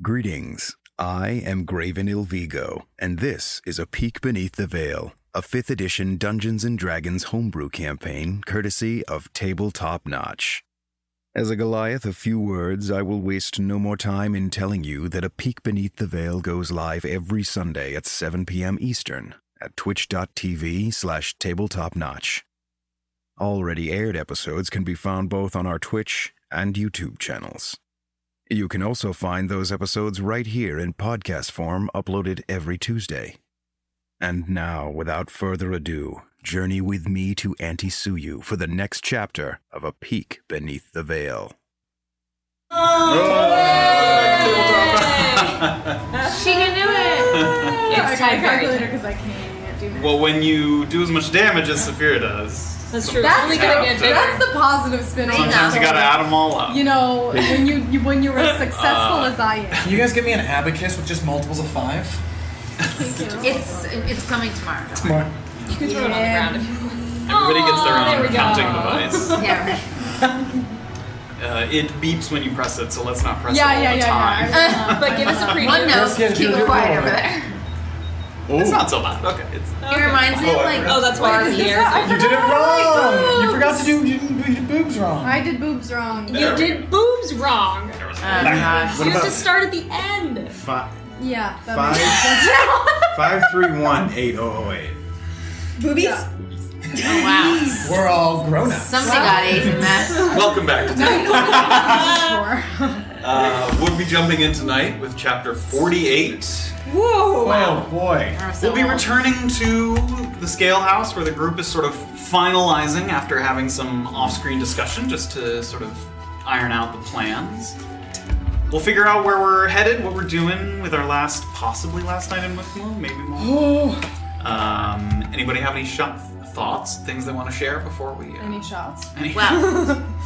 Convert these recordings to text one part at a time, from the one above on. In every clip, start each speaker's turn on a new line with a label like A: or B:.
A: Greetings. I am Graven Ilvigo, and this is A Peek Beneath the Veil, a 5th edition Dungeons & Dragons homebrew campaign courtesy of Tabletop Notch. As a Goliath of few words, I will waste no more time in telling you that A Peek Beneath the Veil goes live every Sunday at 7 p.m. Eastern at twitch.tv slash tabletopnotch. Already aired episodes can be found both on our Twitch and YouTube channels. You can also find those episodes right here in podcast form, uploaded every Tuesday. And now, without further ado, journey with me to Antisuyu for the next chapter of A Peek Beneath the Veil.
B: She can do it. It's
C: I
B: time
C: got a
B: period.
C: calculator because I can't do math.
D: Well, when you do as much damage as Saphira does,
B: That's true.
C: That's
B: It's only gonna get
D: the-
B: bigger.
C: That's the positive spin on
D: sometimes
C: it.
D: you gotta add them all up.
C: You know, when you, you when you're as successful as I am.
E: Can you guys give me an abacus with just multiples of five?
B: It's it's coming tomorrow. You can throw
C: Yeah.
B: it on the ground if you
D: Everybody gets their
B: Aw, there we
D: own
B: go.
D: counting device.
B: want. Yeah. right.
D: Uh, it beeps when you press it, so let's not press
C: Yeah,
D: it all
C: yeah,
D: the
C: yeah, Uh,
D: time.
C: yeah. I-
B: But give us a preview.
F: One note.
E: Yes,
F: Oh,
E: yes,
F: keep
E: yes,
F: it
E: yes,
F: quiet
E: yes.
F: over there.
D: It's not so bad. Okay, it's
F: It reminds me of like
B: Oh, that's why
C: Is
B: the
C: this
B: years.
C: not- I
E: You did it
C: forgot
E: wrong!
C: about
E: You forgot to
C: boobs.
E: do you didn't do your boobs wrong.
C: I did boobs wrong.
D: There
B: You
D: we
B: did boobs wrong.
D: there was
F: Oh,
C: Uh,
F: gosh.
B: You have to
G: about-
B: start at the end.
G: Five,
C: Yeah. That
G: Five.
C: makes sense.
G: five, three, one, eight, oh, oh, eight.
C: Boobies. Yeah.
F: Wow.
E: We're all grown ups.
F: Somebody got A's in that.
D: Welcome back to Tech.
C: Sure.
D: Uh, we'll be jumping in tonight with chapter 48.
B: Whoa.
G: Oh boy.
D: We'll be returning to the Scale House where the group is sort of finalizing after having some off screen discussion just to sort of iron out the plans. We'll figure out where we're headed, what we're doing with our last, possibly last night in Wickmore, maybe more. um, anybody have any shot thoughts, things they want to share before we. Uh,
C: Any shots?
D: any-
F: Well,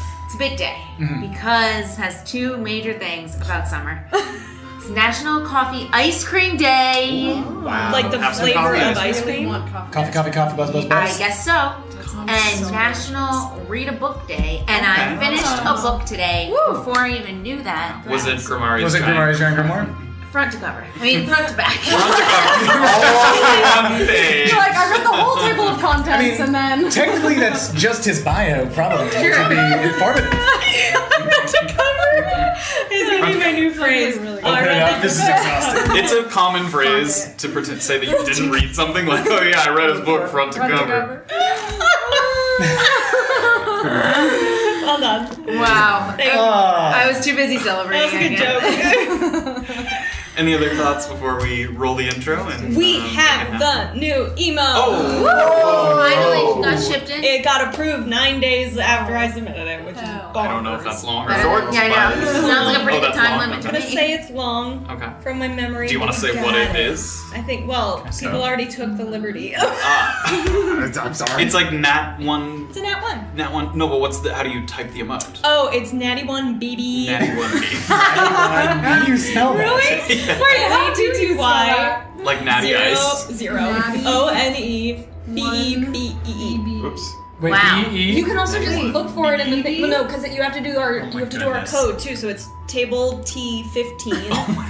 F: it's a big day
E: Mm-hmm.
F: because it has two major things about summer. It's National Coffee Ice Cream Day.
G: Wow.
B: Like the
D: Have some
B: flavor
D: coffee.
B: of ice
C: Really
B: cream.
C: want coffee.
E: Coffee, coffee, coffee, buzz, buzz,
F: I
E: buzz.
F: guess so. And National Read a Book Day. And I
D: Okay.
F: finished a book today
C: Woo.
F: before I even knew that.
D: was it Grimari's
E: Was it
D: Giant?
E: Grimari's Giant Grimoire?
F: Front to cover. I mean, front to back.
D: One page.
C: You're like I read the whole table of contents
E: I mean,
C: and then.
E: Technically, that's just his bio, probably, to be informative.
B: Is gonna be my new phrase. All
E: Okay,
B: right.
E: now, this is exhausting.
D: It's a common phrase to pretend, say that you didn't read something, like, oh yeah, I read his book front to cover.
B: Well done.
F: Wow.
C: Oh,
E: Ah.
F: I was too busy celebrating.
B: That was a good
F: I guess.
B: joke.
D: Any other thoughts before we roll the intro? And
B: We
D: um,
B: have the new emo.
D: Oh!
F: Finally, got shipped in.
B: It got approved nine days after I submitted it, which is
C: Oh.
B: bonkers.
D: I don't know if that's long or
F: I
D: short.
F: don't- yeah, I know.
D: but-
F: Sounds like a pretty
D: Oh,
F: good
D: that's
F: time
D: long.
F: limit to
B: I'm
D: Okay.
B: gonna say it's long
D: Okay.
B: from my memory.
D: Do you want
B: but
D: to say
B: God.
D: what it is?
B: I think. Well,
D: so. Ah.
B: people already took the liberty.
G: I'm sorry.
D: It's like nat one,
B: it's a nat one.
D: nat one. No, but what's the? How do you type the amount?
B: Oh, it's natty one
F: E.
B: BB.
D: Natty one E. B.
E: How do you spell that?
B: Really? Wait, how do you do Y?
D: like natty ice.
B: Zero, zero.
C: Natty.
B: O N E B E
C: One.
B: B E E.
D: Oops.
E: Wait,
F: Wow.
E: E,
B: You
E: E?
B: can also just
D: Wait,
B: look for it in the
C: BB?
B: thing. Well, no, because you have to do our you
D: Oh my
B: have to do our
D: goodness. Oh
B: code too. So it's table T fifteen.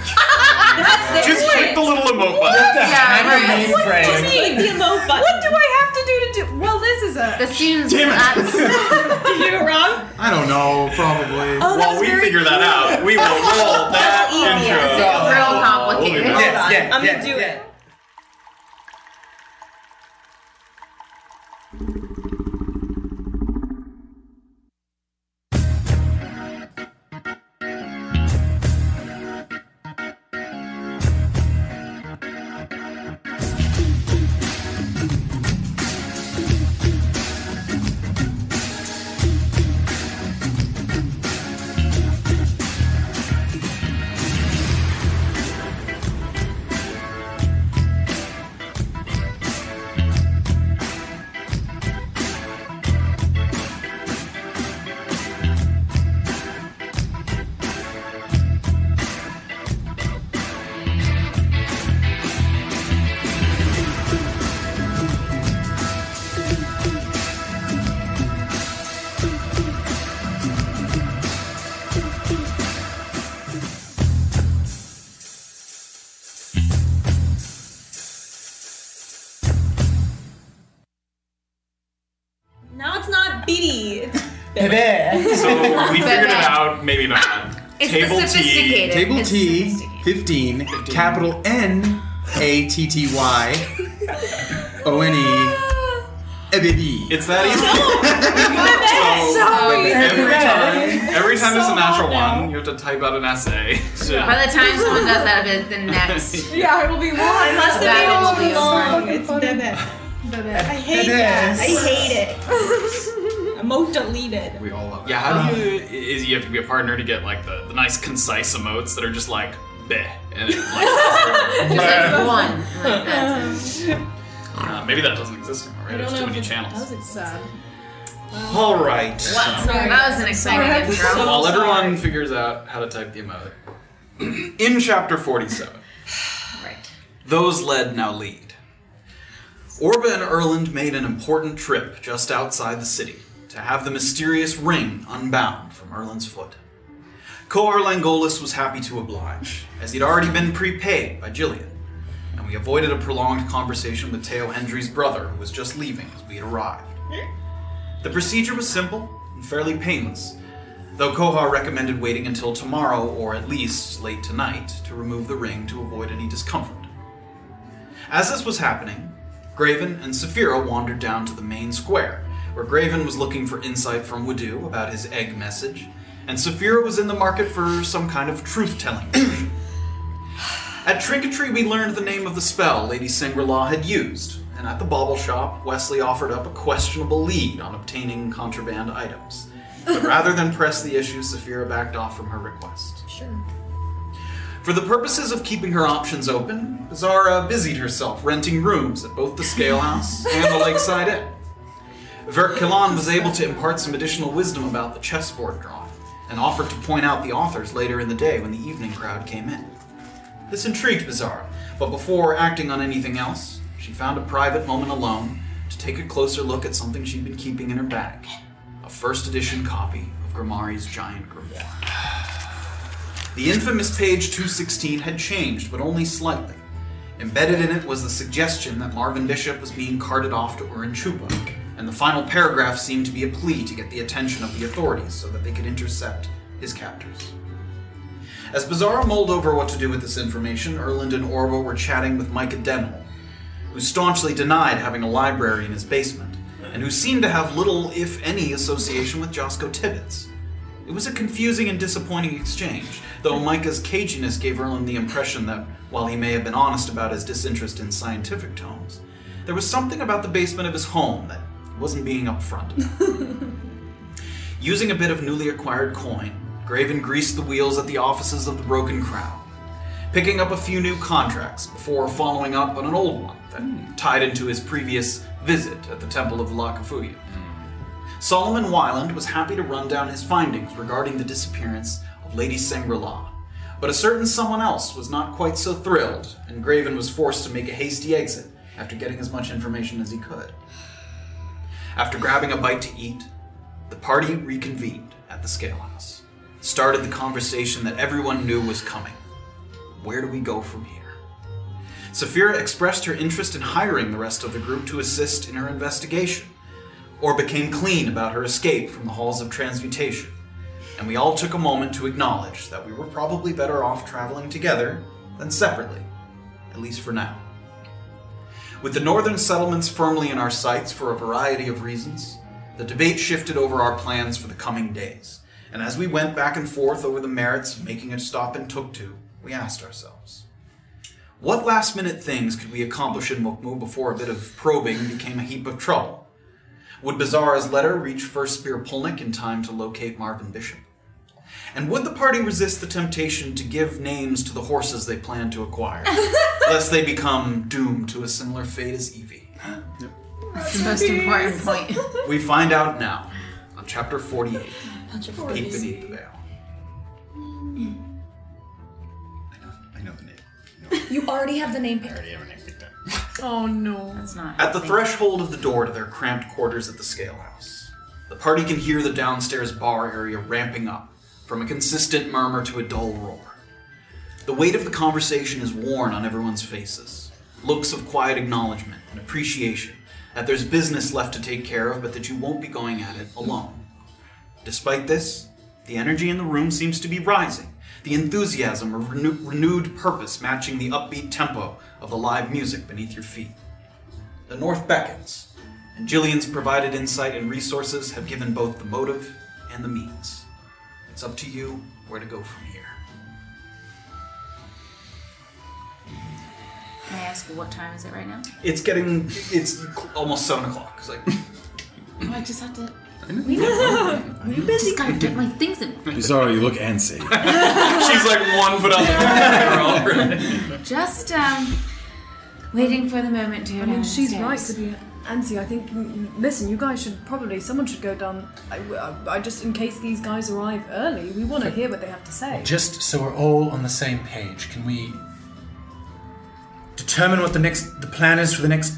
D: Just click the little emote button.
F: Yeah, right.
E: Name phrase.
B: Click the emote button. What do
C: I have to do to do? Well, this is a.
F: The students
G: Damn
F: will not
G: it.
B: I do wrong?
G: I don't know. Probably.
B: Oh, that
D: While
B: was
D: we
B: very
D: figure that out, we will roll that
B: easy.
D: intro.
F: It's real complicated.
D: Hold it.
E: Yes, yeah,
B: I'm
E: yeah,
B: gonna do
E: yeah.
B: it.
D: we figured it
F: Okay.
D: out. Maybe not.
F: It's the
D: Table
F: sophisticated.
D: T.
G: Table
F: It's
G: T,
F: sophisticated.
G: 15, capital N, A T T Y, O N E, A B B.
D: It's that easy.
B: so easy.
D: every time, every time there's
B: So
D: a natural
B: hard now.
D: one, you have to type out an essay. So-
F: By the time someone does that, it'll be the next.
B: Yeah, it will be long. Unless
F: the meeting will be long.
B: It's Bebe. Bebe. I hate
E: Bebe.
B: that. I hate it. Emote deleted.
G: we all love it.
D: Yeah, how do you? Is you have to be a partner to get like the, the nice concise emotes that are just like bleh, and it, like,
F: Just like one. Like, that's it.
D: uh, maybe that doesn't exist anymore. Right? There's too many channels.
B: It's sad.
D: All right.
F: That was an exciting intro.
D: While everyone figures out how to type the emote, in chapter 47,
F: Right.
D: those led now lead. Orba and Erland made an important trip just outside the city to have the mysterious ring unbound from Erland's foot. Coar Langolis was happy to oblige, as he'd already been prepaid by Jillian, and we avoided a prolonged conversation with Teo Hendry's brother, who was just leaving as we had arrived. The procedure was simple and fairly painless, though Kohar recommended waiting until tomorrow or at least late tonight to remove the ring to avoid any discomfort. As this was happening, Graven and Saphira wandered down to the main square, where Graven was looking for insight from Wadu about his egg message, and Saphira was in the market for some kind of truth telling. at Trinketry, we learned the name of the spell Lady Sangrelaw had used, and at the bauble shop, Wesley offered up a questionable lead on obtaining contraband items. But rather than press the issue, Saphira backed off from her request. For the purposes of keeping her options open, Zara busied herself renting rooms at both the Scale House and the Lakeside Inn. Vert Killan was able to impart some additional wisdom about the chessboard drawing, and offered to point out the authors later in the day when the evening crowd came in. This intrigued Bizarro, but before acting on anything else, she found a private moment alone to take a closer look at something she'd been keeping in her bag a first edition copy of Grimari's Giant Grimoire. The infamous page 216 had changed, but only slightly. Embedded in it was the suggestion that Marvin Bishop was being carted off to Urin Chupa, and the final paragraph seemed to be a plea to get the attention of the authorities so that they could intercept his captors. As Bizarro mulled over what to do with this information, Erland and Orba were chatting with Micah Denhol, who staunchly denied having a library in his basement, and who seemed to have little, if any, association with Josco Tibbetts. It was a confusing and disappointing exchange, though Micah's caginess gave Erland the impression that, while he may have been honest about his disinterest in scientific tomes, there was something about the basement of his home that he wasn't being upfront about. Using a bit of newly acquired coin, Graven greased the wheels at the offices of the Broken Crown, picking up a few new contracts before following up on an old one that tied into his previous visit at the Temple of Lakafuya. Solomon Wyland was happy to run down his findings regarding the disappearance of Lady Sangrela, but a certain someone else was not quite so thrilled, and Graven was forced to make a hasty exit after getting as much information as he could. After grabbing a bite to eat, the party reconvened at the scale house. Started the conversation that everyone knew was coming. Where do we go from here? Saphira expressed her interest in hiring the rest of the group to assist in her investigation, or became clean about her escape from the halls of transmutation, and we all took a moment to acknowledge that we were probably better off traveling together than separately, at least for now. With the northern settlements firmly in our sights for a variety of reasons, the debate shifted over our plans for the coming days. And as we went back and forth over the merits of making a stop in Tuktu, we asked ourselves what last minute things could we accomplish in Mukmu before a bit of probing became a heap of trouble? Would Bizarra's letter reach First Spear Pulnik in time to locate Marvin Bishop? And would the party resist the temptation to give names to the horses they plan to acquire, lest they become doomed to a similar fate as Evie?
F: That's the most important point.
D: We find out now on chapter 48 Peek Beneath the Veil.
G: I know the name. I know-
C: You already have the name
G: I
C: picked.
G: already have a name picked up.
F: That's not.
D: At the threshold of the door to their cramped quarters at the scale house, the party can hear the downstairs bar area ramping up from a consistent murmur to a dull roar. The weight of the conversation is worn on everyone's faces. Looks of quiet acknowledgement and appreciation that there's business left to take care of, but that you won't be going at it alone. Despite this, The energy in the room seems to be rising, the enthusiasm of renew- renewed purpose matching the upbeat tempo of the live music beneath your feet. The North beckons, and Jillian's provided insight and resources have given both the motive and the means. It's up to you where to go from here.
F: Can I ask what time is it right now?
D: It's getting, it's almost 7 o'clock. It's like,
F: Oh, I just have to.
B: Are you busy?
F: Gotta get my things in.
E: Bizarro, you look antsy.
D: she's like one foot on the
F: Just um, waiting for the moment to.
H: I mean, she's right to be antsy. I think. m- m- Listen, you guys should probably. Someone should go down. I, I- I just in case these guys arrive early, we want to hear what they have to say.
E: Just so we're all on the same page, can we determine what the next the plan is for the next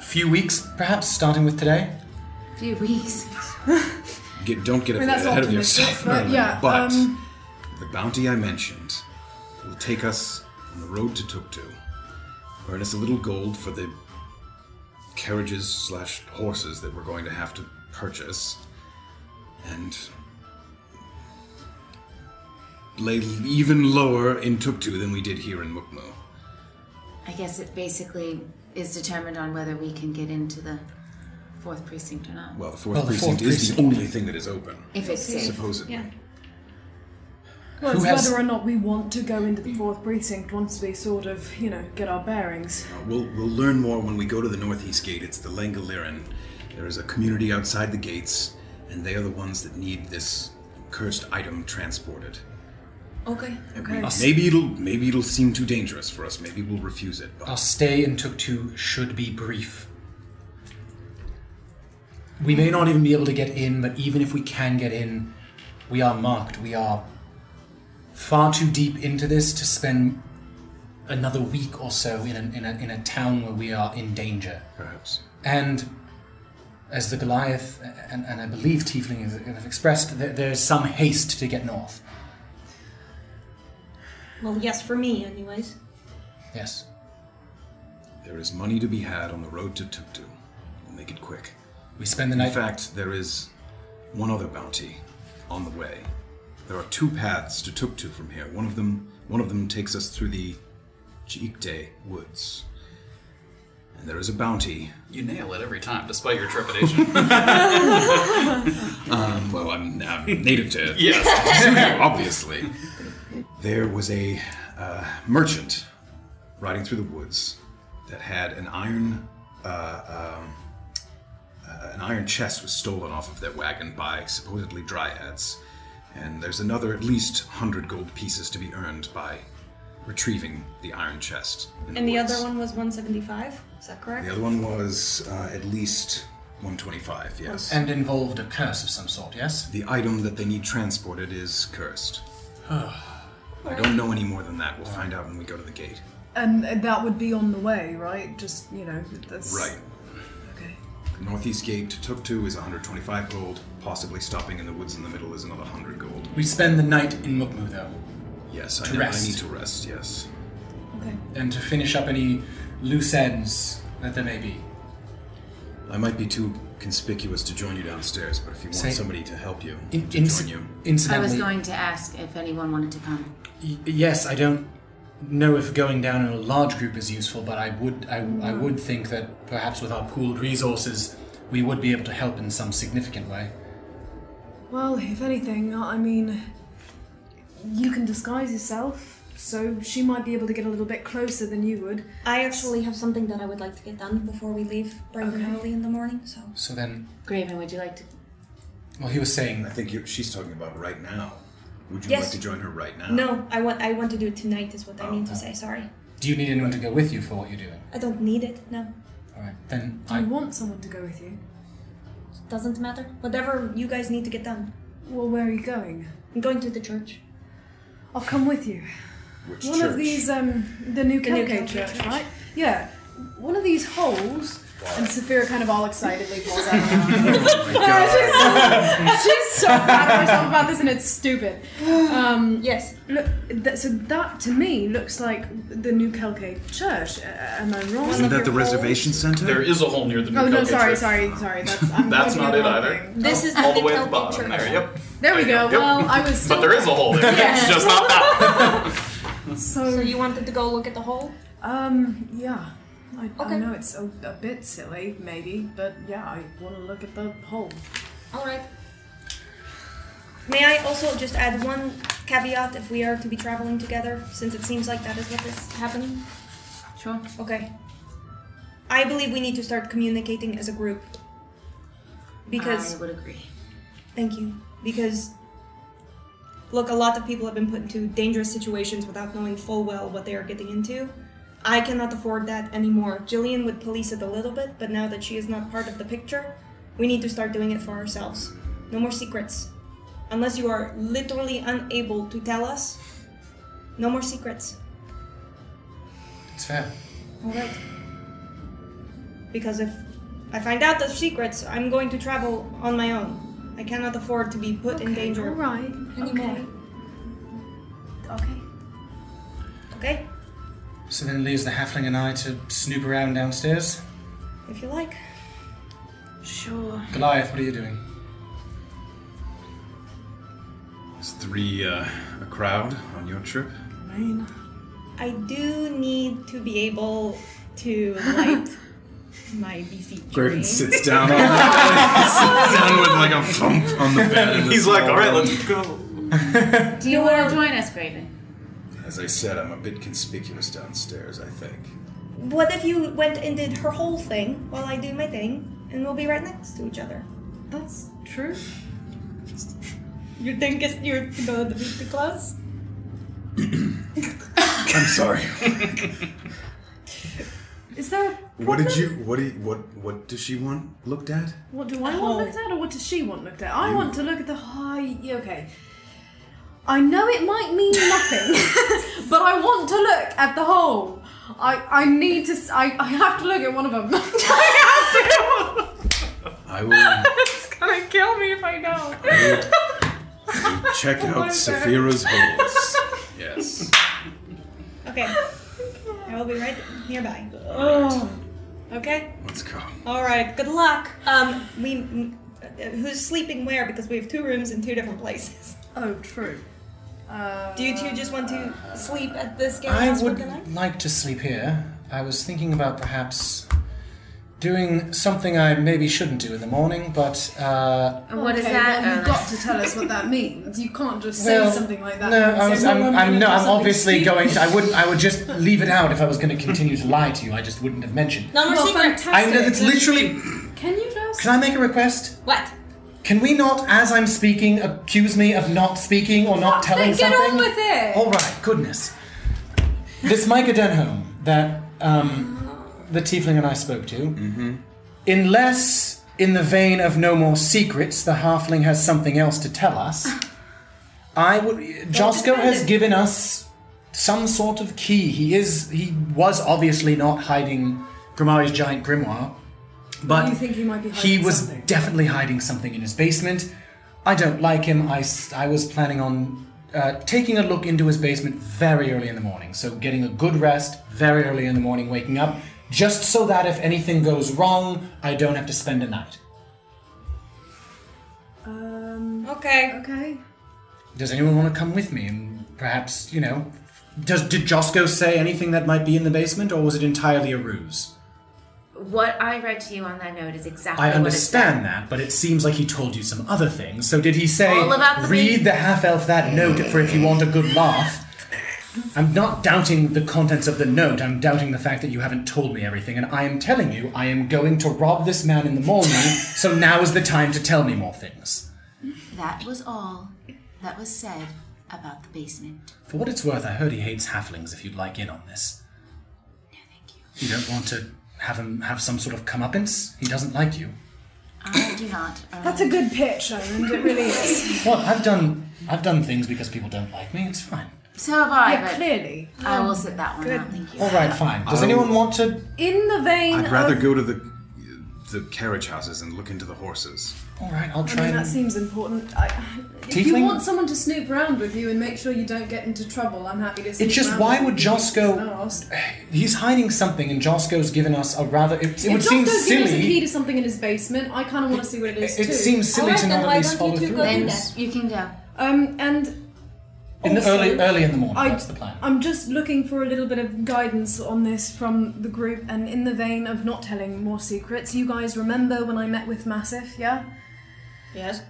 E: few weeks, perhaps starting with today?
F: A few weeks.
A: Get, don't get
H: I mean, that's
A: ahead of
H: optimistic,
A: yourself.
H: but
A: Merlin.
H: yeah,
A: But
H: um,
A: the bounty I mentioned will take us on the road to Tuktu. Earn us a little gold for the carriages slash horses that we're going to have to purchase, and lay even lower in Tuktu than we did here in Mukmu.
F: I guess it basically is determined on whether we can get into the fourth precinct or not.
A: Well, the fourth
E: Well, the
A: precinct
E: fourth
A: is
E: precinct.
A: the only thing that is open,
F: if it's safe.
A: supposedly.
H: well,
E: who
H: it's
E: has-
H: whether or not we want to go into the fourth precinct once we sort of, you know, get our bearings.
A: uh, We'll, we'll learn more when we go to the northeast gate. It's the Langolirin. There is a community outside the gates, and they are the ones that need this cursed item transported.
H: Okay. Okay.
A: Maybe it'll maybe it'll seem too dangerous for us. Maybe we'll refuse it. But
E: Our stay in Tuktu should be brief. We may not even be able to get in, but even if we can get in, we are marked. We are far too deep into this to spend another week or so in a, in a, in a town where we are in danger.
A: perhaps
E: And as the Goliath, and, and I believe Tiefling has- have expressed, there, there is some haste to get north.
B: Well, yes, for me, anyways.
E: Yes.
A: there is money to be had on the road to Tuktu. We'll make it quick.
E: We spend the
A: In
E: night.
A: fact, there is one other bounty on the way. There are two paths to Tuktu from here. One of them, one of them takes us through the Jeekte woods, and there is a bounty.
D: You nail it every time, despite your trepidation.
A: Um, well, I'm, I'm native to
D: yes.
A: obviously. There was a uh, merchant riding through the woods that had an iron, uh, um, uh, an iron chest was stolen off of their wagon by supposedly dryads, and there's another at least hundred gold pieces to be earned by retrieving the iron chest. in
B: And the
A: woods.
B: other one was 175. Is that
A: The
B: correct?
A: other one was uh, at least 125. Yes.
E: And involved a curse of some sort, yes?
A: The item that they need transported is cursed. I don't know any more than that. We'll find out when we go to the gate.
H: And that would be on the way, right? Just you know. That's,
A: Right.
H: Okay.
A: The northeast gate to Tuktu is 125 gold. Possibly stopping in the woods in the middle is another 100 gold.
E: We spend the night in Mukmu, though,
A: Yes,
E: To
A: I, know, I
E: rest.
A: need to rest, yes.
H: Okay.
E: and to finish up any loose ends that there may be.
A: I might be too conspicuous to join you downstairs, but if you want
E: Say-
A: somebody to help you,
E: In-
A: to join
E: inci-
A: you.
F: I was
E: Incidentally,
F: going to ask if anyone wanted to come.
E: y- yes, I don't know if going down in a large group is useful, but I would, I, I would think that perhaps with our pooled resources, we would be able to help in some significant way.
H: Well, if anything, I mean, you can disguise yourself, so she might be able to get a little bit closer than you would.
B: I actually have something that I would like to get done before we leave Brendan early in the morning, so.
E: So then,
F: Graven, would you like to?
E: well, he was saying
A: I think you she's talking about right now. Would you
B: Yes.
A: like to join her right now?
B: No, I want I want to do it tonight is what I mean to say, sorry.
E: Do you need anyone to go with you for what you're doing?
B: I don't need it, no.
E: All right, then
H: I
E: I.
H: want someone to go with you.
B: Doesn't matter. Whatever you guys need to get done.
H: Well, where are you going?
B: I'm going to the church.
H: I'll come with you.
A: Which
H: One
A: church?
H: of these, um, the new
B: The new
H: Kelko
B: Kelko
H: church,
B: church.
H: right? Yeah. One of these holes, and Saphira kind of all excitedly pulls out.
A: Oh
H: No, she's, she's so proud of herself about this, and it's stupid.
D: Mm.
H: Um,
B: Yes.
H: look, that, so that to me looks like the new Kelke church. Uh, am I wrong?
A: Isn't that the reservation center?
D: There is a hole near the
H: Oh no,
D: Nukoke
H: sorry,
D: church.
H: sorry, sorry. That's I'm
D: That's
H: looking
D: not
H: at
D: it
H: the wrong
D: either.
H: thing.
B: This is
D: Oh, All
B: the
D: the way at the
B: Kelpie
D: bottom.
B: church.
D: There, yep.
C: There we go.
D: you go.
C: Well,
D: Yep.
C: I was.
D: But there is a hole there. It's just not that.
C: So,
B: So you wanted to go look at the hole?
C: um, yeah. I, I
B: Okay.
C: know it's a, a bit silly, maybe, but yeah, I want to look at the hole.
B: All right. May I also just add one caveat if we are to be traveling together, since it seems like that is what is happening?
F: Sure.
B: Okay. I believe we need to start communicating as a group. Because,
F: I would agree.
B: thank you. Because, look, a lot of people have been put into dangerous situations without knowing full well what they are getting into. I cannot afford that anymore. Jillian would police it a little bit, but now that she is not part of the picture, we need to start doing it for ourselves. No more secrets. Unless you are literally unable to tell us, no more secrets.
E: It's fair.
B: Alright. Because if I find out the secrets, I'm going to travel on my own. I cannot afford to be put in danger.
C: All right.
B: Anymore.
C: Okay.
B: Okay?
E: So then leaves the halfling and I to snoop around downstairs.
B: If you like.
F: Sure.
E: Goliath, what are you doing?
I: Is three uh, a crowd on your trip?
B: I do need to be able to light my BC
I: Graven
B: tree.
I: sits down on sits down with like a thump on the bed. and
D: He's
I: is
D: like, all right, let's go.
F: Do you want to join us, Graven?
I: As I said, I'm a bit conspicuous downstairs. I think.
B: What if you went and did her whole thing while I do my thing, and we'll be right next to each other?
C: That's true.
B: You think it's you're to go to the class?
I: I'm sorry.
C: Is there? A
I: what did
C: problem?
I: you? What? Did, what? What does she want looked at?
C: What do I want looked at, or what does she want looked at? I want to look at the high. yeah, Okay. I know it might mean nothing, but I want to look at the hole. I, I need to. s- I, I have to look at one of them. I have to.
I: I will
C: It's gonna kill me if I don't.
I: check out
C: God.
I: Saphira's holes. Yes.
B: Okay. I will be right nearby.
C: Oh.
B: Okay?
I: Let's go.
B: All right. Good luck. Um, we m- uh, who's sleeping where because we have two rooms in two different places.
C: Oh, true. Uh,
B: Do you two just want to sleep at this game
E: I
B: house for the night?
E: would like to sleep here. I was thinking about perhaps doing something I maybe shouldn't do in the morning, but uh,
F: And what is
C: okay,
F: that?
C: Well,
F: Oh,
C: you've got to tell us what that means. You can't just
E: well,
C: say something like that.
E: No,
C: and
E: I
C: say,
E: was,
C: "Well,
E: I'm, I'm,
C: gonna
E: no,
C: do
E: I'm
C: something
E: obviously
C: stupid."
E: going. To, I would, I would just leave it out if I was going to continue to lie to you. I just wouldn't have mentioned.
B: No more
C: Well,
B: secrets.
C: fantastic.
E: I know it's literally.
C: Can you just?
E: Can I make a request?
B: What?
E: Can we not, as I'm speaking, accuse me of not speaking or not telling
C: Then get
E: something?
C: on with it.
E: All right, goodness. This Micah Denholm that um, the tiefling and I spoke to, unless in the vein of no more secrets, the halfling has something else to tell us. I would. Josko has given us some sort of key. He is. He was obviously not hiding Grimari's giant grimoire, but
C: You think he might be
E: he
C: hiding
E: was
C: something?
E: definitely hiding something in his basement. I don't like him. I, s- I was planning on uh, taking a look into his basement very early in the morning. So, getting a good rest very early in the morning, waking up, just so that if anything goes wrong, I don't have to spend a night.
C: Um.
B: Okay.
C: Okay.
E: Does anyone want to come with me? And perhaps, you know, does, did Josco say anything that might be in the basement, or was it entirely a ruse?
F: What I read to you on that note is exactly
E: I
F: what it said.
E: understand that, but it seems like he told you some other things. So did he say,
F: All about the
E: read
F: meat."
E: the half elf that note for if you want a good laugh? I'm not doubting the contents of the note. I'm doubting the fact that you haven't told me everything, and I am telling you I am going to rob this man in the morning. so now is the time to tell me more things.
F: That was all that was said about the basement.
E: For what it's worth, I heard he hates halflings. If you'd like in on this,
F: No, thank you.
E: you don't want to have him have some sort of comeuppance. He doesn't like you.
F: I do not. uh,
C: That's a good pitch, Owen. It really is.
E: Well, I've done I've done things because people don't like me. It's fine.
F: So have I,
C: yeah,
F: but
C: clearly.
F: I will sit that one out. Thank you.
E: All right, fine. Does anyone want to
C: In the vein
I: I'd rather
C: of
I: go to the the carriage houses and look into the horses.
E: All right, I'll
H: I
E: try
H: mean, that
E: and.
H: seems important. I, if
E: Tiefling-
H: you want someone to snoop around with you and make sure you don't get into trouble, I'm happy to. Snoop
E: just-
H: around
E: why
H: with
E: would
H: you.
E: Josco-
H: No, I'll-
E: He's hiding something, and Josco's given us a rather. It, it would
H: if
E: seem
H: Josco's given us a key
E: silly.
H: to something in his basement, I kind of want to see what it is
E: It
H: too.
E: seems silly
J: Alright,
E: to
J: then
E: not
J: why
E: at least
J: don't
E: follow
J: you two
E: through
J: go
E: with
J: in
E: this.
F: You can go.
H: Um, and
E: In the
H: also,
E: early, early in the morning.
H: I,
E: that's the plan.
H: I'm just looking for a little bit of guidance on this from the group, and in the vein of not telling more secrets. You guys remember when I met with Massif, yeah?
B: Yes.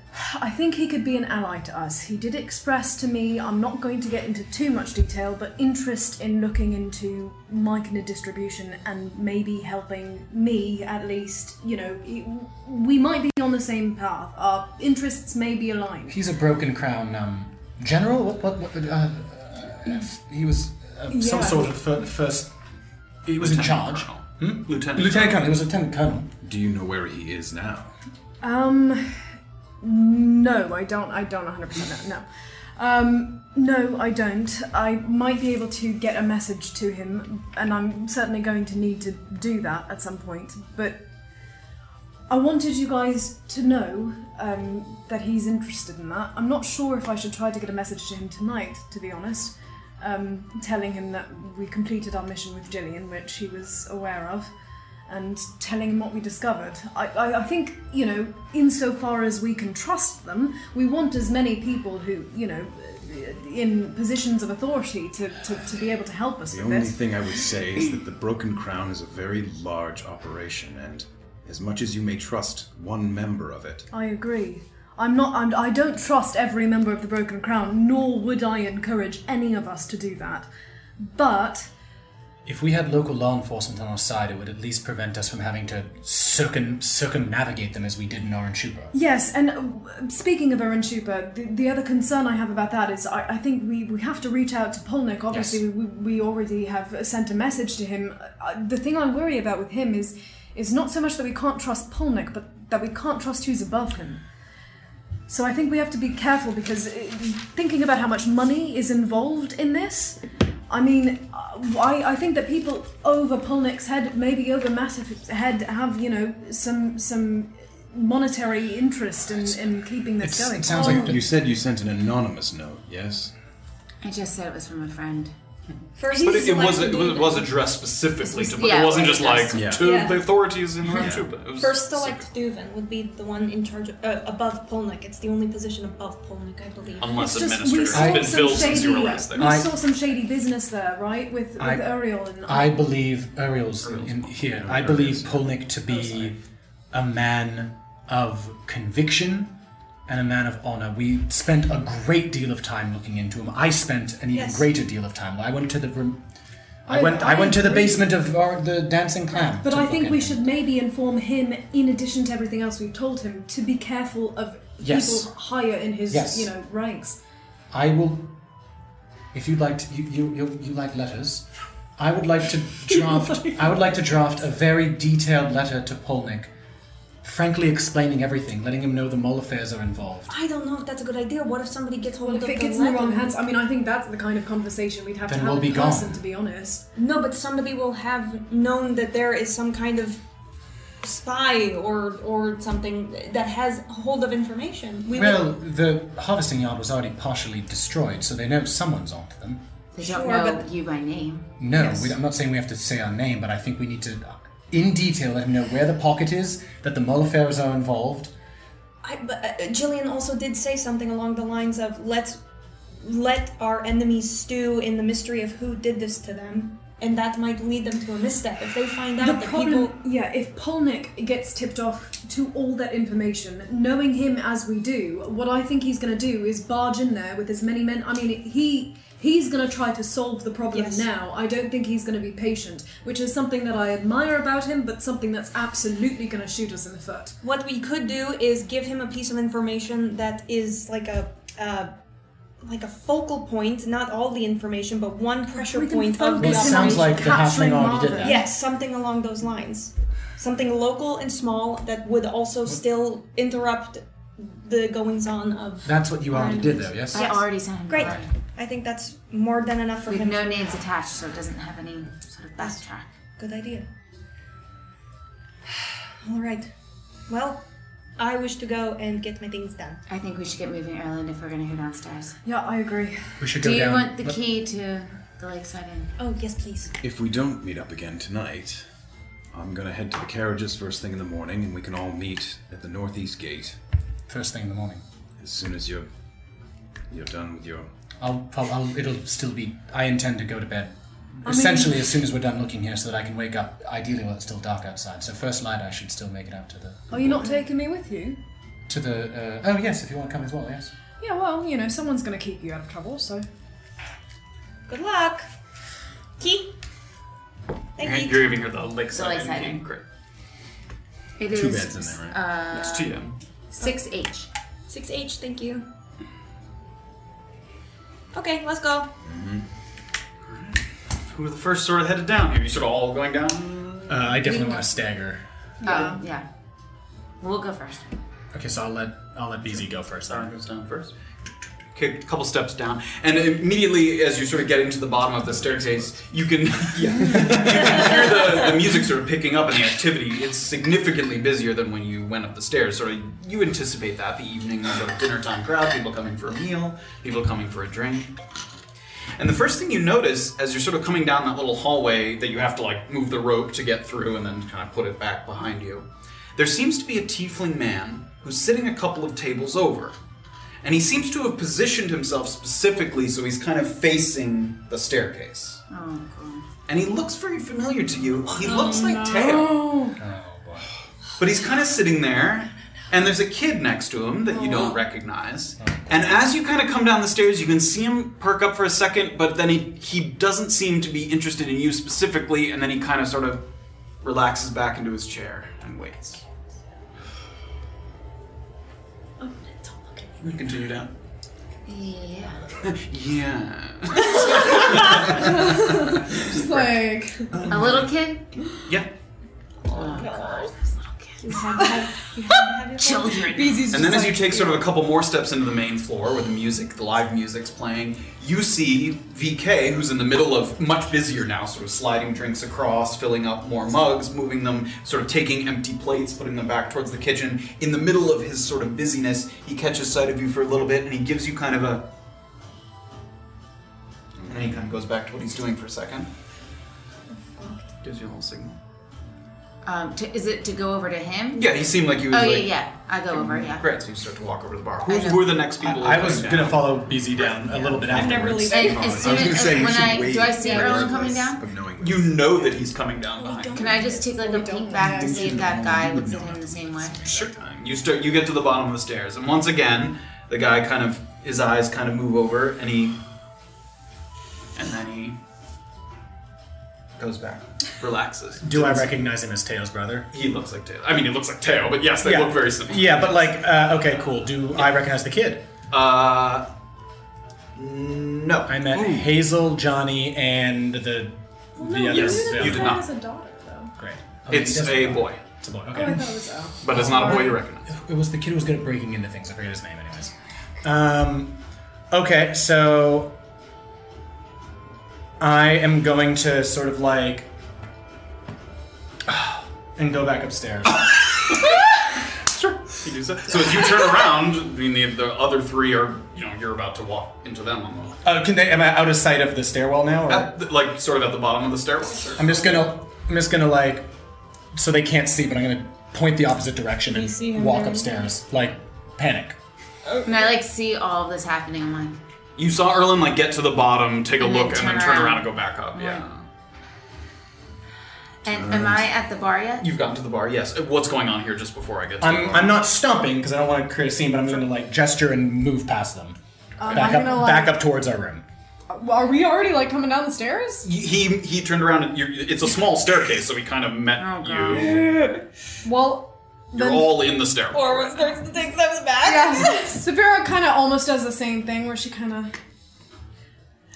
H: I think he could be an ally to us. He did express to me, I'm not going to get into too much detail, but interest in looking into my kind of distribution and maybe helping me at least. You know, he- we might be on the same path. Our interests may be aligned.
E: He's a broken crown um, general. What? What? what uh, uh, f- he was uh, some
H: Yeah.
E: sort of fir- first. He was in charge.
D: Hmm? Lieutenant.
E: Lieutenant Colonel. He was Lieutenant Colonel.
A: Do you know where he is now?
H: Um, no, I don't. I don't 100% know. No. Um, no, I don't. I might be able to get a message to him, and I'm certainly going to need to do that at some point. But I wanted you guys to know um, that he's interested in that. I'm not sure if I should try to get a message to him tonight, to be honest, um, telling him that we completed our mission with Gillian, which he was aware of and telling him what we discovered. I, I, I think, you know, insofar as we can trust them, we want as many people who, you know, in positions of authority to, to, to be able to help us
A: The
H: with
A: only
H: this.
A: thing I would say is that the Broken Crown is a very large operation, and as much as you may trust one member of it,
H: I agree. I'm not. I'm, I don't trust every member of the Broken Crown, nor would I encourage any of us to do that. But
E: If we had local law enforcement on our side, it would at least prevent us from having to circum circumnavigate them as we did in Orange Shubra.
H: Yes, and uh, speaking of Aranchupa, the, the other concern I have about that is I, I think we, we have to reach out to Polnick. Obviously,
E: Yes.
H: we, we already have sent a message to him. Uh, the thing I worry about with him is is not so much that we can't trust Polnick, but that we can't trust who's above him. So I think we have to be careful because uh, thinking about how much money is involved in this, I mean, uh, I, I think that people over Polnick's head, maybe over Massif's head, have you know some some monetary interest in, in keeping this
E: It's-
H: going. Um,
E: it sounds like
A: you said you sent an anonymous note, yes?
F: I just said it was from a friend.
B: First,
D: But it, it
B: select
D: was it
B: the-
D: was, it was addressed specifically to, but
F: yeah,
D: it wasn't
F: it
D: just
F: was
D: like
F: addressed.
A: Yeah.
D: to
B: Yeah.
D: the authorities in Ranchupa. It was
B: First select Duvan would be the one in charge of, uh, above Polnick. It's the only position above Polnick, I believe.
D: unless
H: It's just
D: administrator
H: we
D: has
H: saw
D: been
H: some
D: filled since
H: shady.
D: you were last there.
H: We
E: I-
H: saw some shady business there, right? With with
E: I-
H: Ariel and
E: I believe Uriel's in, in here. I believe Polnick to be a man of conviction and a man of honor. We spent a great deal of time looking into him. I spent an even
B: Yes.
E: greater deal of time. I went to the room. I
H: I-
E: went. I,
H: I
E: went to the
H: agree.
E: basement of our, the dancing clam.
H: But
E: to
H: I
E: look
H: think we
E: in.
H: should maybe inform him, in addition to everything else we've told him, to be careful of
E: Yes.
H: people higher in his,
E: Yes.
H: you know, ranks.
E: I will. If you'd like to, you, you, you, you like letters. I would like to draft. I would like to draft a very detailed letter to Polnick, frankly explaining everything, letting him know the mole affairs are involved.
B: I don't know if that's a good idea. What if somebody gets hold
H: If
B: of
H: it
B: the
H: gets in the
B: letter?
H: wrong hands, I mean, I think that's the kind of conversation we'd have
E: Then
H: to have
E: we'll
H: in
E: be
H: person,
E: gone.
H: to be honest.
B: No, but somebody will have known that there is some kind of spy or or something that has hold of information. We
E: Well,
B: will,
E: the harvesting yard was already partially destroyed, so they know someone's onto them.
F: They don't
B: Sure,
F: know
B: but-
F: you by name.
E: No, we, I'm not saying we have to say our name, but I think we need to, in detail, let him know where the pocket is, that the mole affairs are involved.
B: I, but uh, Jillian also did say something along the lines of let's let our enemies stew in the mystery of who did this to them, and that might lead them to a misstep if they find out
H: The
B: that
H: problem,
B: people.
H: yeah, if Polnick gets tipped off to all that information, knowing him as we do, what I think he's going to do is barge in there with as many men. I mean, he he's going to try to solve the problem
B: Yes.
H: now. I don't think he's going to be patient, which is something that I admire about him, but something that's absolutely going to shoot us in the foot.
B: What we could do is give him a piece of information that is like a. Uh, like a focal point, not all the information, but one pressure
H: We can
B: point of the
H: focus
E: Well, it
H: in on
E: sounds
B: operation.
E: like the
H: capturing
E: halfling already did
H: Marvin.
E: that.
B: Yes, something along those lines. Something local and small that would also still interrupt the goings on of.
E: That's what you already did, though. Yes.
F: I already sent him.
B: Great.
F: the letter.
B: I think that's more than enough for
F: We have
B: him.
F: no names attached, so it doesn't have any sort of backtrack.
B: Good idea. All right. Well, I wish to go and get my things done.
F: I think we should get moving, Erland, if we're gonna go downstairs.
C: Yeah, I agree.
E: We should go
F: Do you
E: down.
F: want the
E: but-
F: key to the lakeside inn?
B: Oh, yes, please.
I: If we don't meet up again tonight, I'm gonna head to the carriages first thing in the morning, and we can all meet at the northeast gate
E: First thing in the morning.
I: as soon as you're you're done with your.
E: I'll, prob- I'll it'll still be. I intend to go to bed. Essentially, as soon as we're done looking here, so that I can wake up. Ideally, while it's still dark outside. So first light, I should still make it out to the
C: Are you not taking me with you?
E: to the. Uh, oh yes, if you want to come as well, yes.
C: Yeah, well, you know, someone's gonna keep you out of trouble, so.
B: Good luck. Key.
D: You're,
B: Thank you.
D: you're giving her the lakeside
F: Lakeside
D: inn key.
F: Inn.
D: Great.
F: It
I: Two beds in there, right?
F: Uh,
D: It's to you.
F: six H.
B: 6H, thank you. Okay, let's go.
D: Who are the first sort of headed down here? You sort of all going down?
E: Uh, I definitely want to stagger.
F: Yeah. Oh, yeah. We'll go first.
E: Okay, so I'll let I'll let BZ go first.
D: Darn goes down first. Kick a couple steps down, and immediately as you sort of get into the bottom of the staircase, you can, yeah. you can hear the, the music sort of picking up and the activity. It's significantly busier than when you went up the stairs. Sort of, you anticipate that the evening sort of dinner time crowd, people coming for a meal, people coming for a drink. And the first thing you notice as you're sort of coming down that little hallway that you have to like move the rope to get through and then kind of put it back behind you, there seems to be a tiefling man who's sitting a couple of tables over. And he seems to have positioned himself specifically so he's kind of facing the staircase.
F: Oh god.
D: And he looks very familiar to you. He looks like Teo. But he's kind of sitting there, and there's a kid next to him that you don't recognize. And as you kind of come down the stairs, you can see him perk up for a second, but then he, he doesn't seem to be interested in you specifically, and then he kind of sort of relaxes back into his chair and waits. You Continue down.
F: Yeah.
D: Yeah.
C: Just like.
F: A little kid?
D: yeah.
F: Children.
D: And then, as you take sort of a couple more steps into the main floor where the music, the live music's playing, you see VK, who's in the middle of much busier now, sort of sliding drinks across, filling up more mugs, moving them, sort of taking empty plates, putting them back towards the kitchen. In the middle of his sort of busyness, he catches sight of you for a little bit and he gives you kind of a. And then he kind of goes back to what he's doing for a second. Gives you a little signal.
F: Um, to, is it to go over to him?
D: Yeah, he seemed like he was
F: Oh yeah,
D: like.
F: yeah. I go over. Yeah.
D: Great, so you start to walk over to the bar. Who's, who are the next people?
E: I was
D: coming
E: gonna
D: down?
E: follow BZ down a little bit
B: I've never
E: afterwards.
B: really
F: And as soon
I: I was gonna
F: as
I: say you
F: when
I: should
F: I
I: wait.
F: do, I see
I: regardless
F: Erlen coming down.
I: Of knowing
D: You know that he's coming down
B: We
D: behind.
B: don't
F: Can I just take like a peek back to see if that guy looks at him the same way?
D: Sure. You start. You get to the bottom of the stairs, and once again, the guy kind of his eyes kind of move over, and he, and then he goes back, relaxes.
E: Do I recognize him as Teo's brother?
D: He looks like Teo. I mean, he looks like Teo, but yes, they
E: Yeah.
D: look very similar.
E: Yeah, but like, uh, okay, cool. Do I recognize the kid?
D: Uh, no.
E: I met Hazel, Johnny, and the
C: Oh,
E: the others.
D: Yes,
E: Yeah.
D: you did not.
C: As a daughter, though.
E: Great. Oh, he
D: It's
E: doesn't
D: a
E: know.
D: boy,
E: It's a boy.
C: Oh,
E: Okay.
C: I thought it was Al.
D: but it's not a boy you recognize.
E: It was the kid who was good at breaking into things. I forget his name, anyways. Um, okay, so I am going to sort of like and go back upstairs. Oh,
D: Sure. You do so. So as you turn around, I mean, the, the other three are, you know, you're about to walk into them on the
E: Uh, can they? Am I out of sight of the stairwell now? Or?
D: At the- like sort of at the bottom of the stairwell. sir.
E: I'm just gonna, I'm just gonna like, so they can't see, but I'm gonna point the opposite direction and
C: see him
E: walk
C: there?
E: upstairs, like panic.
F: And I like see all of this happening. I'm like,
D: You saw Erlen like get to the bottom, take a
F: And then
D: look, and
F: turn
D: then turn around.
F: around.
D: and go back up. Yeah.
F: and am I at the bar yet?
D: You've gotten to the bar. Yes. Uh, What's going on here? Just before I get to the
E: I'm,
D: bar?
E: I'm not stomping because I don't want to create a scene, but I'm gonna like gesture and move past them,
C: Um,
E: back
C: I'm
E: up,
C: gonna, like,
E: back up towards our room.
C: Are we already like coming down the stairs?
D: He he- he turned around. And you're, it's a small staircase, so he kind of met
F: Oh, God.
D: you.
C: Well,
D: You're
C: then-
D: all in the stairwell.
B: Forward starts to take steps back.
C: yeah. Severa kind of almost does the same thing where she kind of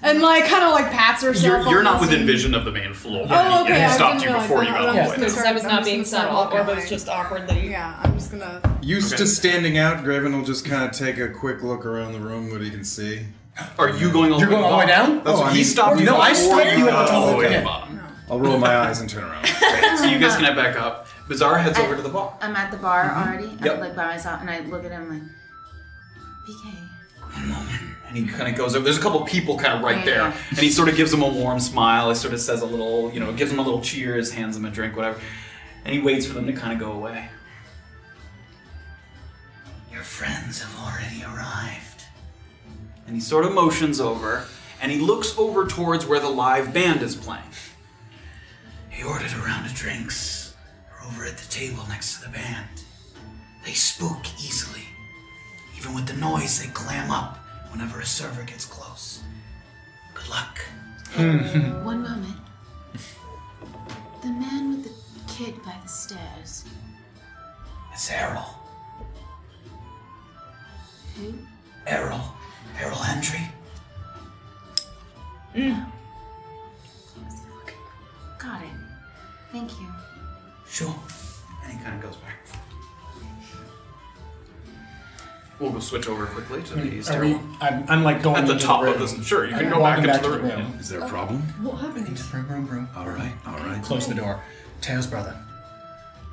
C: and like kind of like pats herself.
D: You're, you're not
C: almost
D: within
C: and-
D: vision of the main floor.
C: Oh, okay.
D: He
C: I
D: stopped
C: didn't
D: you
C: realize
D: before
C: that.
D: you
C: I
D: got
C: was
D: all the
C: gonna
D: way.
C: say-
B: Because I was
C: I'm
B: not
C: just
B: being
C: gonna
B: sad
C: start
B: awkward, but
C: walking
B: it's just awkward that you.
C: Yeah, I'm just gonna.
G: Used
D: Okay.
G: to standing out, Graven will just kind of take a quick look around the room, what he can see.
D: Are you going all
E: You're
D: the way
E: going all the way
D: bottom?
E: down?
D: That's
G: Oh,
D: what
G: I
D: he
G: mean-
D: stopped you.
E: No, I
D: before
E: stopped you at the
D: got
E: top.
D: all the way to
E: Okay.
D: the bottom.
G: I'll roll my eyes and turn around.
D: So you guys can head back up. Bizarre heads
F: I-
D: over to the bar.
F: I'm at the bar already.
D: Mm-hmm. Yep.
F: I'm like by myself, and I look at him like, PK.
D: And he kind of goes over. There's a couple people kind of right
F: Yeah,
D: there,
F: yeah.
D: and he sort of gives him a warm smile. He sort of says a little, you know, gives him a little cheers, hands him a drink, whatever. And he waits for them to kind of go away. Your friends have already arrived. And he sort of motions over, and he looks over towards where the live band is playing. He ordered a round of drinks. They're over at the table next to the band. They spook easily. Even with the noise, they clam up whenever a server gets close. Good luck.
F: One moment. The man with the kid by the stairs.
D: It's Errol.
F: Who?
D: Errol. Errol Hendry.
F: Got it. Thank you.
D: Sure. And he kind of goes back. We'll go switch over quickly to the
E: Are we,
D: stairwell.
E: I'm, I'm like going
D: At the
E: into
D: top
E: the room.
D: of this, sure, you
E: I'm
D: can go back
E: walking
D: into the room.
I: Is there a problem?
H: What happened?
E: Into the room, room, room.
I: All right, all right.
E: Close the door. Teo's brother.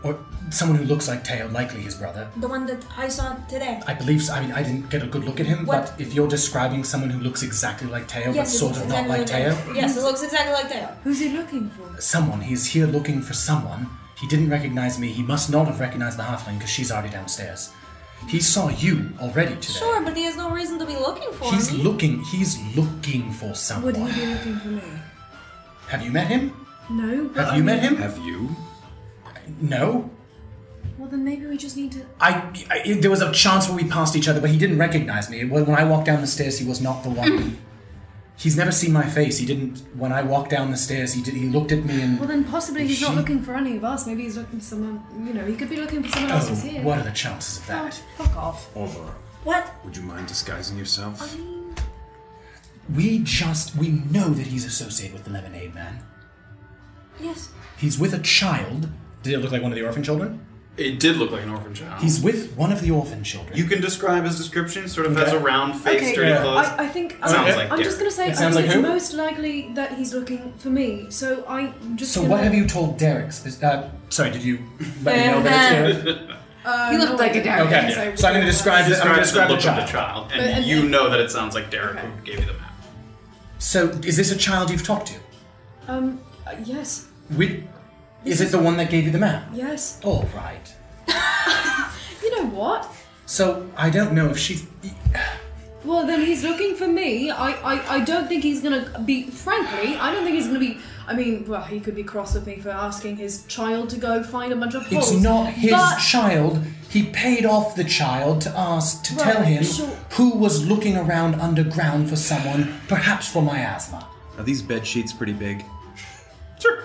E: Or someone who looks like Teo, likely his brother.
B: The one that I saw today.
E: I believe so. I mean, I didn't get a good look at him,
B: What?
E: but if you're describing someone who looks exactly like Teo, but
B: it
E: sort
B: looks
E: of not like
B: exactly
E: Teo,
B: Yes, it looks exactly like Teo.
H: Who's he looking for?
E: someone, he's here looking for someone. He didn't recognize me. He must not have recognized the halfling because she's already downstairs. He saw you already today.
B: Sure, but he has no reason to be looking for
E: He's
B: me.
E: looking. He's looking for
H: Would
E: someone.
H: he be looking for me?
E: Have you met him?
H: No. but
E: Have
H: I
E: you
H: mean-
E: met him?
I: Have you?
E: No.
H: Well, then maybe we just need to.
E: I, I there was a chance when we passed each other, but he didn't recognize me. When, when I walked down the stairs, he was not the one. He's never seen my face. He didn't. When I walked down the stairs, he did. He looked at me and.
H: Well, then possibly he's not
E: She-
H: looking for any of us. Maybe he's looking for someone. You know, he could be looking for someone
E: oh,
H: else who's here.
E: what are the chances of
H: Oh,
E: that?
H: fuck off.
I: Orvar,
B: What?
I: would you mind disguising yourself?
E: We just. We know that he's associated with the Lemonade Man.
B: Yes.
E: He's with a child. Did it look like one of the orphan children?
D: It did look like an orphan child.
E: He's with one of the orphan children.
D: you can describe his description sort of
E: Okay.
D: as a round face,
H: Okay,
D: dirty
E: yeah.
D: clothes.
H: I, I think
D: Sounds
H: I'm,
D: like
H: I'm
D: Derek.
H: just gonna say
E: It
H: I
E: sounds
H: think
E: like
H: it's
E: who?
H: most likely that he's looking for me. So I'm just.
E: so
H: gonna,
E: what have you told Derek? Is- Uh, sorry, did you let me know that it's Derek?
H: Uh,
F: He looked
H: no,
F: like a
H: I-
F: dad.
E: Okay,
H: so-
E: so I'm going to describe this. I'm going to
D: Describes the
E: describe the
D: look
E: child.
D: of the child, and,
H: But- and-
D: you know that it sounds like Derek who gave you the map.
E: So, is this a child you've talked to?
H: Um. uh, Yes.
E: Which, is it the one that gave you the map?
H: Yes.
E: All right.
H: You know what?
E: So I don't know if she's.
H: Well, then he's looking for me. I, I, I don't think he's gonna be. Frankly, I don't think he's gonna be. I mean, well, he could be cross with me for asking his child to go find a bunch of holes.
E: It's not his
H: but-
E: child. He paid off the child to ask to
H: Right,
E: tell him
H: sure.
E: who was looking around underground for someone, perhaps for miasma.
K: Are these bed sheets pretty big?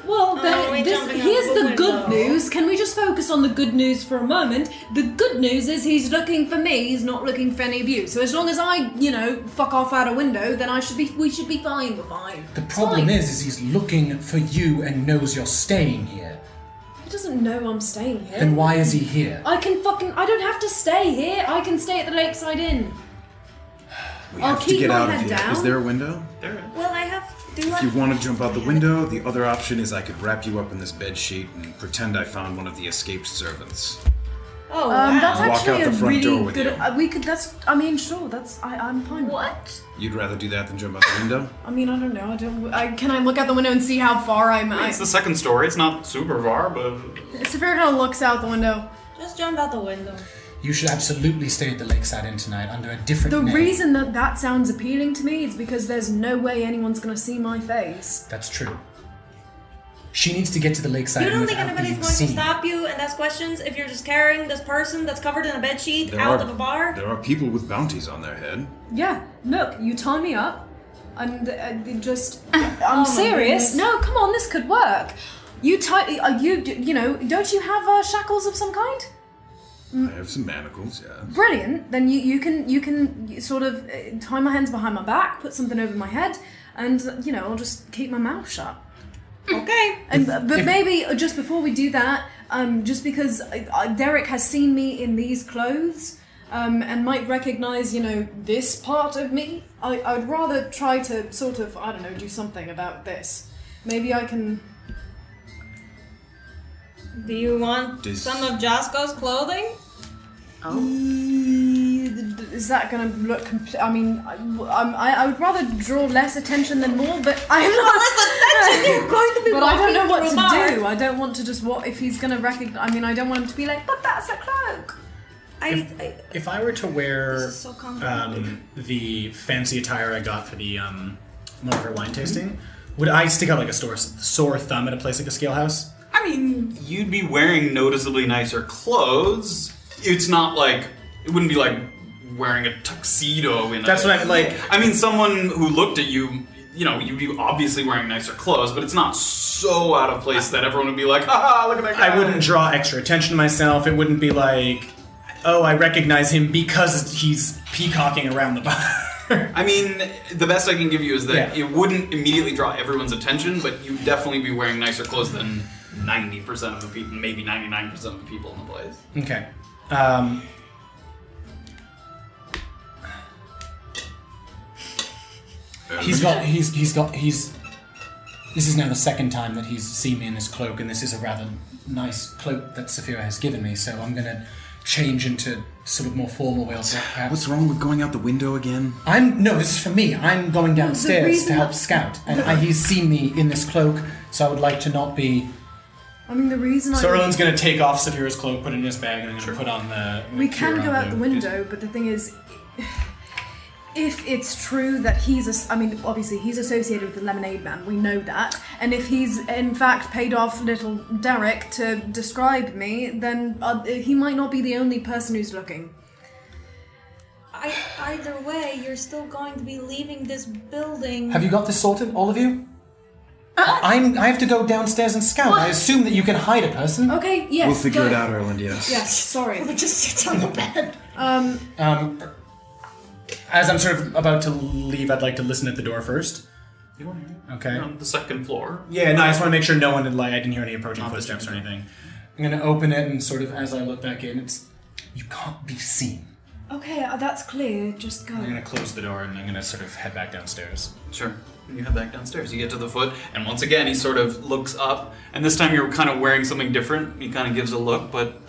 H: Well,
B: Oh,
H: then
B: we're
H: this,
B: jumping out
H: here's
B: the
H: the
B: window.
H: good news. Can we just focus on the good news for a moment? The good news is he's looking for me. He's not looking for any of you. So as long as I, you know, fuck off out a window, then I should be. We should be fine. We're fine.
E: The
H: It's
E: problem
H: fine.
E: is, is he's looking for you and knows you're staying here.
H: he doesn't know I'm staying here.
E: Then why is he here?
H: I can fucking. I don't have to stay here. I can stay at the Lakeside Inn.
I: We
F: Oh,
H: I'll
I: have to
H: keep
I: get
H: my
I: out of
H: head
I: here. Is
H: down.
I: there a window?
B: Well, I have. Do I?
I: If you want to jump out the window, the other option is I could wrap you up in this bed sheet and pretend I found one of the escaped servants.
B: Oh,
H: Um,
B: wow.
H: that's
I: Walk
H: actually
I: out the
H: a
I: front door
H: really
I: with
H: good.
I: you.
H: Uh, we could. That's. I mean, sure. That's. I, I'm fine.
F: What?
I: You'd rather do that than jump out the window?
H: I mean, I don't know. I don't. I, can I look out the window and see how far I'm? I,
D: It's the second story. It's not super far, but
H: Severe kind of looks out the window.
B: Just jump out the window.
E: You should absolutely stay at the Lakeside Inn tonight under a different
H: The
E: name.
H: reason that that sounds appealing to me is because there's no way anyone's gonna see my face.
E: That's true. She needs to get to the Lakeside
B: You
E: Inn
B: don't think
E: without
B: anybody's
E: being
B: going
E: seen.
B: to stop you and ask questions if you're just carrying this person that's covered in a bed sheet
I: There
B: out
I: are
B: of a bar?
I: there are people with bounties on their head.
H: Yeah, look, you tie me up, and uh, they just. I'm serious. No, come on, this could work. You tie. Uh, you you know? Don't you have uh, shackles of some kind? Mm.
I: I have some manacles, yeah.
H: Brilliant. Then you you can you can sort of uh, tie my hands behind my back, put something over my head, and uh, you know I'll just keep my mouth shut.
B: Okay.
H: And but
E: if-
H: maybe uh, just before we do that, um, just because I, I, Derek has seen me in these clothes um, and might recognize, you know, this part of me, I, I'd rather try to sort of, I don't know, do something about this. Maybe I can.
B: Do you want
I: Does-
B: some of Jasko's clothing?
H: Is that going to look? Compl- I mean, I, I'm- I, I would rather draw less attention than more, but I'm not.
B: You're going to be
H: But I don't know what
B: walking through a
H: to do.
B: bar.
H: I don't want to just what if he's going to recognize. I mean, I don't want him to be like, but that's a cloak.
B: I, I,
E: If I were to wear
B: This is so complicated.
E: um, the fancy attire I got for the um, Mullifer wine tasting, would I stick out like a sore, sore thumb at a place like a scale house?
D: I mean, you'd be wearing noticeably nicer clothes. It's not like it wouldn't be like wearing a tuxedo in.
E: That's
D: a,
E: what I- like-
D: I mean, someone who looked at you, you know, you'd be obviously wearing nicer clothes, but it's not so out of place that everyone would be like, "Ha ha, look at that guy."
E: I wouldn't draw extra attention to myself. It wouldn't be like, oh, I recognize him because he's peacocking around the bar.
D: I mean, the best I can give you is that
E: Yeah.
D: it wouldn't immediately draw everyone's attention, but you'd definitely be wearing nicer clothes than 90% of the people, maybe 99% of the people in the place.
E: okay. Um, he's got. He's. He's got. He's. This is now the second time that he's seen me in this cloak, and this is a rather nice cloak that Sophia has given me. So I'm gonna change into sort of more formal wear. perhaps.
I: What's wrong with going out the window again?
E: I'm no, this is for me. I'm going downstairs to
H: reason-
E: help Scout, and I, he's seen me in this cloak, so I would like to not be.
H: I mean, the reason
E: So
H: I
E: Erlen's gonna take off Saphira's cloak, put it in his bag, and then put on the.
H: we can go out the window, but the thing is, if it's true that he's, as- I mean, obviously he's associated with the Lemonade Man, we know that, and if he's in fact paid off little Derek to describe me, then uh, he might not be the only person who's looking.
B: I, either way, you're still going to be leaving this building.
E: Have you got this sorted, all of you?
B: Uh,
E: I- I'm. I have to go downstairs and scout. I assume that you can hide a person.
H: Okay, yes.
I: We'll figure
H: go.
I: it out, Erland, yes.
H: Yes, sorry.
B: just sit on the bed.
H: Um,
E: Um, as I'm sort of about to leave, I'd like to listen at the door first. Okay.
D: On the second floor.
E: Yeah, no, I just want to make sure no one had, like, I didn't hear any approaching footsteps or anything. I'm gonna open it and sort of, as I look back in, it's you can't be seen.
H: okay, uh, that's clear. Just go.
E: I'm gonna close the door and I'm gonna sort of head back downstairs.
D: Sure. And you head back downstairs. You get to the foot, and once again, he sort of looks up, and this time you're kind of wearing something different. He kind of gives a look, but.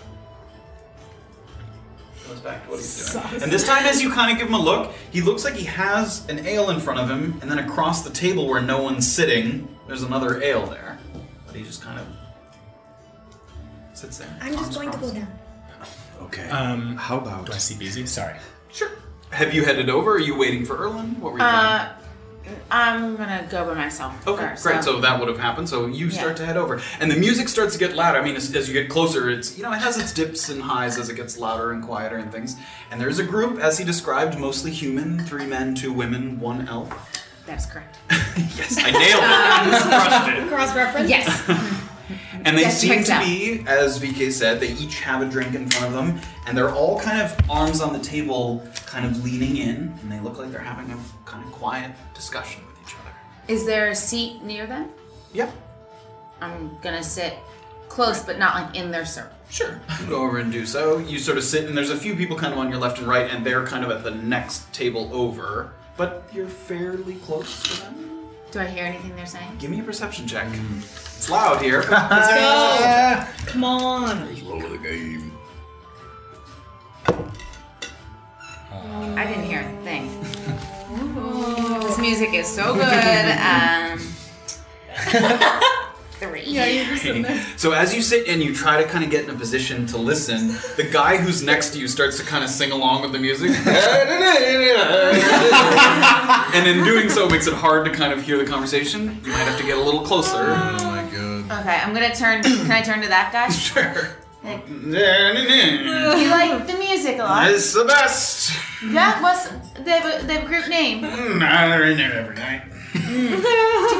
D: Goes back to what he's doing. And this time, as you kind of give him a look, he looks like he has an ale in front of him, and then across the table where no one's sitting, there's another ale there. But he just kind of sits there.
B: I'm just
D: arms
B: going to go
D: crossed.
B: down.
I: Okay.
E: Um,
I: How about
E: do I see Beezy? Sorry.
D: Sure. Have you headed over? Are you waiting for Erlen? What were you doing?
F: Uh, I'm gonna go by myself.
D: Okay,
F: first,
D: great. So. that would have happened. So you start
F: Yeah.
D: to head over, and the music starts to get louder. I mean, as, as you get closer, it's you know it has its dips and highs as it gets louder and quieter and things. And there's a group, as he described, mostly human: three men, two women, one elf.
F: that's correct.
D: Yes, I nailed it. Crushed it.
B: Cross reference?
F: Yes.
D: And they
F: Yes,
D: seem
F: checks
D: to
F: out.
D: be, as VK said, they each have a drink in front of them, and they're all kind of arms on the table, kind of leaning in, and they look like they're having a kind of quiet discussion with each other.
F: Is there a seat near them?
D: Yep.
F: I'm gonna sit close, but not like in their circle.
D: Sure. You go over and do so. You sort of sit, and there's a few people kind of on your left and right, and they're kind of at the next table over. But you're fairly close to them.
F: Do I hear anything they're saying?
D: Give me a perception check. Hmm. It's loud here. Let's give me a perception check.
B: Come on.
F: I didn't hear a thing. This music is so good. Um, three.
D: So as you sit and you try to kind of get in a position to listen, the guy who's next to you starts to kind of sing along with the music. and in doing so, it makes it hard to kind of hear the conversation. You might have to get a little closer.
F: Okay, I'm gonna turn. Can I turn to that guy?
D: Sure.
F: Like-
D: It's
F: You like the music a lot.
D: the best.
F: Yeah, what's they have a, they have a group name. Do
D: Nah, they're in there every night.
F: you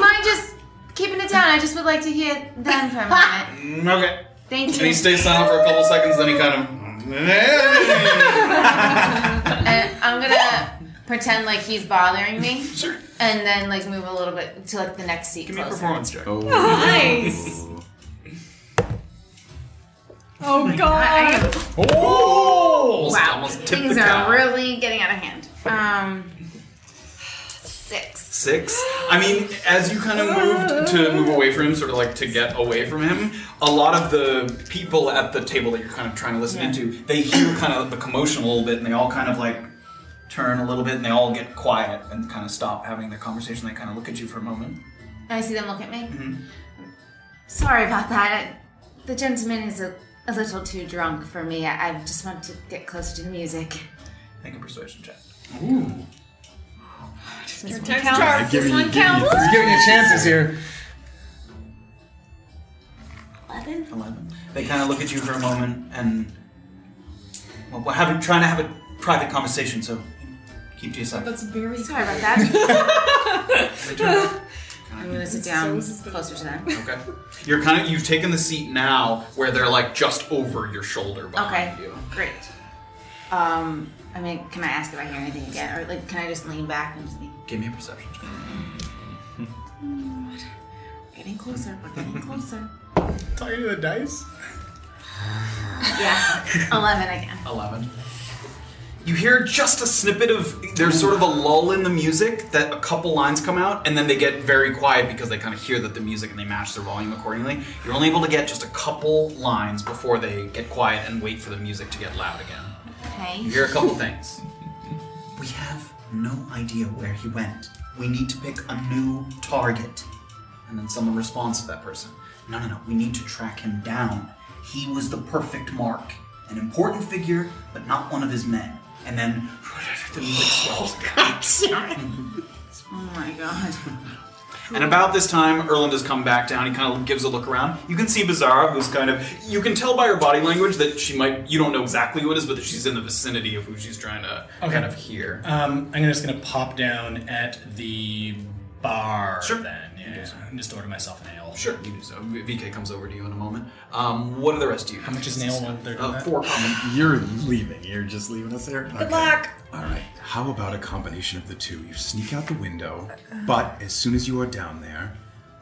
F: mind just keeping it down? I just would like to hear them for a moment.
D: Okay.
F: Thank
D: And he
F: you.
D: stays silent for a couple seconds, then he kind of.
F: And I'm gonna pretend like he's bothering me,
D: sure.
F: and then like move a little bit to like the next seat.
D: Give me a
F: closer.
D: performance check.
B: Nice.
H: Oh
F: I
H: god.
F: am
D: Oh!
F: Wow,
D: Almost tipped
F: things
D: the
F: are
D: cow.
F: really getting out of hand. Um, six.
D: six. I mean, as you kind of moved to move away from him, sort of like to get away from him, a lot of the people at the table that you're kind of trying to listen into, they hear kind of the commotion a little bit, and they all kind of like turn a little bit, and they all get quiet and kind of stop having their conversation. They kind of look at you for a moment.
F: I see them look at me.
D: Mm-hmm.
F: Sorry about that. The gentleman is a, a little too drunk for me. I, I just want to get closer to the music.
D: Make a persuasion check.
E: Ooh.
F: Your
L: Charm. This one counts.
E: He's giving you chances here.
D: Eleven. They kind of look at you for a moment, and well, we're having trying to have a private conversation, so keep to yourself.
C: That's very
F: Sorry about that.
D: They turn.
F: I'm gonna sit down closer to them.
D: Okay. You're kind of you've taken the seat now where they're like just over your shoulder behind
F: Okay,
D: you.
F: great. Um, I mean, can I ask if I hear anything again, or like, can I just lean back and just be
D: Give me a perception. check.
F: getting closer? We're getting closer.
E: Talking to the dice.
F: yeah, eleven again.
D: 11. You hear just a snippet of. There's sort of a lull in the music that a couple lines come out, and then they get very quiet because they kind of hear that the music and they match their volume accordingly. You're only able to get just a couple lines before they get quiet and wait for the music to get loud again. You
F: Okay.
D: hear a couple things. We have no idea where he went. We need to pick a new target. And then someone responds to that person. No, no, no. We need to track him down. He was the perfect mark. An important figure, but not one of his men. And then the music swells.
F: Oh my god.
D: And about this time, Erland has come back down. He kind of gives a look around. You can see Bizarra, who's kind of. You can tell by her body language that she might. You don't know exactly who it is, but that she's in the vicinity of who she's trying to kind of hear.
M: Um, I'm just gonna pop down at the bar.
D: Sure.
M: Then yeah, and just order myself an ale.
D: Sure, you do so. V- VK comes over to you in a moment. Um, what are the rest of you? How
M: much is an ale when they're doing
D: Uh,
M: that?
D: four common.
I: You're leaving. You're just leaving us there.
B: Good luck.
I: All right. How about a combination of the two? You sneak out the window, but as soon as you are down there,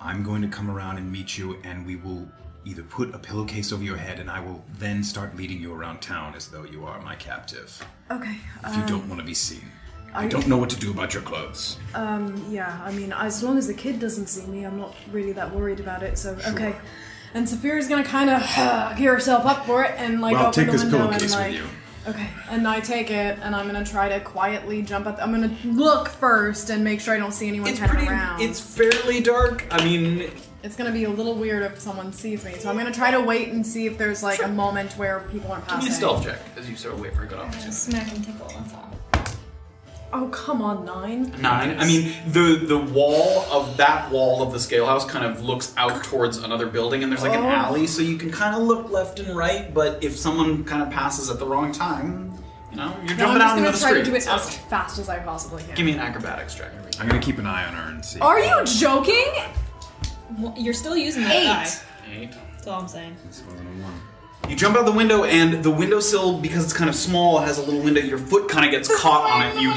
I: I'm going to come around and meet you, and we will either put a pillowcase over your head, and I will then start leading you around town as though you are my captive.
C: Okay.
I: If you don't want to be seen, I don't know what to do about your clothes.
C: Um, yeah, I mean, as long as the kid doesn't see me, I'm not really that worried about it, so, okay. And Saphira's gonna kind of gear herself up for it and, like,
I: well, I'll
C: open
I: take
C: the
I: this
C: window and,
I: pillowcase
C: like.
I: with you.
C: Okay, and I take it, and I'm gonna try to quietly jump up. I'm gonna look first and make sure I don't see anyone
D: It's
C: heading
D: pretty.
C: around.
D: It's fairly dark. I mean,
C: It's gonna be a little weird if someone sees me, so I'm gonna try to wait and see if there's like a moment where people aren't
D: give
C: passing.
D: me a stealth check as you sort of wait for a good opportunity.
B: Smack and tickle. That's all.
C: Oh come on, nine.
D: Nine. I mean, the the wall of that wall of the scale house kind of looks out towards another building, and there's like an
C: Oh.
D: alley, so you can kind of look left and right. But if someone kind of passes at the wrong time, you know, you're
C: No,
D: jumping
C: I'm just
D: out into
C: gonna try
D: the street.
C: to do it
D: so-
C: as fast as I possibly can.
D: Give me an acrobatics check.
I: I'm gonna keep an eye on her and see.
C: Are you joking?
B: Well, you're still using that
F: Eight.
B: die.
D: Eight.
B: That's all I'm saying.
I: This wasn't a one.
D: You jump out the window, and the windowsill, because it's kind of small, it has a little window. Your foot kind of gets caught on it. You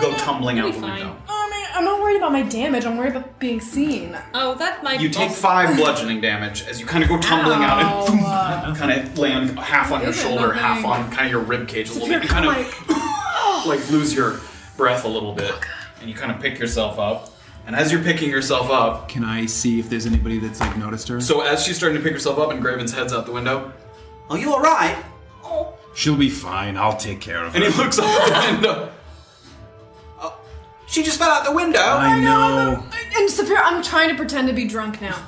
D: you go tumbling out the
B: fine.
D: window.
C: Oh man, I'm not worried about my damage. I'm worried about being seen.
B: Oh, that might.
D: You take five bludgeoning damage as you kind of go tumbling out and
C: Ow.
D: kind of land half on your
C: Isn't
D: shoulder,
C: nothing.
D: half on kind of your rib cage a little
C: you're
D: bit. You kind
C: kinda
D: of like lose your breath a little bit, and you kind of pick yourself up. And as you're picking yourself up,
I: Can I see if there's anybody that's like noticed her?
D: so as she's starting to pick herself up, and Graven's head's out the window. Are you all right?
I: She'll be fine. I'll take care of her.
D: And he looks out the window. "Oh, She just fell out the window.
I: I know.
C: And Saphira, I'm trying to pretend to be drunk now.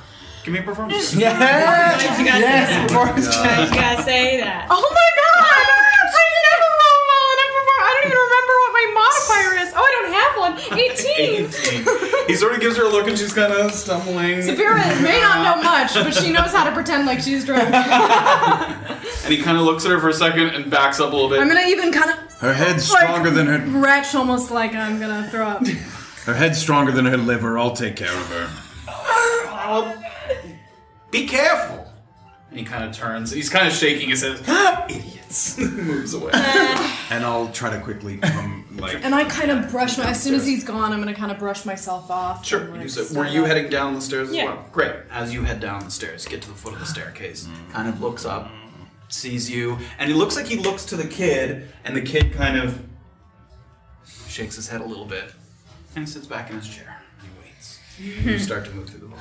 D: Give me a performance.
E: Yeah.
B: You gotta
D: Oh
B: say that.
E: Performance check.
B: You gotta say that.
C: Oh my god! I never roll well enough before. I don't even remember what my modifier is. Oh, I don't have one.
D: 18. he
C: 18.
D: sort of gives her a look and she's kind of stumbling.
C: Vera may not know much, but she knows how to pretend like she's drunk.
D: And he kind of looks at her for a second and backs up a little bit.
C: I'm gonna even kind of
I: Her head's stronger than her.
C: retch almost like I'm gonna throw up.
I: Her head's stronger than her liver. I'll take care of her.
D: "Oh, be careful. And he kind of turns. He's kind of shaking his head. Idiots. Moves away.
I: And I'll try to quickly come, like.
C: And I kind of brush my. As soon as he's gone, I'm gonna kind of brush myself off.
D: Sure,
C: and,
D: you
C: like,
D: do so.
C: stand
D: Were you
C: up.
D: heading down the stairs as
B: Yeah.
D: well? Great. As you head down the stairs, get to the foot of the staircase, kind of looks up, sees you, and it looks like he looks to the kid, and the kid kind of shakes his head a little bit, and sits back in his chair. You start to move through the bar.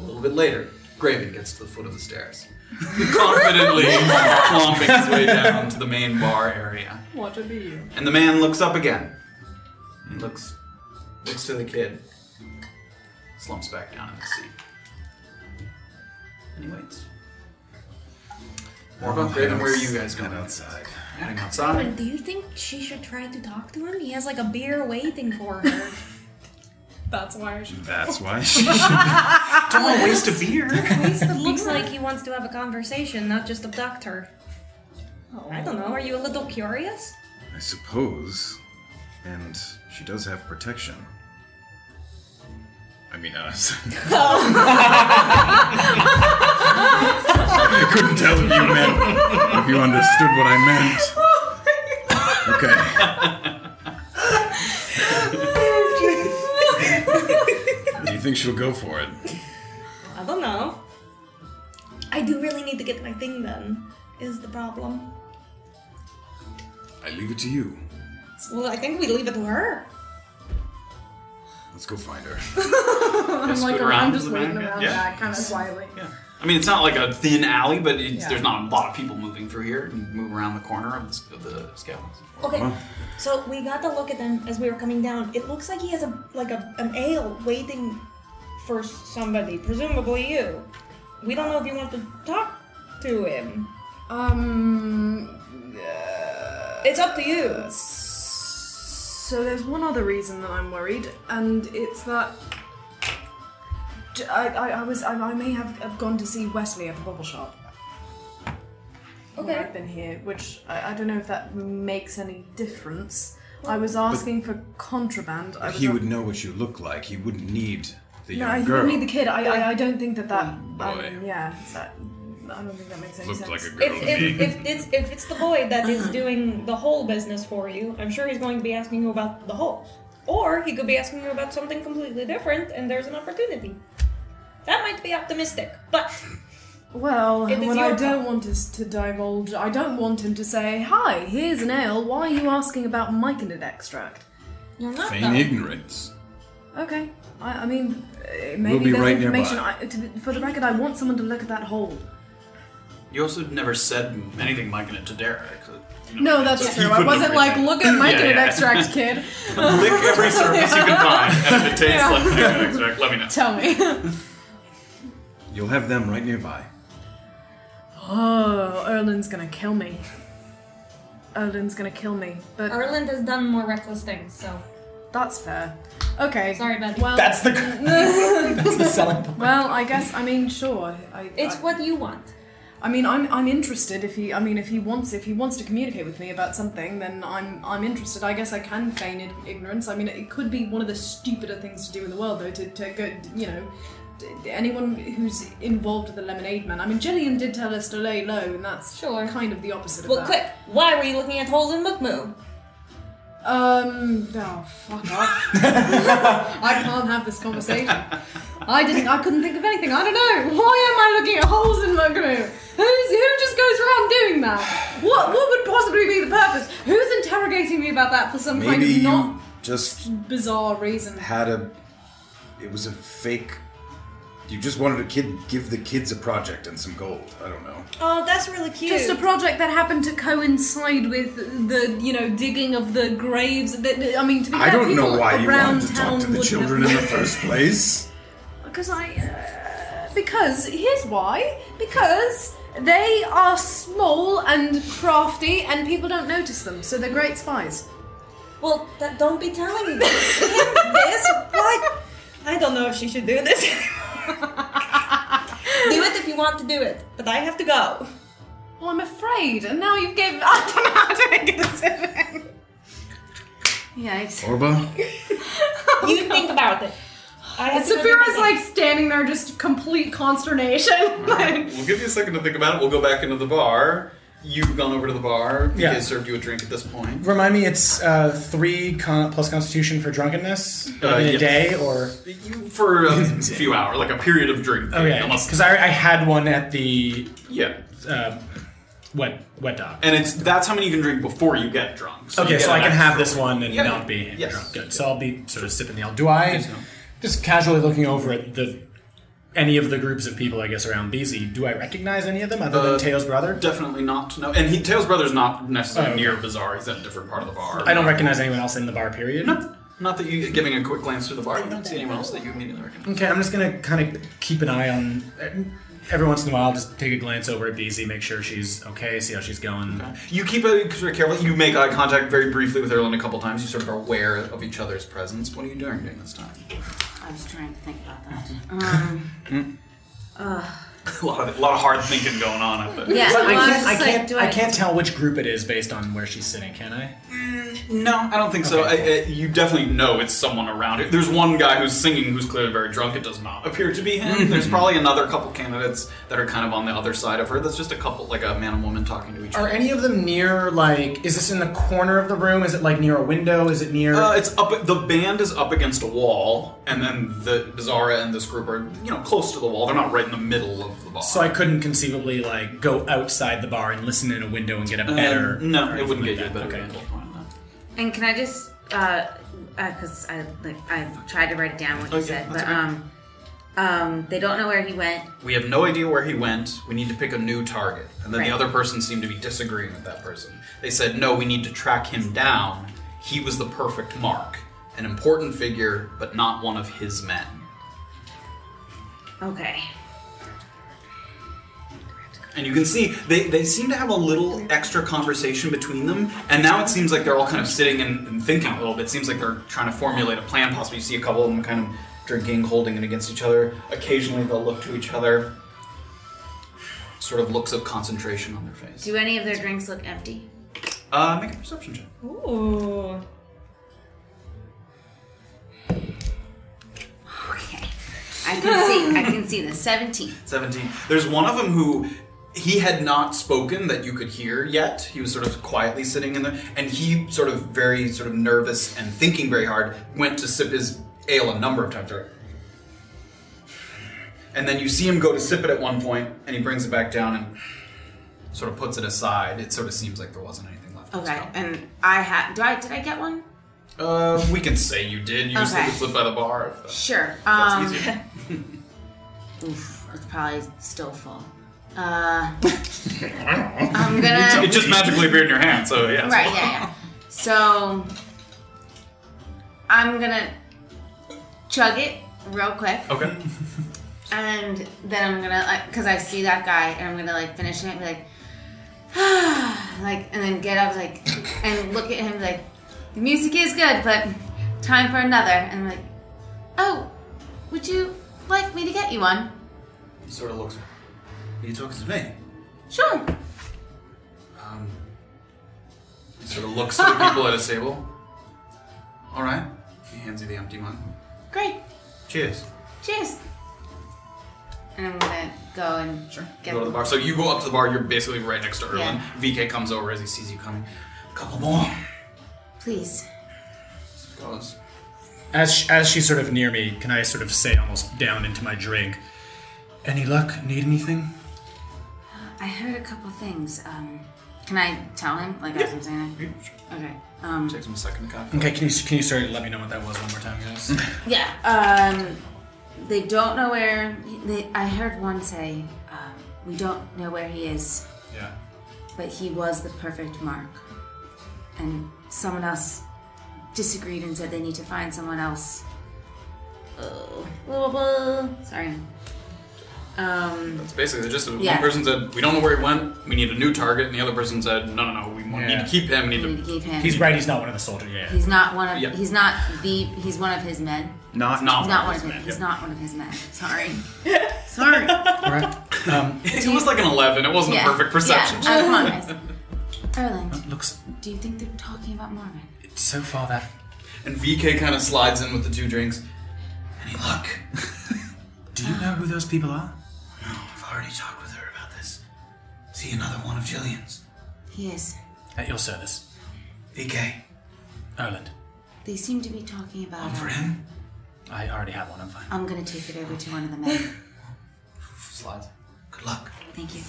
D: A little bit later, Graven gets to the foot of the stairs. Confidently clomping his way down to the main bar area.
C: What a be
D: And the man looks up again. He looks looks to the kid. Slumps back down in the seat. And he waits. More about Graven, where are you guys going? outside. Heading outside.
B: do you think she should try to talk to him? He has like a beer waiting for her. That's why. She...
I: That's why.
D: Don't want to waste a beer.
B: looks like he wants to have a conversation, not just abduct her. I don't know. Are you a little curious?
I: I suppose. And she does have protection. I mean, us. I couldn't tell if you meant, if you understood what I meant. Okay. Do you think she'll go for it?
B: I don't know. I do really need to get my thing done. Is the problem?
I: I leave it to you.
B: Well, I think we leave it to her.
I: Let's go find her.
C: I'm
D: Just
C: like,
D: scoot
C: around,
D: around
C: I'm just
D: to the
C: waiting
D: back,
C: around
D: yeah.
C: that kind of quietly.
D: I mean, it's not like a thin alley, but it's,
C: Yeah.
D: there's not a lot of people moving through here. You move around the corner of the, of the scale house.
B: Okay, so we got to look at them as we were coming down. It looks like he has a like a, an ale waiting for somebody, presumably you. We don't know if you want to talk to him.
C: Um.
B: It's up to you.
C: So there's one other reason that I'm worried, and it's that J- I, I, I was I, I may have, have gone to see Wesley at the bubble shop. where
B: Okay.
C: I've been here, which I, I don't know if that makes any difference. I was asking for contraband. I was
I: He
C: a-
I: would know what you look like. He wouldn't need the
C: No,
I: young
C: I
I: girl.
C: need the kid. I, I, I don't think that that.
B: Hmm.
C: I
I: Boy.
C: mean, yeah, that, I don't think that makes any
I: Looked
C: sense.
I: like a girl
B: If,
I: to
B: if,
I: me.
B: if, it's, if it's the boy that is doing the whole business for you, I'm sure he's going to be asking you about the whole. Or he could be asking you about something completely different and there's an opportunity. That might be optimistic, but
C: Well,
B: It is
C: what I
B: your
C: don't
B: fault.
C: want is to divulge. I don't want him to say, "Hi, here's an ale. Why are you asking about myconid extract?"
B: you're not
I: Feign
B: though.
I: ignorance.
C: Okay, I, I mean, uh, maybe
I: be
C: there's
I: right
C: information.
I: nearby.
C: I, to, be- for the record, I want someone to look at that hole.
D: You also never said anything like it to Derek. so, you know,
C: No, that's
D: so he
C: true. I
D: couldn't
C: wasn't
D: really-
C: like, "Look at myconid
D: yeah.
C: extract, kid.
D: lick every surface you can find, and if it tastes
C: Yeah.
D: like myconid extract, let me know.
C: Tell me."
I: You'll have them right nearby.
C: oh, Erlin's gonna kill me. Erlin's gonna kill me, but
B: Erland has done more reckless things, so
C: that's fair. Okay,
B: sorry, buddy.
C: Well,
E: That's the that's the selling point.
C: well, I guess I mean, sure. I,
B: It's
C: I,
B: what you want.
C: I mean, I'm I'm interested. If he, I mean, if he wants, if he wants to communicate with me about something, then I'm I'm interested. I guess I can feign ig- ignorance. I mean, it could be one of the stupider things to do in the world, though. To, to go, you know, to- anyone who's involved with the lemonade man. I mean, Gillian did tell us to lay low, and that's
B: Sure.
C: kind of the opposite
B: Well,
C: of
B: quick,
C: that.
B: why were you looking at holes in Mukmu?
C: quick. Um. Oh, fuck off. I can't have this conversation. I didn't. I couldn't think of anything. I don't know. Why am I looking at holes in my glue? Who's, who just goes around doing that? What What would possibly be the purpose? Who's interrogating me about that for some kind
I: Maybe
C: of
I: you
C: not
I: just
C: bizarre reason?
I: had a. It was a fake. You just wanted a kid. Give the kids a project and some gold. I don't know.
B: Oh, that's really cute.
C: Just a project that happened to coincide with the, you know, digging of the graves. That I mean, to be fair,
I: I don't know
C: people
I: why you
C: around
I: wanted to
C: town
I: talk to the
C: would
I: children
C: have...
I: in the first place.
C: Because I. Uh, because here's why. Because they are small and crafty, and people don't notice them, so they're great spies.
B: well, that, don't be telling him this. What? I don't know if she should do this. do it if you want to do it, but I have to go.
C: Well, Oh, I'm afraid, and now you've given. I don't know how to make a decision.
F: Yikes.
I: Orba,
B: you think about it. I have to go do my
C: Saphira's
B: thing.
C: like standing there, just complete consternation. like,
D: We'll give you a second to think about it. We'll go back into the bar. You've gone over to the bar.
M: Yeah.
D: He has served you a drink at this point.
M: Remind me, it's uh, three con- plus Constitution for drunkenness
D: Uh,
M: in a
D: yes.
M: day, or
D: You, for a few hours, like a period of drink.
M: okay,
D: Unless-
M: because I, I had one at the
D: yeah.
M: um, wet wet dock.
D: And it's that's how many you can drink before you get drunk. you
M: Okay,
D: get
M: so I
D: an
M: can have
D: extra
M: this
D: one.
M: one and
D: Yeah,
M: not be
D: yes.
M: drunk. Good. So I'll be sort of sipping the ale. Do I
D: so.
E: Just casually looking over at the any of the groups of people, I guess, around Beezy. Do I recognize any of them other
D: Uh,
E: than Tails' brother?
D: Definitely not. No, and he, Tails' brother's not
M: Oh,
D: necessarily near Bazaar. He's at a different part of the bar.
E: I don't recognize anyone else in the bar. Period.
D: Not that you giving a quick glance through the bar, you don't see anyone else that you immediately recognize.
E: Okay, I'm just gonna kind of keep an eye on. Every once in a while, just take a glance over at Beezy, make sure she's okay, see how she's going.
D: You keep it sort of careful. You make eye contact very briefly with Erlen a couple times. You sort of are aware of each other's presence. What are you doing during this time?
F: I was trying to think about that. Um, ugh.
D: a lot of a lot of hard thinking going on up there.
F: Yeah,
E: But I
F: well, I was
E: can't, I
F: just like,
E: can't,
F: do
E: I
F: I-
E: can't tell which group it is based on where she's sitting, can I?
D: No, I don't think so. I, I, you definitely know it's someone around it. There's one guy who's singing who's clearly very drunk. It does not appear to be him.
E: Mhm.
D: There's probably another couple candidates that are kind of on the other side of her. That's just a couple, like a man and woman talking to each other.
E: Are any of them near, like, is this in the corner of the room? Is it, like, near a window? Is it near.
D: Uh, it's up. The band is up against a wall, and then the Bizarra and this group are, you know, close to the wall. They're not right in the middle of the bar.
E: so I couldn't conceivably, like, go outside the bar and listen in a window and get a
D: Uh,
E: better.
D: no, it wouldn't get you a better angle.
F: And can I just, because uh, uh 'cause I like I've tried to write it down what you
D: Okay,
F: said, but
D: that's okay.
F: um, um, they don't know where he went.
D: We have no idea where he went. We need to pick a new target. And then
F: Right.
D: the other person seemed to be disagreeing with that person. They said, no, we need to track him down. He was the perfect mark. An important figure, but not one of his men.
F: Okay.
D: And you can see they, they seem to have a little extra conversation between them. And now it seems like they're all kind of sitting and, and thinking a little bit. It seems like they're trying to formulate a plan. Possibly you see a couple of them kind of drinking, holding it against each other. Occasionally they'll look to each other. Sort of looks of concentration on their face.
F: Do any of their drinks look empty?
D: Uh, make a perception check.
F: Ooh. Okay. I can see. I can see the seventeen.
D: 17. There's one of them who he had not spoken that you could hear yet. He was sort of quietly sitting in there, and he sort of very sort of nervous and thinking very hard went to sip his ale a number of times. right? And then you see him go to sip it at one point, and he brings it back down and sort of puts it aside. It sort of seems like there wasn't anything left.
F: Okay. And I had. Do I? Did I get one?
D: Uh, we can say you did. You just
F: Okay.
D: okay. slip by the bar. If that's,
F: Sure.
D: That's
F: um,
D: easier.
F: Oof, it's probably still full. Uh, I'm gonna.
D: It just magically appeared in your hand, so yeah. it's
F: Right,
D: fine.
F: yeah, yeah. So I'm gonna chug it real quick,
D: Okay.
F: and then I'm gonna like, cause I see that guy, and I'm gonna like finish it, and be like, like, and then get up, like, and look at him, like, the music is good, but time for another, and I'm like, oh, would you like me to get you one?
D: He sort of looks. Are you talking to me?
F: Sure.
D: Um, he sort of looks at the people at his table. All right. He hands you the empty mug.
F: Great.
D: Cheers.
F: Cheers. And I'm gonna go and
D: You
F: get
D: go to the bar. So you go up to the bar. You're basically right next to Erlen.
F: Yeah.
D: VK comes over as he sees you coming. Couple more.
F: Please.
D: Goes.
E: As, sh as she's sort of near me, can I sort of say almost down into my drink, any luck? Need anything?
F: I heard a couple things. Um, can I tell him? Like as I'm saying that? Okay. Um,
D: Takes him a second to copy.
E: Okay, can you, can you sort of let me know what that was one more time, guys?
F: Yeah. Um, they don't know where. They, I heard one say, um, "We don't know where he is."
E: Yeah.
F: But he was the perfect mark. And someone else disagreed and said they need to find someone else. Oh. Blah, blah, blah. Sorry. Um,
D: It's basically they're just
F: Yeah.
D: one person said we don't know where he went. We need a new target, and the other person said no, no, no. We want- need
E: Yeah.
D: to keep him. We need,
F: we need
D: to
F: to keep him.
E: He's right, he's not one of the soldiers, yeah.
F: He's not one of.
E: Yeah.
F: He's not the. He's one of his men.
E: Not,
F: he's not one of his. He's not one of his men. Sorry. Sorry.
E: Um,
D: it was like an eleven. It wasn't
F: Yeah.
D: a perfect perception.
F: Yeah, I promise. Erland,
E: looks
F: do you think they're talking about Marvin?
E: so far that
D: And VK kind of slides in with the two drinks. Any luck?
E: Do you know who those people are?
D: No, I've already talked with her about this. See another one of Jillian's.
F: He is.
E: At your service.
D: VK.
E: Erland.
F: They seem to be talking about.
E: One for
F: uh,
E: him? I already have one, I'm fine.
F: I'm gonna take it over to one of the men.
D: Slides. Good luck.
F: Thank you.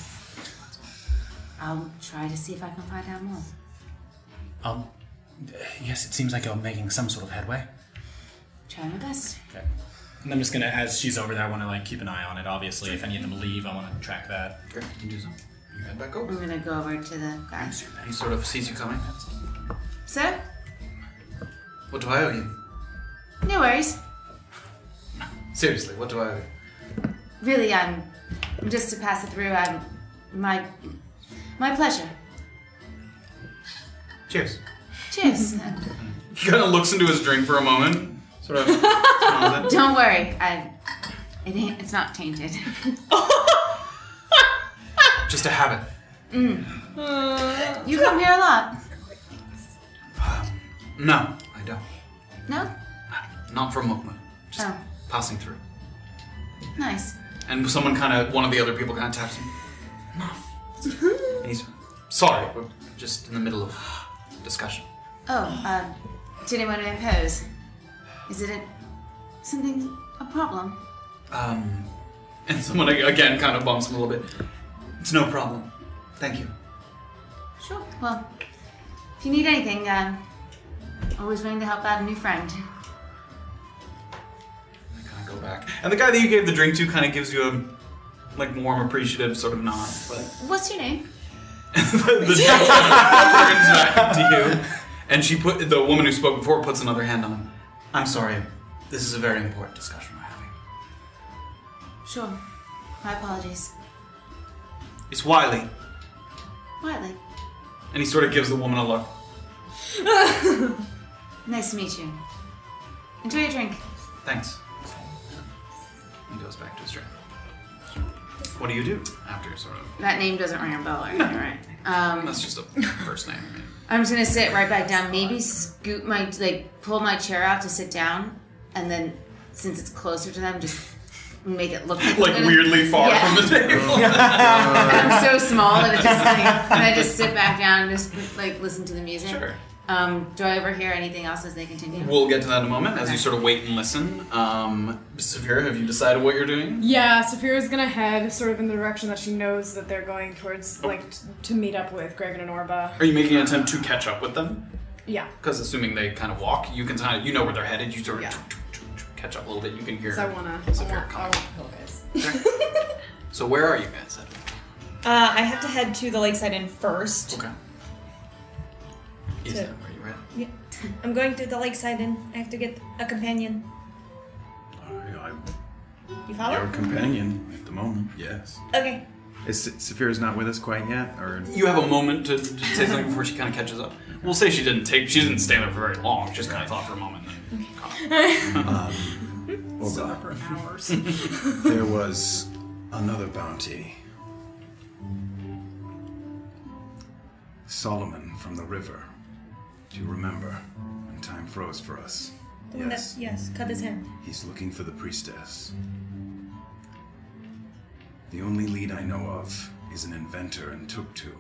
F: I'll try to see if I can find out more.
E: Um, yes, it seems like you're making some sort of headway.
F: Try my best.
E: Okay.
M: And I'm just gonna, as she's over there, I want to like keep an eye on it. Obviously, if any of them leave, I want to track that.
D: Okay, you can do so. You head back
F: I'm
D: over.
F: gonna go over to the guy.
D: He sort of sees you coming. That's all.
F: Sir,
D: What do I owe you?
F: no worries.
D: Seriously, what do I owe you?
F: Really, I'm I'm just to pass it through. I'm my my pleasure.
D: Cheers.
F: Cheers.
D: He kind of looks into his drink for a moment, sort of. smiles at-
F: Don't worry, I it ain't it's not tainted.
D: Just a habit.
F: You come here a lot.
D: No, I don't.
F: No?
D: Not from Mokma. Just
F: Oh,
D: passing through.
F: nice.
D: And someone kind of, one of the other people kind of taps him. No. and he's, sorry, we're just in the middle of discussion.
F: Oh, um, did anyone impose? Is it a, something a problem?
D: Um, and someone ag- again kind of bumps him a little bit. It's no problem. Thank you.
F: Sure. Well, if you need anything, um, always willing to help out a new friend.
D: And I kind of go back. And the guy that you gave the drink to kind of gives you a, like, warm, appreciative sort of nod. But
F: What's your name?
D: the the drink turns back to you, and she put the woman who spoke before puts another hand on. him. I'm sorry. This is a very important discussion we're having.
F: Sure. My apologies.
D: It's Wiley,
F: Wiley.
D: and he sort of gives the woman a look.
F: Nice to meet you. Enjoy your drink.
D: Thanks. And goes back to his drink. What do you do after sort of?
F: That name doesn't ring a bell, or anything, right? Um,
D: That's just a first name. I mean.
F: I'm just gonna sit right back down. Maybe scoot my like pull my chair out to sit down, and then since it's closer to them, just make it look like, I'm
D: Like
F: gonna-
D: weirdly far
F: Yeah.
D: from the table.
F: And I'm so small that it just like, and I just sit back down and just like listen to the music.
D: Sure.
F: Um, do I overhear anything else as they continue?
D: We'll get to that in a moment as you
F: Okay.
D: sort of wait and listen. Um, Severe, have you decided what you're doing?
C: Yeah, Saphira's gonna head sort of in the direction that she knows that they're going towards, like, t- to meet up with Gregan and Orba.
D: Are you making an attempt to catch up with them?
C: Yeah.
D: Because assuming they kind of walk, you can kind of you know where they're headed. You sort of
C: Yeah.
D: catch up a little bit. You can hear.
C: Because I wanna.
D: It's a
C: I
D: fair
C: want, I
D: comment.
C: want to kill guys.
D: So where are you guys?
B: Uh, I have to head to the lakeside inn first.
D: Okay. Is
B: So-
D: that where you're at?
B: Yeah. I'm going to the lakeside inn. I have to get a companion.
I: I,
B: You
I: I,
B: follow?
I: your companion at the moment, yes.
B: Okay.
G: Is Saphira's not with us quite yet, or
D: You have a moment to, to say something before she kind of catches up. We'll say she didn't take. She didn't stay there for very long. Just kind of thought for a moment. Then caught up.
I: Well,
C: For hours.
I: there was another bounty. Solomon from the river. Do you remember when time froze for us?
B: The one that- yes. Cut his hand.
I: He's looking for the priestess. The only lead I know of is an inventor in Tuktu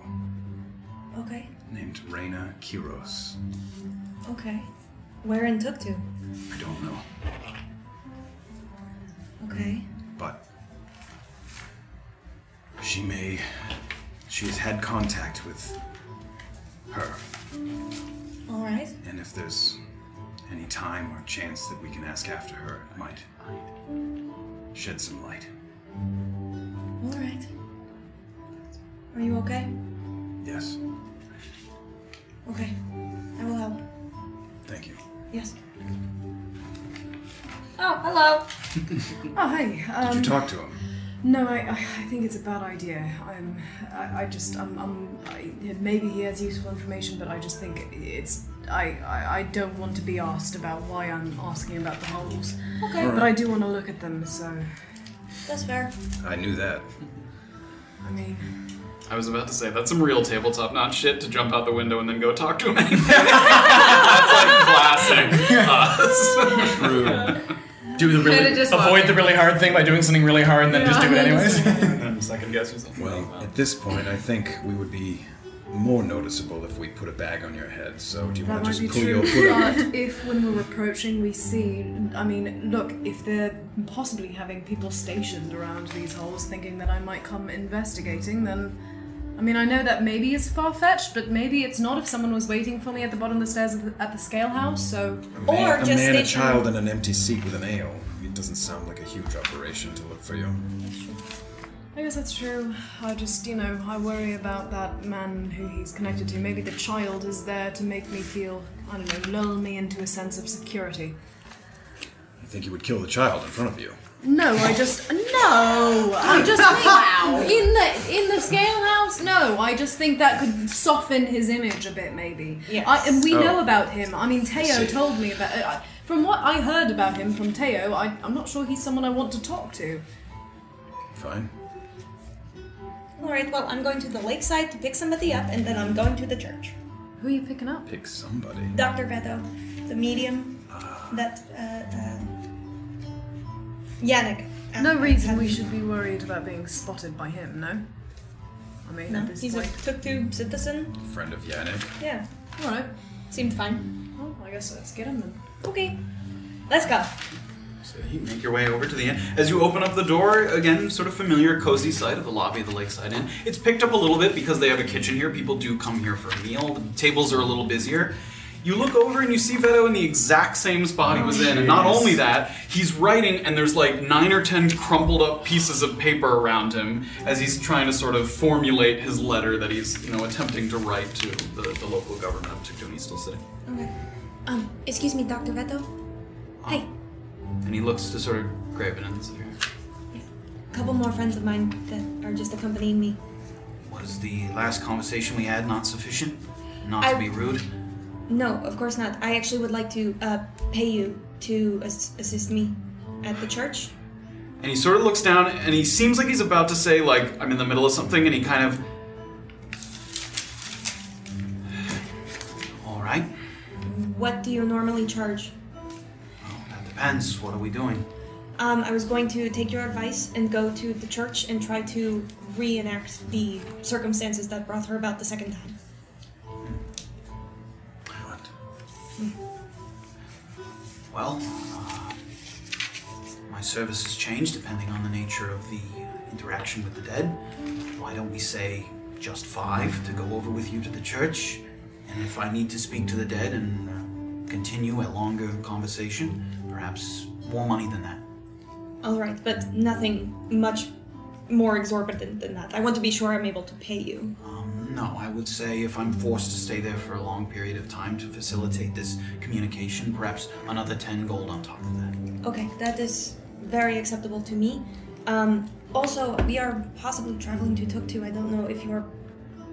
B: Okay.
I: named Reina Kiros.
B: Okay. Where in took to?
I: I don't know,
B: Okay.
I: but she may. She has had contact with her,
B: All right.
I: and if there's any time or chance that we can ask after her, it might shed some light.
B: All right. Are you okay?
I: Yes,
B: Okay. I will help.
I: thank you.
B: Yes. Oh, hello.
C: oh, hey. Um,
I: Did you talk to him?
C: No, I, I I think it's a bad idea. I'm, I, I just, I'm, I'm I, maybe he has useful information, but I just think it's, I, I, I don't want to be asked about why I'm asking about the holes.
B: Okay.
C: But I do want to look at them, so,
B: That's fair.
I: I knew that.
C: I mean,
D: I was about to say that's some real tabletop not shit to jump out the window and then go talk to him. that's like classic us.
M: Do the
F: Should've
M: really
F: just
M: avoid
F: walked.
M: the really hard thing by doing something really hard and then just do it anyways.
D: and then second guess yourself.
I: Well, at this point, I think we would be more noticeable if we put a bag on your head. So, do you
C: that
I: want to
C: might
I: just
C: be
I: pull
C: true. Uh,
I: your foot up?
C: But if when we're approaching we see, I mean, look, if they're possibly having people stationed around these holes thinking that I might come investigating, then I mean, I know that maybe is far fetched, but maybe it's not if someone was waiting for me at the bottom of the stairs at the, at the scale house, so.
I: A man, a, man, a child, and an empty seat with an ale. It doesn't sound like a huge operation to look for you.
C: I guess that's true. I just, you know, I worry about that man who he's connected to. Maybe the child is there to make me feel, I don't know, lull me into a sense of security.
I: I think you would kill the child in front of you.
C: No, I just no. I just think in the in the scale house. No, I just think that could soften his image a bit, maybe.
L: Yes.
C: I, and we
I: Oh.
C: know about him. I mean, Teo
I: see.
C: told me about. Uh, I- from what I heard about him from Teo, I, I'm not sure he's someone I want to talk to.
I: Fine.
B: All right, well, I'm going to the lakeside to pick somebody up, and then I'm going to the church.
C: Who are you picking up?
I: Pick somebody.
B: Dr. Veto, the medium that, uh, uh, Yannick. uh,
C: No reason we
B: had-
C: should be worried about being spotted by him. No. I mean,
B: No,
C: at this
B: he's a
C: point.
B: Tuktu citizen.
I: Friend of Yannick.
B: Yeah,
C: All right.
B: seemed fine.
C: Well, I guess let's get him then.
B: Okay, let's go.
D: So you make your way over to the inn. As you open up the door, again, sort of familiar, cozy side of the lobby of the Lakeside Inn. It's picked up a little bit because they have a kitchen here. People do come here for a meal. The tables are a little busier. You look over and you see Veto in the exact same spot he was in. And not only that, he's writing, and there's like nine or ten crumpled up pieces of paper around him as he's trying to sort of formulate his letter that he's, you know, attempting to write to the, the local government of Ticton. He's still sitting.
B: Okay. Um, excuse me, Dr. Veto. Hey,
D: And he looks to sort of Graven and says,
B: a couple more friends of mine that are just accompanying me.
D: Was the last conversation we had not sufficient? Not
B: I-
D: to be rude.
B: No, of course not. I actually would like to uh, pay you to as- assist me at the church.
D: And he sort of looks down and he seems like he's about to say, like, I'm in the middle of something, and he kind of. All right.
B: What do you normally charge?
D: Well, that depends. What are we doing?
B: Um, I was going to take your advice and go to the church and try to reenact the circumstances that brought her about the second time.
I: What?
D: Well, uh, my services change depending on the nature of the interaction with the dead. Why don't we say just five to go over with you to the church? And if I need to speak to the dead and uh, continue a longer conversation, perhaps more money than that.
B: All right, but nothing much more exorbitant than that. I want to be sure I'm able to pay you.
D: Um, no, I would say if I'm forced to stay there for a long period of time to facilitate this communication, perhaps another 10 gold on top of that.
B: Okay, that is very acceptable to me. Um, also, we are possibly traveling to Tuktu. I don't know if you're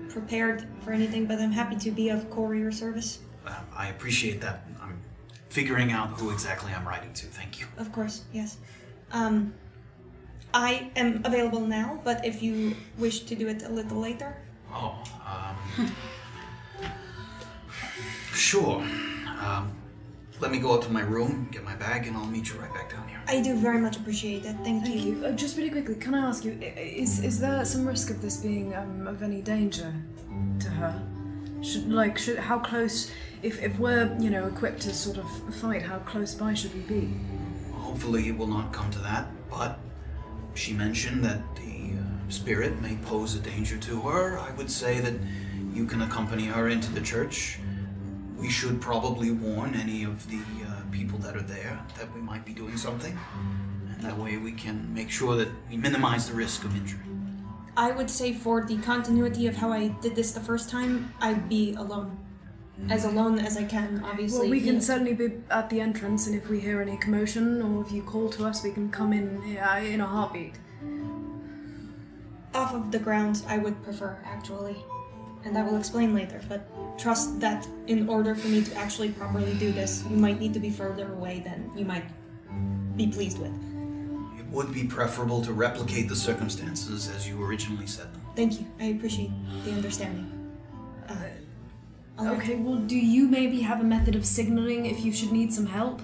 B: prepared for anything, but I'm happy to be of courier service.
D: Uh, I appreciate that. I'm figuring out who exactly I'm writing to. Thank you.
B: Of course, yes. Um, I am available now, but if you wish to do it a little later,
D: Oh, um. sure. Um, let me go up to my room, get my bag, and I'll meet you right back down here.
B: I do very much appreciate that. Thank,
C: Thank you. Uh, just really quickly, can I ask you, i- is is there some risk of this being um, of any danger to her? Should like should how close? If if we're you know equipped to sort of fight, how close by should we be?
D: Hopefully, it will not come to that, but she mentioned that the uh, spirit may pose a danger to her. I would say that you can accompany her into the church. We should probably warn any of the uh, people that are there that we might be doing something, and that way we can make sure that we minimize the risk of injury.
B: I would say for the continuity of how I did this the first time, I'd be alone. As alone as I can, obviously.
C: Well, we can
B: Yeah.
C: certainly be at the entrance, and if we hear any commotion or if you call to us, we can come in uh, in a heartbeat.
B: Off of the ground, I would prefer, actually. And I will explain later, but trust that in order for me to actually properly do this, you might need to be further away than you might be pleased with.
D: It would be preferable to replicate the circumstances as you originally said them.
B: Thank you. I appreciate the understanding. Uh, all right.
C: Okay. Well, do you maybe have a method of signaling if you should need some help?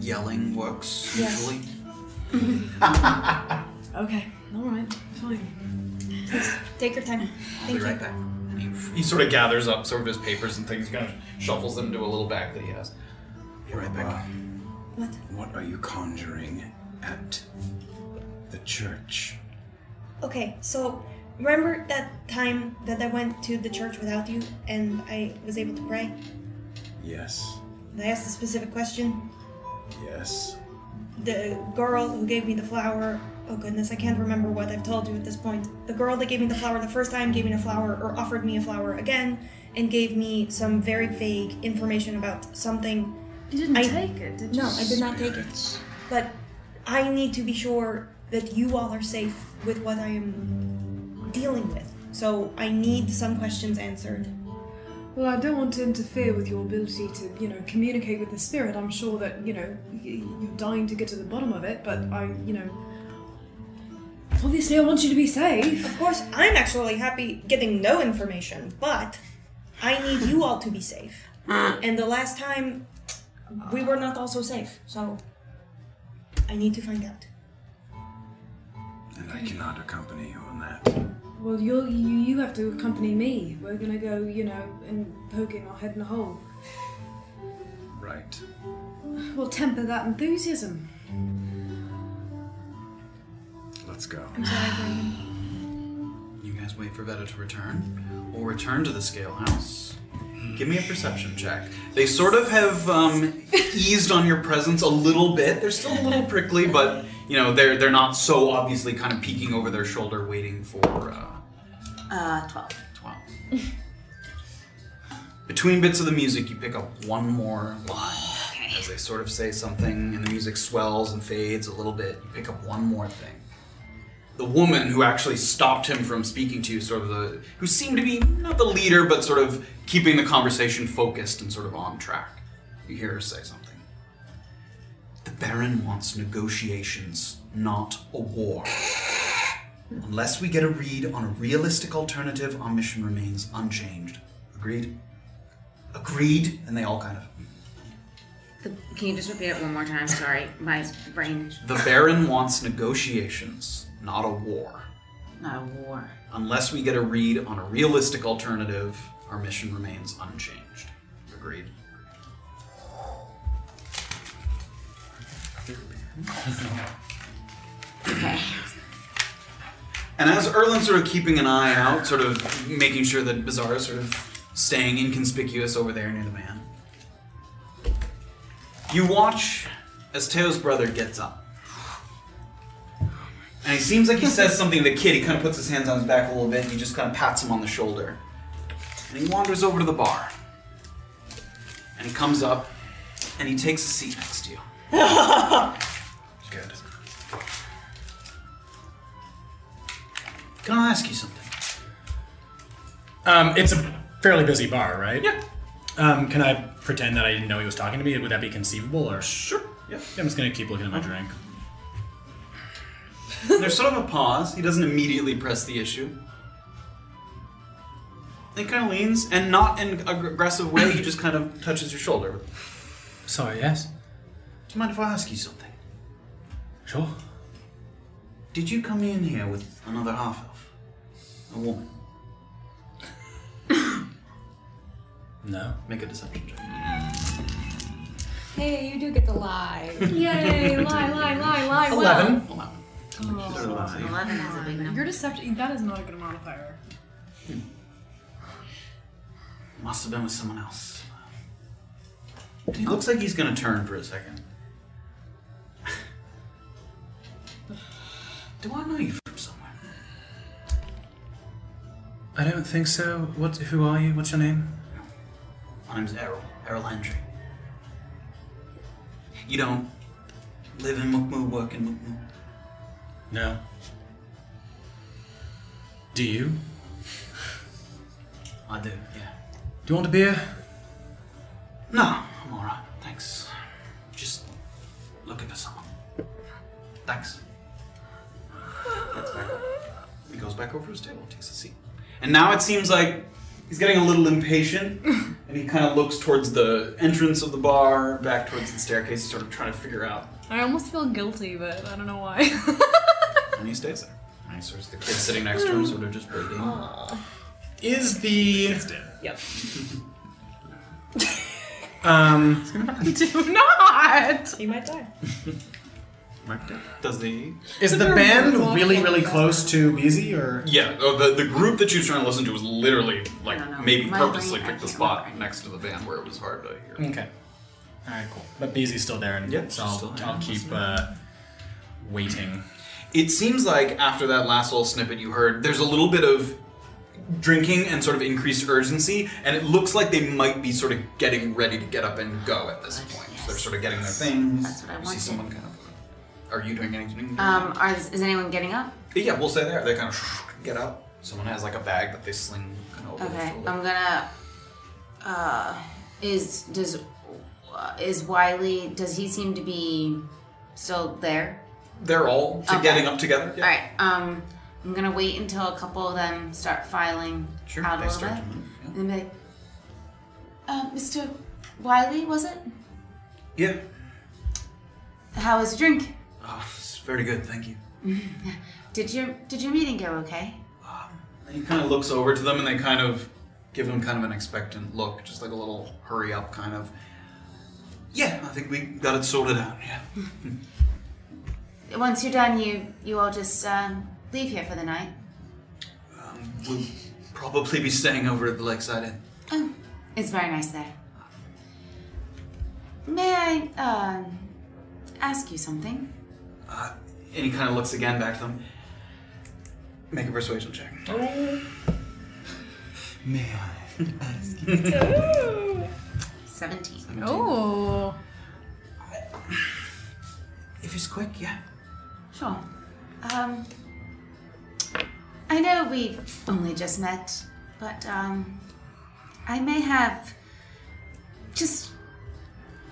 D: Yelling works
B: Yes.
D: usually.
C: Okay. All right. Fine.
B: Take your time.
D: I'll be
B: Thank you.
D: right back. And he, he sort of gathers up sort of his papers and things, kind of shuffles them into a little bag that he has. Be right back.
B: What?
I: Uh, What are you conjuring at the church?
B: Okay, so Remember that time that I went to the church without you and I was able to pray?
I: Yes.
B: And I asked a specific question.
I: Yes.
B: The girl who gave me the flower. Oh goodness, I can't remember what I've told you at this point. The girl that gave me the flower the first time gave me a flower or offered me a flower again and gave me some very vague information about something.
C: You didn't
B: I-
C: take it, did you?
B: No, I did not take it. But I need to be sure that you all are safe with what I am dealing with. So I need some questions answered.
C: Well, I don't want to interfere with your ability to, you know, communicate with the spirit. I'm sure that, you know, y- you're dying to get to the bottom of it, but I, you know, obviously I want you to be safe.
B: Of course, I'm actually happy getting no information, but I need you all to be safe. And the last time, we were not also safe, so I need to find out.
I: And I cannot accompany you on that.
C: Well, you'll, you you have to accompany me. We're gonna go, you know, and poking our head in a hole.
I: Right.
C: Well, temper that enthusiasm.
I: Let's go.
D: You guys wait for Veta to return. We'll return to the scale house. Give me a perception check. They sort of have um, eased on your presence a little bit. They're still a little prickly, but you know they're they're not so obviously kind of peeking over their shoulder, waiting for uh,
F: Uh, 12.
D: 12. Between bits of the music, you pick up one more line. As they sort of say something and the music swells and fades a little bit, you pick up one more thing. The woman who actually stopped him from speaking to you, sort of the, who seemed to be not the leader, but sort of keeping the conversation focused and sort of on track. You hear her say something. The Baron wants negotiations, not a war. Unless we get a read on a realistic alternative, our mission remains unchanged. Agreed? Agreed? And they all kind of.
F: The, can you just repeat it one more time? Sorry, my brain.
D: The Baron wants negotiations, not a war.
F: Not a war.
D: Unless we get a read on a realistic alternative, our mission remains unchanged. Agreed?
F: Okay.
D: And as Erlin's sort of keeping an eye out, sort of making sure that Bizarre is sort of staying inconspicuous over there near the man, you watch as Teo's brother gets up. And he seems like he says something to the kid. He kind of puts his hands on his back a little bit and he just kind of pats him on the shoulder. And he wanders over to the bar. And he comes up and he takes a seat next to you. Good. Can I ask you something?
M: Um, it's a fairly busy bar, right?
D: Yeah.
M: Um, can I pretend that I didn't know he was talking to me? Would that be conceivable? Or
D: Sure. Yeah.
M: I'm just gonna keep looking at my drink.
D: There's sort of a pause. He doesn't immediately press the issue. He kind of leans, and not in an aggressive way. He just kind of touches your shoulder. Do
M: Sorry. Yes.
D: you mind if I ask you something?
M: Sure.
D: Did you come in here with another half elf, a woman?
M: No.
D: Make a deception check.
L: Hey, you do get to lie.
C: Yay! lie, lie, lie, lie. well.
D: Eleven. Sort of a lie.
F: 11 is a big number.
C: Your deception. That is not a good modifier.
D: Must have been with someone else. He looks like he's gonna turn for a second. Do I know you from somewhere?
M: I don't think so. What? Who are you? What's your name?
D: My name's Errol, Errol Hendry. You don't live in Mukmu, work in Mukmu.
M: No. Do you?
D: I do, yeah.
M: Do you want a beer?
D: No, I'm alright, thanks. Just looking for someone. Thanks. He goes back over to his table, takes a seat. And now it seems like he's getting a little impatient, and he kind of looks towards the entrance of the bar, back towards the staircase, sort of trying to figure out.
C: I almost feel guilty, but I don't know why.
D: And he stays there. And he starts the kid sitting next to him, sort of just waiting.
M: Is the
C: yep.
M: um
C: Do not.
B: You might die.
D: Does the
E: Is the band really, really close to Busy or?
D: yeah oh, the the group that you was trying to listen to was literally like
F: don't know.
D: maybe
F: My
D: purposely
F: brain- I
D: picked the
F: can't
D: spot next to the band where it was hard to hear.
E: Okay. Alright, cool. But Beezy's still there, and
D: Yep,
E: so
D: she's
E: I'll,
D: still there.
E: I'll keep uh, waiting.
D: It seems like after that last little snippet you heard, there's a little bit of drinking and sort of increased urgency, and it looks like they might be sort of getting ready to get up and go at this point. They're sort of getting their things.
F: That's what I
D: You See
F: wanted.
D: someone kind of. Are you doing anything?
F: Um, are, is anyone getting up?
D: yeah, we'll say there. They kind of get up. Someone has like a bag that they sling kind of over their
F: Okay, um,
D: shoulder.
F: I'm gonna. Uh, is does uh, is Wiley? Does he seem to be still there?
D: They're all to
F: Okay.
D: getting up together. Yeah.
F: All right. Um, I'm gonna wait until a couple of them start filing
D: Sure.
F: out a
D: they
F: little
D: start
F: bit,
D: to move. yeah.
F: and then be like, uh, "Mr. Wiley, was it?
D: Yeah.
F: How was your drink?
D: Oh, it's very good, thank you.
F: Did your did your meeting go okay?
D: And he kind of looks over to them and they kind of give him kind of an expectant look, just like a little hurry up kind of. Yeah, I think we got it sorted out, yeah.
F: Once you're done, you you all just um, leave here for the night.
D: We'll probably be staying over at the Lakeside Inn.
F: Oh, it's very nice there. May I um, ask you something?
D: And he kind of looks again back to them. Make a persuasion check.
G: Man.
F: 17.
C: Oh.
D: If it's quick, yeah.
F: Sure. Um, I know we've only just met, but um, I may have just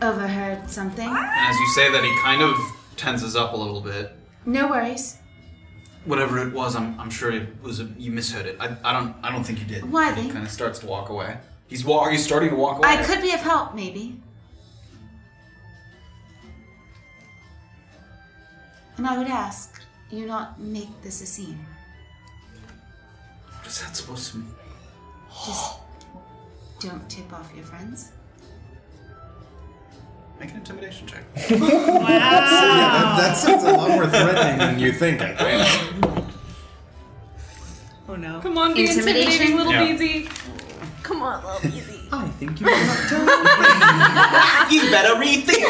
F: overheard something.
D: And as you say that, he kind of tenses up a little bit.
F: No worries.
D: Whatever it was, I'm, I'm sure it was a, you misheard it. I, I don't I don't think you did.
F: Why,
D: He
F: then?
D: kind of starts to walk away. He's walk. He's starting to walk away.
F: I could be of help, maybe. And I would ask you not make this a scene.
D: What is that supposed to mean?
F: Just don't tip off your friends.
D: Make an intimidation check.
I: That, that sounds a lot more threatening than you think. I think.
L: Oh no.
C: Come on, be
F: Intimidation?
C: intimidating, little
D: Yeah.
C: Beezy. Come on, little Beezy.
G: I think you're not done.
D: you better rethink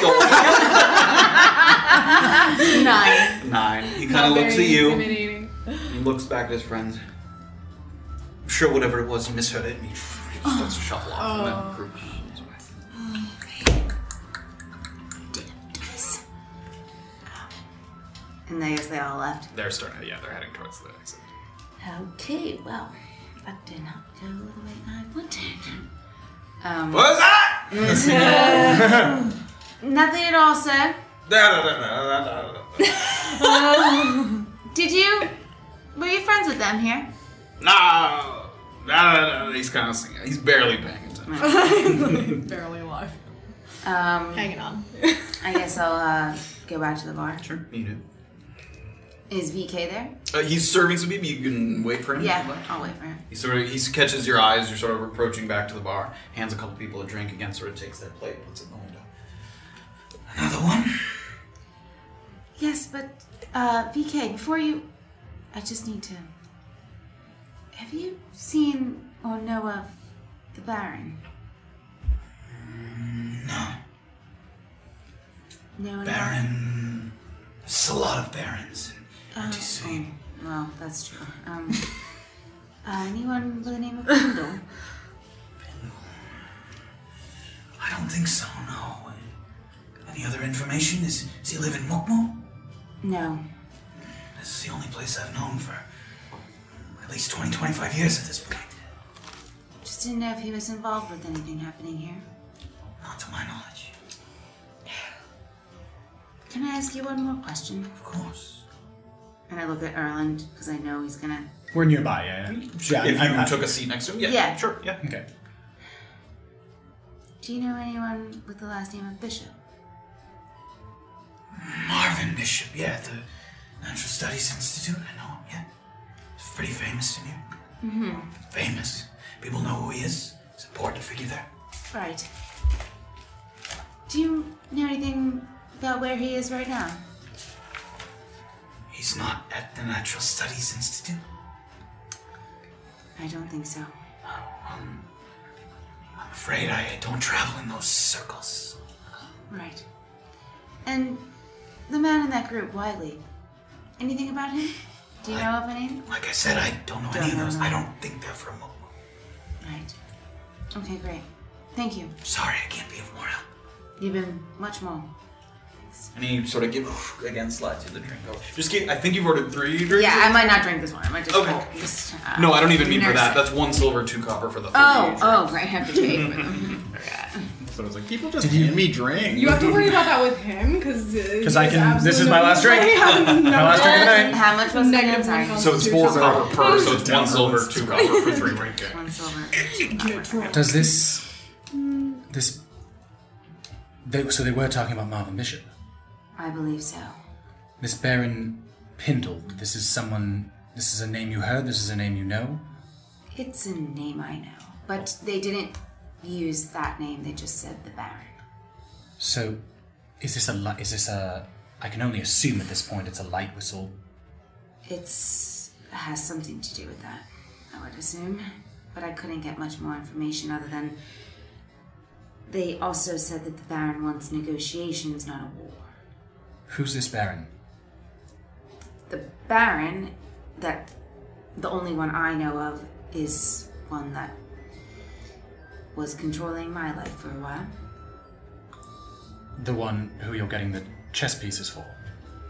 D: your
F: Nine.
D: Nine. He kind of looks at you.
C: Intimidating.
D: He looks back at his friends. I'm sure whatever it was, you misheard it. And he starts to shuffle off from
F: Oh.
D: that group.
F: And I guess they all left.
D: They're starting. Yeah, they're heading towards the exit.
F: Okay, well, that did not go the way I wanted. Um,
D: What's that?
F: nothing at all, sir.
D: Da, da, da, da, da, da, da.
F: Did you? Were you friends with them here?
D: No. Da, da, da. He's kind of singing. He's barely paying attention.
C: Barely alive.
F: Um,
L: Hanging on.
F: I guess I'll uh, go back to the bar.
D: Sure, you do.
F: Is VK there?
D: Uh, he's serving some people. You can wait for him. if you'd
F: Yeah,
D: like.
F: I'll wait for him.
D: He sort of he catches your eyes. You're sort of approaching back to the bar. Hands a couple people a drink. Again, sort of takes their plate, puts it in the window. Another one.
F: Yes, but uh, VK, before you, I just need to. Have you seen or know of the Baron? No. No.
D: Baron. There's a lot of barons.
F: Oh, well, that's true. Um, uh, anyone with the name of Kendall?
D: I don't think so. No. Any other information? Is does he live in Mokmo?
F: No.
D: This is the only place I've known for at least 20, 25 years at this point.
F: Just didn't know if he was involved with anything happening here.
D: Not to my knowledge.
F: Can I ask you one more question?
D: Of course.
F: And I look at Erland because I know he's gonna.
E: We're nearby, yeah. yeah.
D: If you
E: Yeah, I'm- I'm-
D: took a seat next to him, yeah,
F: Yeah.
D: sure, yeah.
E: okay.
F: Do you know anyone with the last name of Bishop?
D: Marvin Bishop, yeah, at the Natural Studies Institute. I know him, yeah. He's pretty famous in here. Mm-hmm. Famous. People know who he is. It's important figure there.
F: Right. Do you know anything about where he is right now?
D: He's not at the Natural Studies Institute.
F: I don't think so.
D: I'm afraid I don't travel in those circles.
F: Right. And the man in that group, Wiley. Anything about him? Do you know of anything?
D: Like I said, I don't know any of
F: Don't
D: those.
F: know.
D: I don't think they're from.
F: Right. Okay, great. Thank you.
D: Sorry, I can't be of more help.
F: You've been much more.
D: And he sort of gives again slides you the drink. Over. Just give. I think you've ordered three drinks.
F: Yeah, I might not drink this one. I might just.
D: Okay.
F: Drink, just, uh,
D: No, I don't even mean for
F: nurse
D: that.
F: it.
D: That's one silver, two copper for the.
F: Oh, oh, great. I have to pay for them.
G: So I was like, people just give me drinks.
C: You have to worry about that with him uh, because
E: Because I can. This is my last drink. my last drink of the night.
F: Uh, How much was it again? Sorry.
D: So it's four copper per. So it's one silver, two copper for three drink.
F: One silver.
E: Does this this they, so they were talking about Marvin Bishop.
F: I believe so.
E: This Baron Pindle. This is someone. This is a name you heard. This is a name you know.
F: It's a name I know, but they didn't use that name. They just said the Baron.
E: So, is this a li- is this a? I can only assume at this point it's a light whistle.
F: It's has something to do with that, I would assume. But I couldn't get much more information other than they also said that the Baron wants negotiations, not a war.
E: Who's this Baron?
F: The Baron that the only one I know of is one that was controlling my life for a while.
E: The one who you're getting the chess pieces for.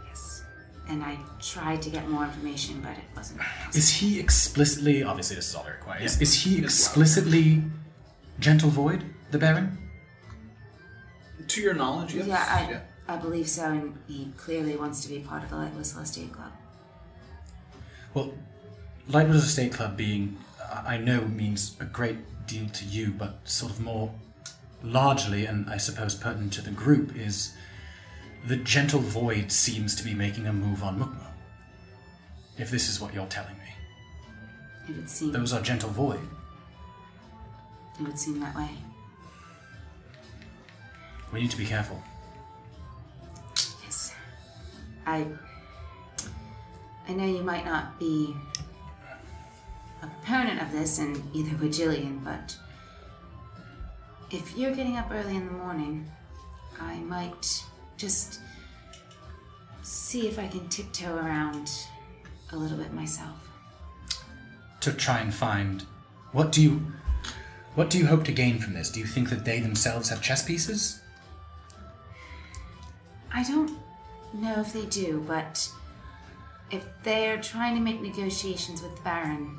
F: Yes. And I tried to get more information, but it wasn't possible.
E: Is he explicitly? Obviously, this is all very quiet. Is, is he explicitly gentle void? The Baron?
D: To your knowledge, yes.
F: Yeah, I, I believe so, and he clearly wants to be part of the Light Whistle Estate Club.
E: Well, Lightwood Estate Club being, I I know, means a great deal to you, but sort of more largely, and I suppose pertinent to the group, is the gentle void seems to be making a move on Mukmo. If this is what you're telling me,
F: It would seem
E: those are gentle void.
F: it would seem that way.
E: We need to be careful.
F: Yes. I I know you might not be a proponent of this, and either would Jillian, but if you're getting up early in the morning, I might just see if I can tiptoe around a little bit myself.
E: To try and find what do you what do you hope to gain from this? Do you think that they themselves have chess pieces?
F: I don't know if they do, but if they're trying to make negotiations with the Baron,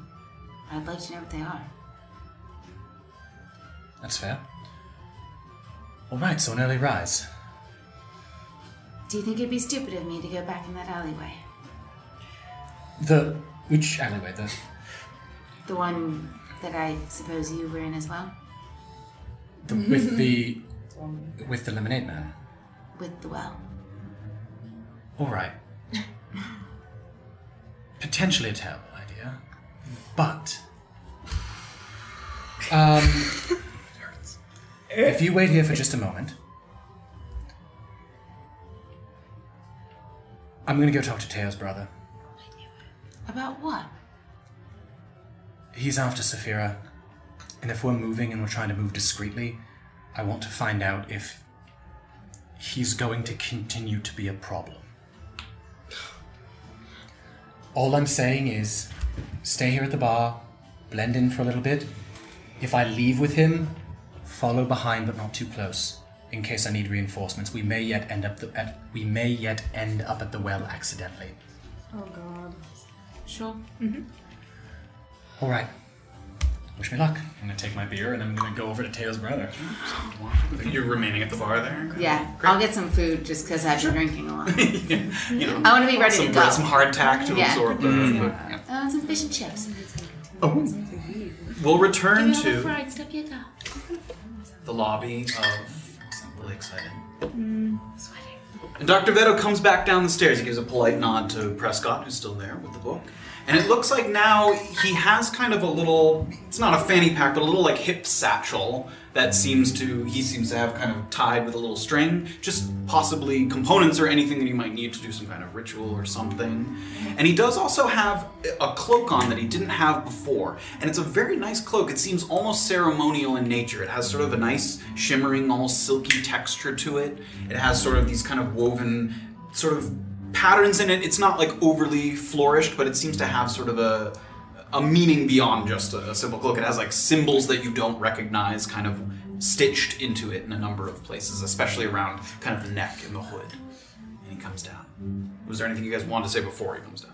F: I'd like to know what they are.
E: That's fair. All right, so an early rise.
F: Do you think it'd be stupid of me to go back in that alleyway?
E: The which alleyway? The
F: The one that I suppose you were in as well?
E: The, with the with the lemonade man.
F: With the well.
E: All right. Potentially a terrible idea, but um, if you wait here for just a moment, I'm gonna go talk to Teo's brother.
F: About what?
E: He's after Saphira, and if we're moving and we're trying to move discreetly, I want to find out if he's going to continue to be a problem. All I'm saying is stay here at the bar, blend in for a little bit. If I leave with him, follow behind but not too close in case I need reinforcements. We may yet end up the, at, we may yet end up at the well accidentally.
C: Oh god.
F: Sure.
E: All right. Wish me luck. I'm gonna take my beer and I'm gonna go over to Teo's brother.
D: You're remaining at the bar there.
F: Yeah, I'll get some food just because I've been drinking a lot.
D: You know,
F: I want to be ready
D: some
F: to go.
D: some hardtack to
F: Yeah.
D: absorb the. but-
F: Uh, some fish and chips.
D: We'll return
F: Have a
D: to
F: fried tapioca.
D: the lobby of. I'm really excited. And Dr. Veto comes back down the stairs. He gives a polite nod to Prescott, who's still there with the book. And it looks like now he has kind of a little it's not a fanny pack, but a little like hip satchel that seems to he seems to have kind of tied with a little string, just possibly components or anything that he might need to do some kind of ritual or something. And he does also have a cloak on that he didn't have before, and it's a very nice cloak. It seems almost ceremonial in nature. It has sort of a nice shimmering, almost silky texture to it. It has sort of these kind of woven sort of patterns in it. It's not like overly flourished, but it seems to have sort of a a meaning beyond just a, a simple cloak. It has like symbols that you don't recognize, kind of stitched into it in a number of places, especially around kind of the neck and the hood. And he comes down. Was there anything you guys wanted to say before he comes down?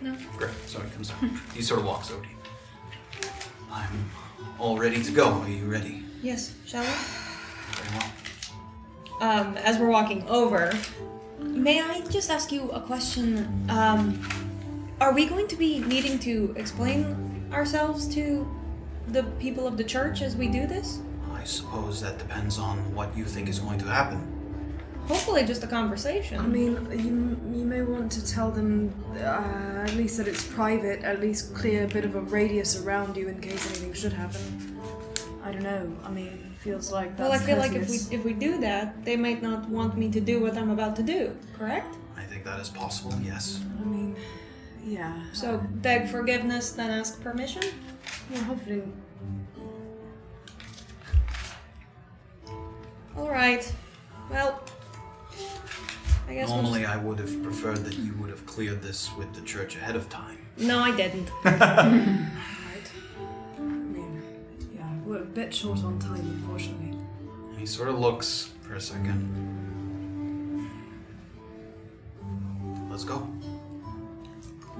C: No.
D: Great. So he comes down. he sort of walks over to you. I'm all ready to go. Are you ready?
B: Yes, shall we?
D: Very well.
B: Um, as we're walking over, may I just ask you a question? Um, are we going to be needing to explain ourselves to the people of the church as we do this?
D: I suppose that depends on what you think is going to happen.
B: Hopefully, just a conversation.
C: I mean, you, you may want to tell them uh, at least that it's private, at least clear a bit of a radius around you in case anything should happen. I don't know. I mean, feels like that's
B: well, I feel like if we
C: courteous.
B: if we do that, they might not want me to do what I'm about to do. Correct?
D: I think that is possible, yes.
C: I mean, yeah.
B: So beg forgiveness, then ask permission.
C: Well, hopefully,
B: All right. Well, I guess. we'll
D: Normally, I would have preferred that you would have cleared this with the church ahead of time.
B: just- no, I didn't.
C: right. I mean, yeah, we're a bit short on time, unfortunately.
D: And he sort of looks for a second. Let's go.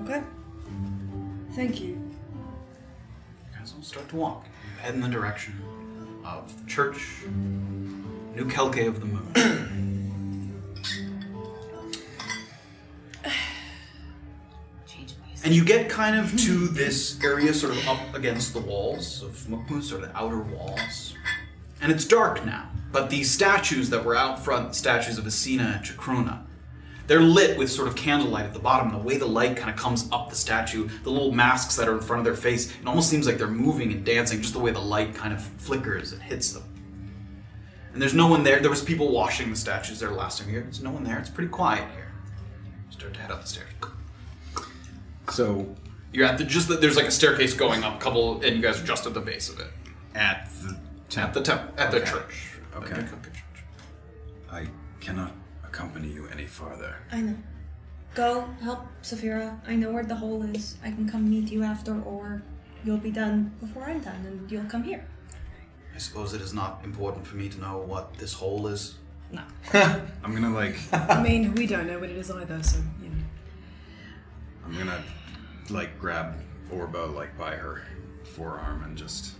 B: Okay.
C: Thank you.
D: You guys all start to walk. You head in the direction of the church, New Kelke of the Moon. And you get kind of to this area, sort of up against the walls of Mukmu, sort of the outer walls. And it's dark now, but these statues that were out front, statues of Asina and Chakruna, they're lit with sort of candlelight at the bottom. The way the light kind of comes up the statue, the little masks that are in front of their face, it almost seems like they're moving and dancing, just the way the light kind of flickers and hits them. And there's no one there. There was people washing the statues there last time here. There's no one there. It's pretty quiet here. Start to head up the stairs.
I: So
D: You're at the just that there's like a staircase going up, couple, and you guys are just at the base of it,
I: at the temple,
D: at the temp, at the
I: Okay.
D: church.
I: Okay.
D: The Kakuka church.
I: I cannot accompany you any farther.
B: I know. Go help Saphira. I know where the hole is. I can come meet you after, or you'll be done before I'm done, and you'll come here.
D: I suppose it is not important for me to know what this hole is.
I: I'm gonna like
C: I mean, we don't know what it is either, so you know.
I: I'm gonna like grab Orba like by her forearm and just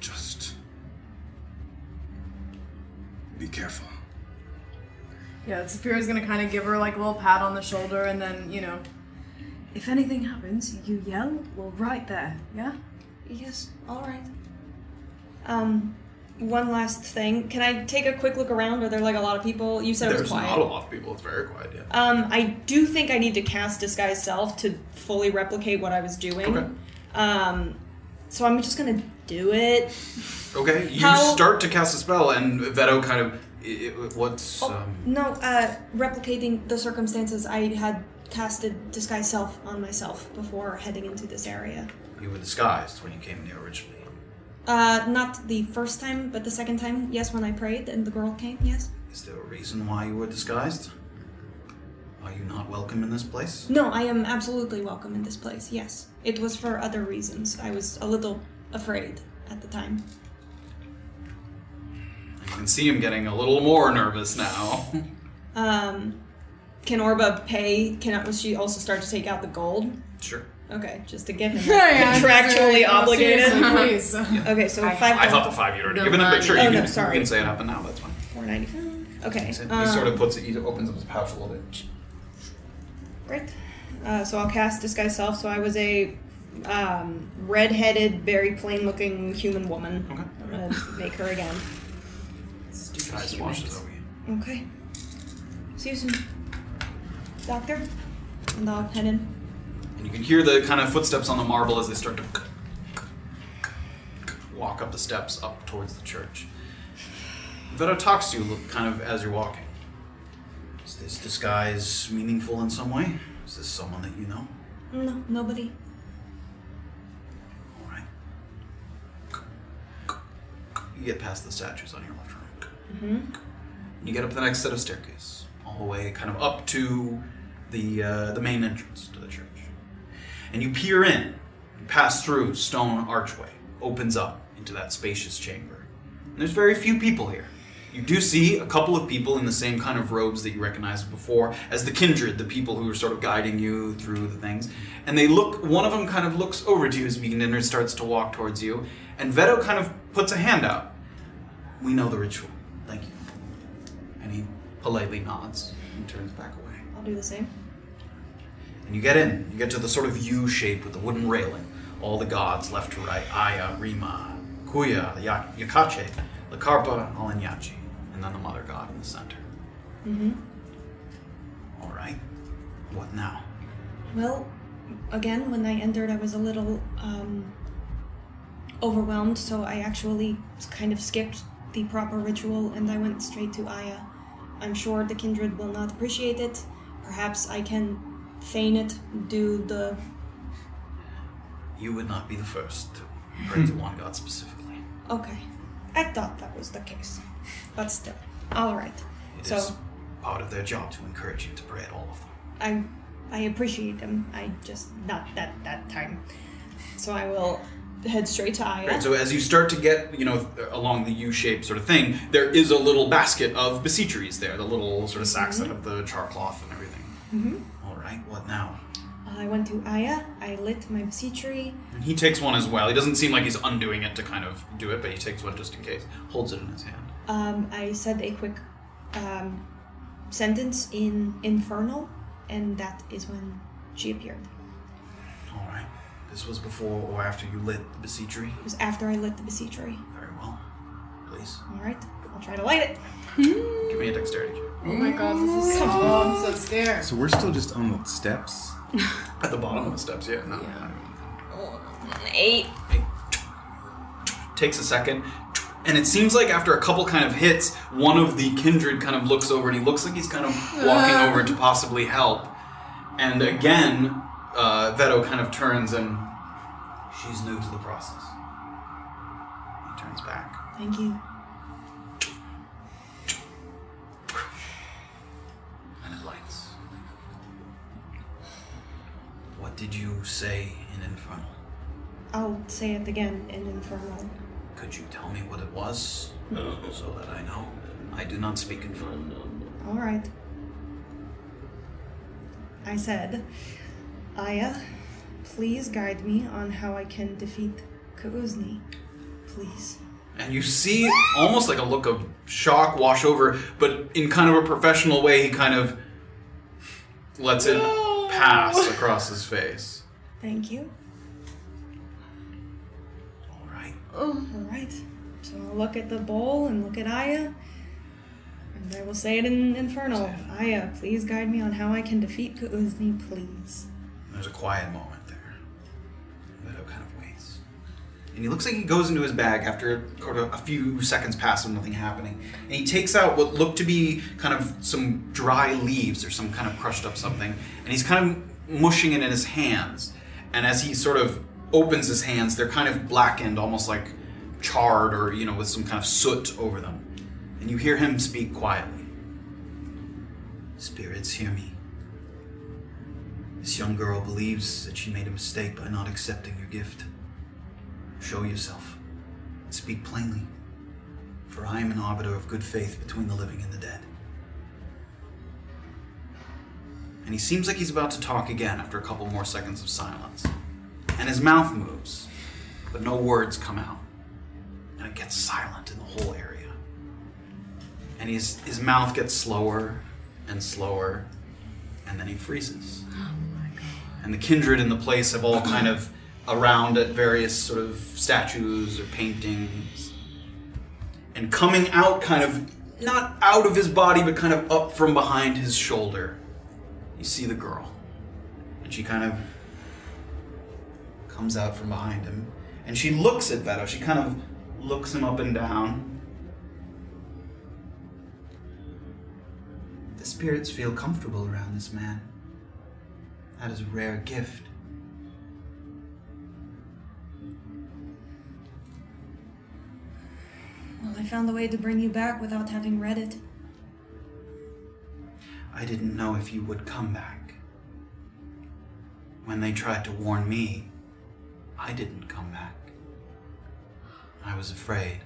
I: just be careful.
C: Yeah, Saphira's gonna kind of give her like a little pat on the shoulder, and then you know, if anything happens, you yell. We're right there. Yeah.
B: Yes, all right. Um, one last thing. Can I take a quick look around? Are there like a lot of people? You said it was
D: There's
B: quiet.
D: not a lot of people. It's very quiet. Yeah.
B: Um, I do think I need to cast disguise self to fully replicate what I was doing.
D: Okay.
B: Um, so I'm just gonna do it.
D: Okay, you
B: How-
D: start to cast a spell, and Veto kind of. i- i- what's.
B: Oh,
D: Um,
B: no, uh, replicating the circumstances I had casted disguise self on myself before heading into this area.
D: you were disguised when you came in here originally.
B: Uh, not the first time, but the second time. Yes, when I prayed and the girl came. Yes.
D: Is there a reason why you were disguised? Are you not welcome in this place?
B: No, I am absolutely welcome in this place. Yes, it was for other reasons. I was a little afraid at the time.
D: I can see him getting a little more nervous now.
B: Um, can Orba pay? Can will she also start to take out the gold?
D: sure.
B: Okay, just to get him contractually obligated. Okay, so five.
D: I thought the five you'd already
F: No,
D: given him, but
F: mine-
D: sure,
B: oh,
D: you,
B: no,
D: can,
B: sorry.
D: you can say it happened now, that's fine.
B: Four ninety-five. Okay.
D: He
B: um,
D: sort of puts it, he opens up his pouch a little bit.
B: Great. Uh, so I'll cast disguise self. So I was a um, red-headed, very plain-looking human woman.
D: Okay.
B: I'm gonna make her again.
D: Guys washes over you.
B: Okay. See you soon, doctor. And I'll head in.
D: And you can hear the kind of footsteps on the marble as they start to walk up the steps up towards the church. Veto talks to you look kind of as you're walking. Is this disguise meaningful in some way? Is this someone that you know?
B: No, nobody.
D: All right. You get past the statues on your left hand.
B: Mm-hmm.
D: You get up the next set of staircase, all the way kind of up to the uh, the main entrance to the church, and you peer in. You pass through stone archway, opens up into that spacious chamber. And there's very few people here. You do see a couple of people in the same kind of robes that you recognized before as the kindred, the people who are sort of guiding you through the things. And they look. One of them kind of looks over to you as Megan starts to walk towards you, and Veto kind of puts a hand out. We know the ritual. Thank you. And he politely nods and turns back away.
B: I'll do the same.
D: And you get in. You get to the sort of U shape with the wooden railing. All the gods, left to right, Aya, Rima, Kuya, the Ya- Yakache, Lakarpa, and Alinyachi. And then the mother god in the center.
B: Mm-hmm.
D: All right. What now?
B: Well, again, when I entered, I was a little um, overwhelmed, so I actually kind of skipped the proper ritual and I went straight to Aya. I'm sure the kindred will not appreciate it. Perhaps I can feign it, do the.
D: You would not be the first to pray to one god specifically.
B: Okay. I thought that was the case. But still. Alright.
D: It is
B: So,
D: part of their job to encourage you to pray at all of them.
B: I I appreciate them. I just. Not that, that time. So I will head straight to Aya.
D: Right, so as you start to get, you know, along the U-shaped sort of thing, there is a little basket of beseecheries there, the little sort of sacks that have the char cloth and everything.
B: hmm
D: All right, what now?
B: Uh, I went to Aya. I lit my beseechery.
D: And he takes one as well. He doesn't seem like he's undoing it to kind of do it, but he takes one just in case. Holds it in his hand.
B: Um, I said a quick um, sentence in Infernal, and that is when she appeared.
D: All right. This was before or after you lit the beseechery.
B: It was after I lit the beseechery.
D: Very well. Please
B: Alright, I'll try to light it.
D: give me a dexterity check.
L: Oh my god, this is so cool. I'm so scared.
I: So we're still just on the steps.
D: At the bottom of the steps, yeah. No.
B: Eight.
D: Takes a second. And it seems like after a couple kind of hits, one of the kindred kind of looks over and he looks like he's kind of walking over to possibly help. And again, uh, Veto kind of turns and she's new to the process. He turns back.
B: Thank you.
D: and it lights. What did you say in Infernal?
B: I'll say it again in Infernal.
D: Could you tell me what it was so that I know? I do not speak Infernal.
B: Alright. I said, Aya, please guide me on how I can defeat Kauzni. Please.
D: And you see almost like a look of shock wash over, but in kind of a professional way, he kind of lets it pass across his face.
B: Thank you.
D: All right.
B: All right. So I'll look at the bowl and look at Aya, and I will say it in Infernal. Aya, please guide me on how I can defeat Kuzni, please.
D: There's a quiet moment there. Leto kind of waits. And he looks like he goes into his bag after sort of a few seconds pass of nothing happening. And he takes out what looked to be kind of some dry leaves or some kind of crushed up something. And he's kind of mushing it in his hands. And as he sort of opens his hands, they're kind of blackened, almost like charred or, you know, with some kind of soot over them. And you hear him speak quietly. Spirits, hear me. This young girl believes that she made a mistake by not accepting your gift. Show yourself. and Speak plainly. For I am an arbiter of good faith between the living and the dead. And he seems like he's about to talk again after a couple more seconds of silence. And his mouth moves, but no words come out. And it gets silent in the whole area. And his, his mouth gets slower and slower, and then he freezes and the kindred in the place have all kind of around at various sort of statues or paintings. And coming out, kind of not out of his body, but kind of up from behind his shoulder, you see the girl. And she kind of comes out from behind him, and she looks at Veto. She kind of looks him up and down. The spirits feel comfortable around this man. That is a rare gift.
B: Well, I found a way to bring you back without having read it.
D: I didn't know if you would come back. When they tried to warn me, I didn't come back. I was afraid.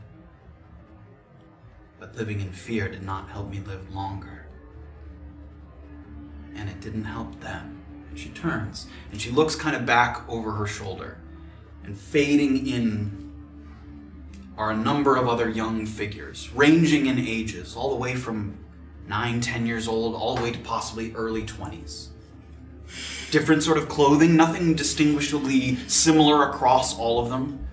D: But living in fear did not help me live longer. And it didn't help them. And she turns and she looks kind of back over her shoulder. And fading in are a number of other young figures, ranging in ages, all the way from nine, ten years old, all the way to possibly early 20s. Different sort of clothing, nothing distinguishably similar across all of them.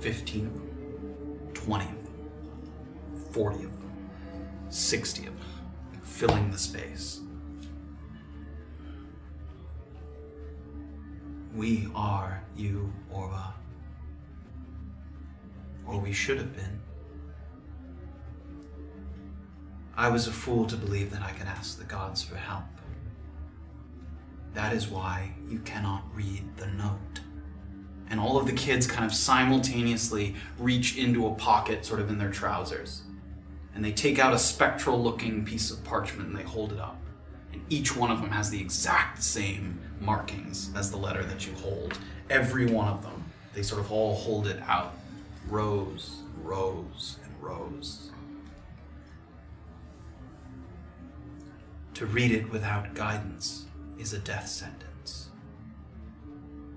D: Fifteen of them, twenty of them, forty of them, sixty of them, filling the space. We are you, Orba. Or we should have been. I was a fool to believe that I could ask the gods for help. That is why you cannot read the note. And all of the kids kind of simultaneously reach into a pocket, sort of in their trousers. And they take out a spectral looking piece of parchment and they hold it up. And each one of them has the exact same markings as the letter that you hold. Every one of them. They sort of all hold it out. Rows, rows, and rows. To read it without guidance is a death sentence.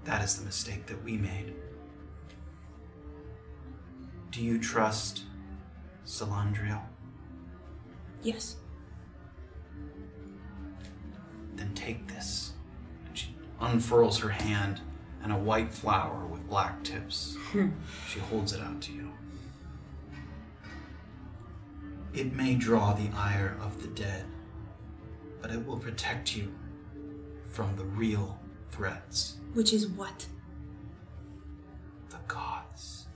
D: That is the mistake that we made. Do you trust Salandriel?
B: Yes.
D: Then take this. And she unfurls her hand, and a white flower with black tips. she holds it out to you. It may draw the ire of the dead, but it will protect you from the real threats
B: Which is what?
D: the gods.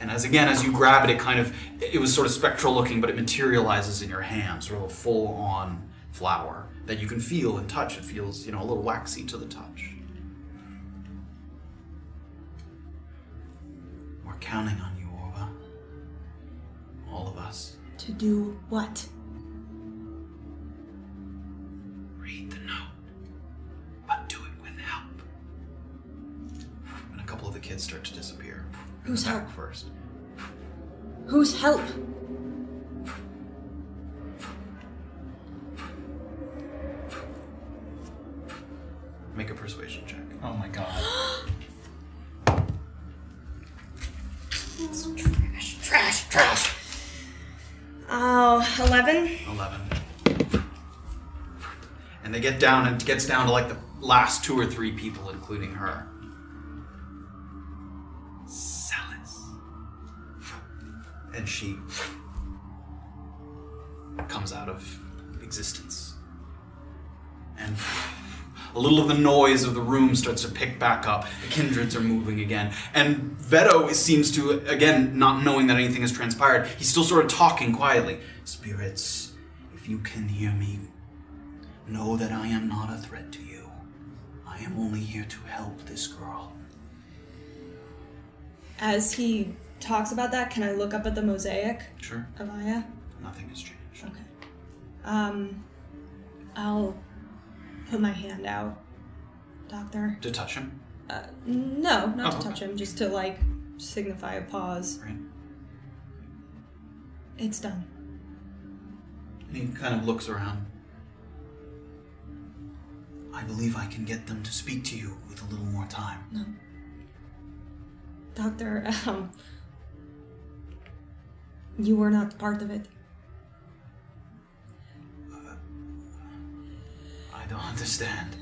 D: And as again, as you grab it, it kind of, it was sort of spectral looking, but it materializes in your hand, sort of a full on flower that you can feel and touch. It feels, you know, a little waxy to the touch. We're counting on you, Orba. All of us.
B: To do what?
D: Read the note, but do it with help. And a couple of the kids start to disappear. In
B: Who's
D: the back
B: help?
D: first?
B: Whose help?
D: Make a persuasion check.
E: Oh my god.
B: Trash, trash. Oh, 11?
D: 11. And they get down, and it gets down to like the last two or three people, including her. Celis. And she comes out of existence. And a little of the noise of the room starts to pick back up. The kindreds are moving again. And Veto seems to, again, not knowing that anything has transpired, he's still sort of talking quietly. Spirits, if you can hear me, know that I am not a threat to you. I am only here to help this girl.
B: As he talks about that, can I look up at the mosaic
D: Sure.
B: of Aya?
D: Nothing has changed.
B: Okay. Um, I'll put my hand out, Doctor.
D: To touch him,
B: Uh, no, not
D: Oh,
B: to touch him, just to like signify a pause.
D: right?
B: It's done.
D: And he kind of looks around. I believe I can get them to speak to you with a little more time.
B: Doctor, um, you were not part of it.
D: I don't understand.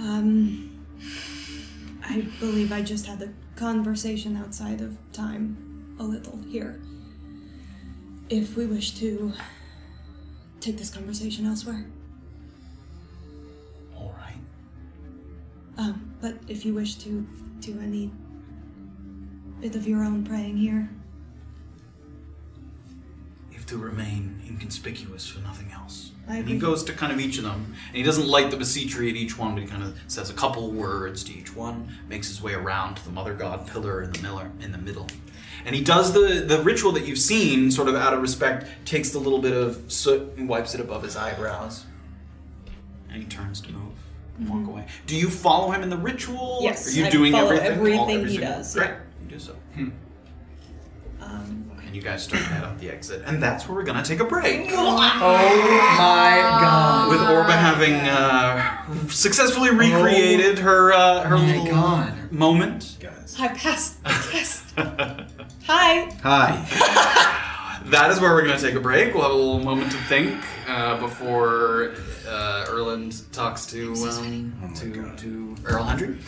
B: Um, I believe I just had a conversation outside of time. a little here. If we wish to take this conversation elsewhere.
E: All right.
B: Um, but if you wish to do any bit of your own praying here,
D: If to remain inconspicuous for nothing else.
B: I
D: And he
B: agree.
D: goes to kind of each of them, and he doesn't light the beseechery at each one, but he kind of says a couple words to each one, makes his way around to the mother god pillar in the miller in the middle. And he does the, the ritual that you've seen, sort of out of respect, takes the little bit of soot and wipes it above his eyebrows. And he turns to move, walk away. Do you follow him in the ritual?
B: Mm-hmm. Yes,
D: Are you
B: I
D: doing
B: follow
D: everything?
B: everything
D: All-
B: he
D: everything?
B: does,
D: Great.
B: yeah.
D: You do so.
E: Hmm.
B: um,
D: And you guys start to head up the exit. And that's where we're going to take a break.
E: Oh my god.
D: with Orba having uh, successfully recreated her uh, her
E: Oh my
D: little
E: God.
D: moment.
B: I passed the test. Hi.
G: Hi.
D: That is where we're going to take a break. We'll have a little moment to think uh, before uh, Erland talks to um,
E: Oh
D: to, to Earl Hundred,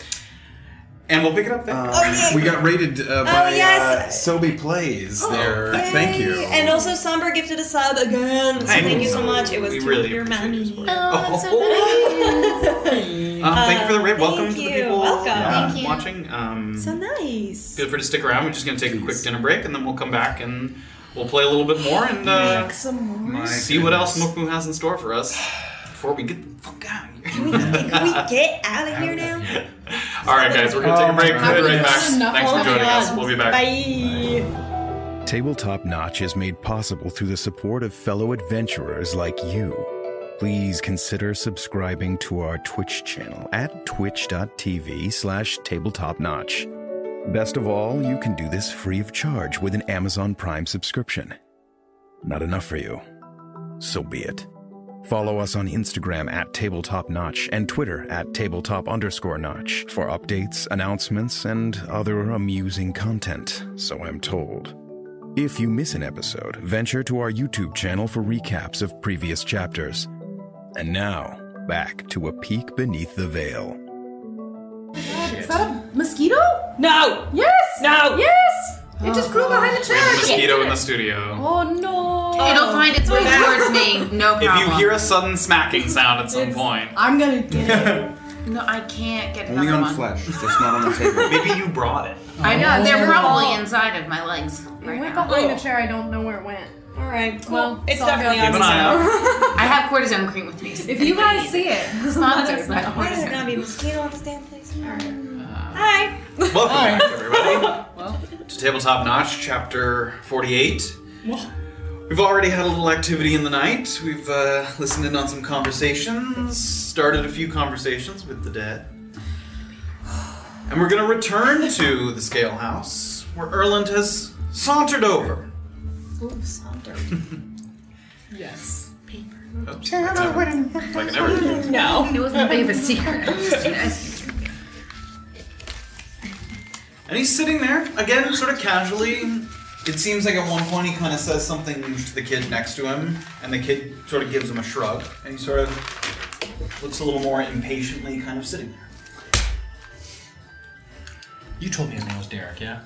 D: and we'll pick it up
E: Uh,
D: there.
B: Oh,
I: We got rated uh, by
B: yes.
I: uh, Sobe Plays there. Thank you.
B: Oh, Yay. And also, Somber gifted a sub again. So
D: Hey.
B: thank you so much. It was
D: We
B: to
D: really
B: your
D: appreciate
B: mommy.
D: your support.
F: Oh, that's so
D: Um, thank you for the raid.
B: Uh, thank
D: Welcome to the
B: you.
D: people
B: Welcome.
D: uh,
F: Thank you.
D: watching. Um,
B: So nice.
D: feel free to stick around. We're just going to take a quick dinner break, and then we'll come back and we'll play a little bit more and uh,
I: My
D: see what else
I: goodness.
D: Mokmu has in store for us before we get the fuck out of here.
B: Can we, can we get out of here now?
D: All right, guys, we're gonna take a break.
B: Oh,
D: We'll be right back. Thanks for joining us. We'll be back.
B: Bye.
A: Tabletop Notch is made possible through the support of fellow adventurers like you. Please consider subscribing to our Twitch channel at twitch.tv slash tabletopnotch. Best of all, you can do this free of charge with an Amazon Prime subscription. Not enough for you. So be it. Follow us on Instagram at Tabletop Notch and Twitter at Tabletop underscore Notch for updates, announcements, and other amusing content, so I'm told. If you miss an episode, venture to our YouTube channel for recaps of previous chapters. And now, back to A Peek Beneath the Veil.
C: Is that a mosquito?
B: No.
C: Yes!
B: No.
C: Yes! it just grew behind a
D: We have a
C: chair.
D: mosquito in the studio.
C: Oh no!
F: It'll find its way towards me. No
D: Oh. If
F: problem.
D: you hear a sudden smacking sound at some point,
C: I'm gonna get it.
F: no, I can't get
G: Only
F: another
G: on
F: one.
G: flesh, just not on the table.
D: maybe you brought it.
F: I know they're
C: Oh.
F: probably inside of my legs right
C: It went
F: now.
C: behind a chair. I don't know where it went.
B: All right. Cool.
C: Well,
B: it's
C: it's all good.
B: definitely
D: Keep an eye
B: on.
D: out.
F: I have cortisone cream with me. so
C: If you
F: anybody
C: guys see it,
F: sponsored by
B: Why does it
F: cortisone.
B: not be a mosquito on this damn place? Hi.
D: Welcome back, everybody, to Tabletop Notch, Chapter 48. We've already had a little activity in the night. We've uh, listened in on some conversations, started a few conversations with the dead. And we're going to return to the Scale House, where Erland has sauntered over.
B: Ooh, Sonder.
C: yes.
D: Oops, that's how- if I can ever do it.
B: No.
F: It wasn't that big of a secret. I'm just gonna ask you.
D: And he's sitting there, again, sort of casually. It seems like at one point he kind of says something to the kid next to him, and the kid sort of gives him a shrug, and he sort of looks a little more impatiently kind of sitting there.
E: You told me his name was Derek, yeah?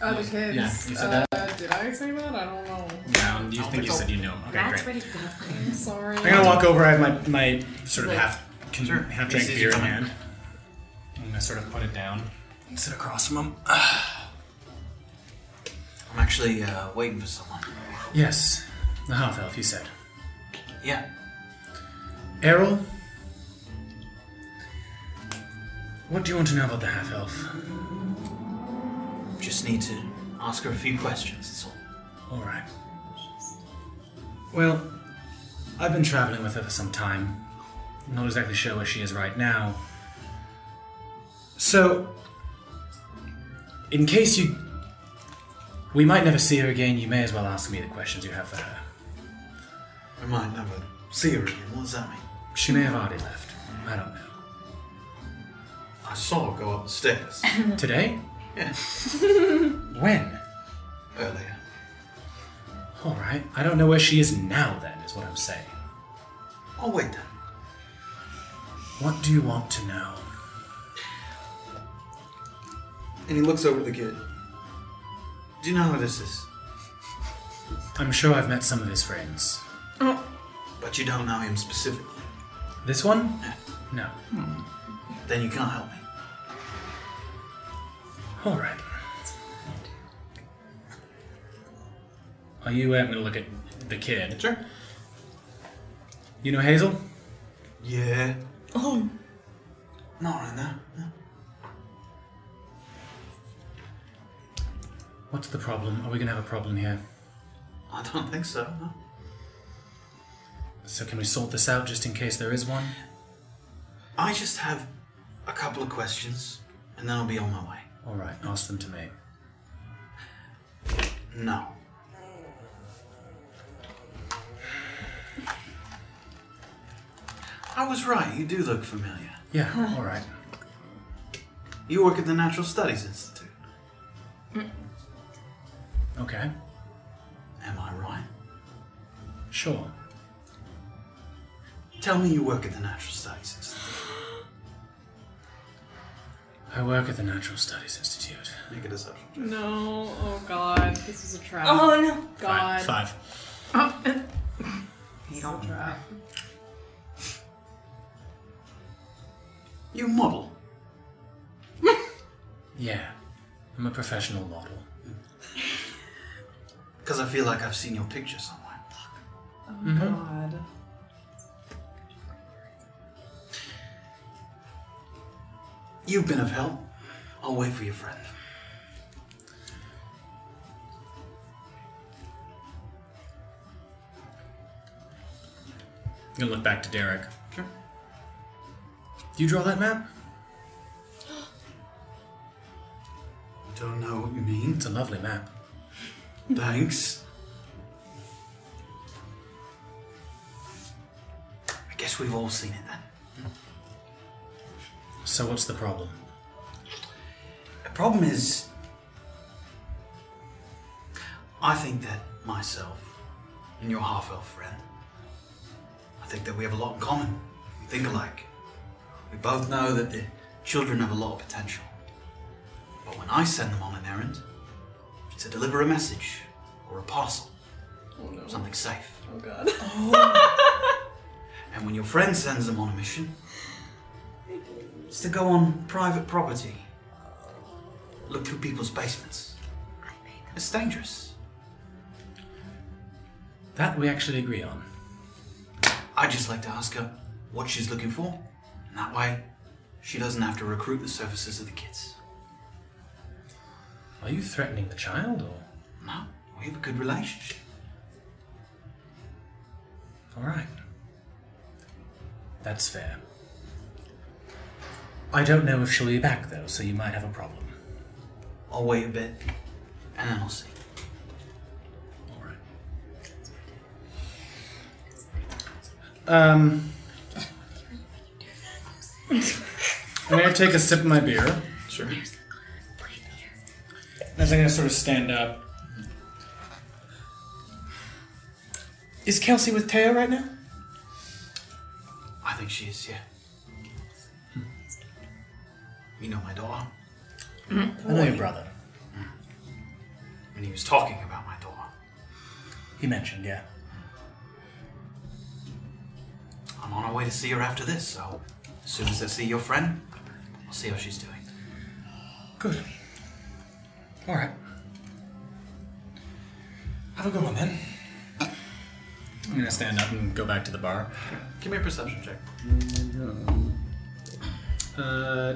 C: Other kids.
E: Yeah, you said that.
C: Uh, did I say that? I don't know.
E: No, you think you said you knew him. Okay,
F: That's
E: great.
F: pretty good.
C: I'm sorry.
E: I'm gonna walk over. I have my my sort of half can,
D: Sure.
E: half drank
D: Easy,
E: beer in
D: come on.
E: hand. I'm gonna sort of put it down. and Sit across from him.
D: I'm actually uh, waiting for someone.
E: Yes, the half elf. You said,
D: Yeah.
E: Errol. What do you want to know about the half elf?
D: Just need to ask her a few questions, that's all.
E: All right. Well, I've been traveling with her for some time. I'm not exactly sure where she is right now. So, in case you. We might never see her again, you may as well ask me the questions you have for her.
D: I might never see her again. What does that mean?
E: She may have already left. I don't know.
D: I saw her go up the stairs
E: Today?
D: Yeah.
E: when?
D: earlier.
E: All right. I don't know where she is now, then, is what I'm saying.
D: I'll wait then.
E: What do you want to know?
D: And he looks over the kid. Do you know who this is?
E: I'm sure I've met some of his friends.
D: But you don't know him specifically.
E: This one? No.
D: Then you can't help me.
E: All right. Are you? Uh, I'm gonna look at the kid.
D: Sure.
E: You know Hazel?
D: Yeah.
B: Oh,
D: Not right now.
E: What's the problem? Are we gonna have a problem here?
D: I don't think so. no.
E: So can we sort this out just in case there is one?
D: I just have a couple of questions, and then I'll be on my way.
E: All right. Ask them to me.
D: No. I was right, you do look familiar.
E: Yeah. All right.
D: You work at the Natural Studies Institute.
E: Okay.
D: Am I right?
E: Sure.
D: Tell me you work at the Natural Studies Institute.
E: I work at the Natural Studies Institute.
D: Make a deception. check.
C: No, oh god, this is a trap.
B: oh no.
C: god.
E: Five. Five.
C: This is a trap.
D: You model.
E: Yeah. I'm a professional model.
D: Because I feel like I've seen your picture somewhere.
C: God.
D: You've been of help. I'll wait for your friend.
E: I'm gonna look back to Derek. Sure. Do you draw that map?
D: I don't know what you mean.
E: It's a lovely map.
D: Thanks. I guess we've all seen it then.
E: So what's the problem?
D: The problem is, I think that myself and your half elf friend, I think that we have a lot in common. We think alike. We both know that the children have a lot of potential. But when I send them on an errand, it's to deliver a message or a parcel,
C: Oh no.
D: something safe.
C: Oh god.
D: And when your friend sends them on a mission, it's to go on private property, look through people's basements. It's dangerous.
E: That we actually agree on.
D: I'd just like to ask her what she's looking for, and that way she doesn't have to recruit the services of the kids.
E: Are you threatening the child or?
D: No, we have a good relationship.
E: All right. That's fair. I don't know if she'll be back though, so you might have a problem.
D: I'll wait a bit, and then I'll see.
E: All right. Um. I'm gonna take a sip of my beer.
D: Sure.
E: As I'm gonna sort of stand up. Is Kelsey with Teo right now?
D: I think she is, yeah. Hmm. You know my daughter.
E: I know your brother.
D: When he was talking about my daughter,
E: He mentioned, yeah.
D: I'm on my way to see her after this, so as soon as I see your friend, I'll see how she's doing.
E: Good. All right. Have a good one then. I'm gonna stand up and go back to the bar.
D: Give me a perception check.
E: Uh,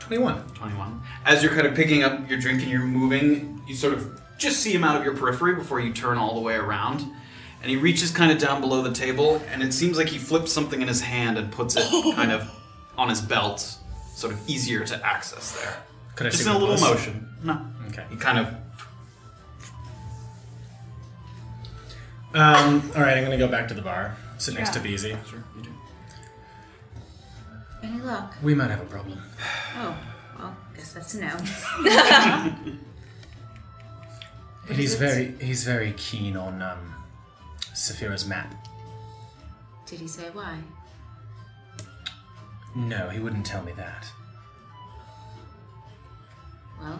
E: 21.
D: 21. As you're kind of picking up your drink and you're moving, you sort of just see him out of your periphery before you turn all the way around. And he reaches kind of down below the table, and it seems like he flips something in his hand and puts it kind of on his belt, sort of easier to access there.
E: Could I
D: just
E: see
D: in a
E: what it
D: little
E: was?
D: motion. No.
E: Okay.
D: He kind of.
E: Um, all right, I'm gonna go back to the bar. Sit next to Beezy.
F: Any luck?
E: We might have a problem.
F: Oh, well, guess that's a no.
E: He's very he's very keen on um, Saphira's map.
F: Did he say why?
E: No, he wouldn't tell me that.
F: Well,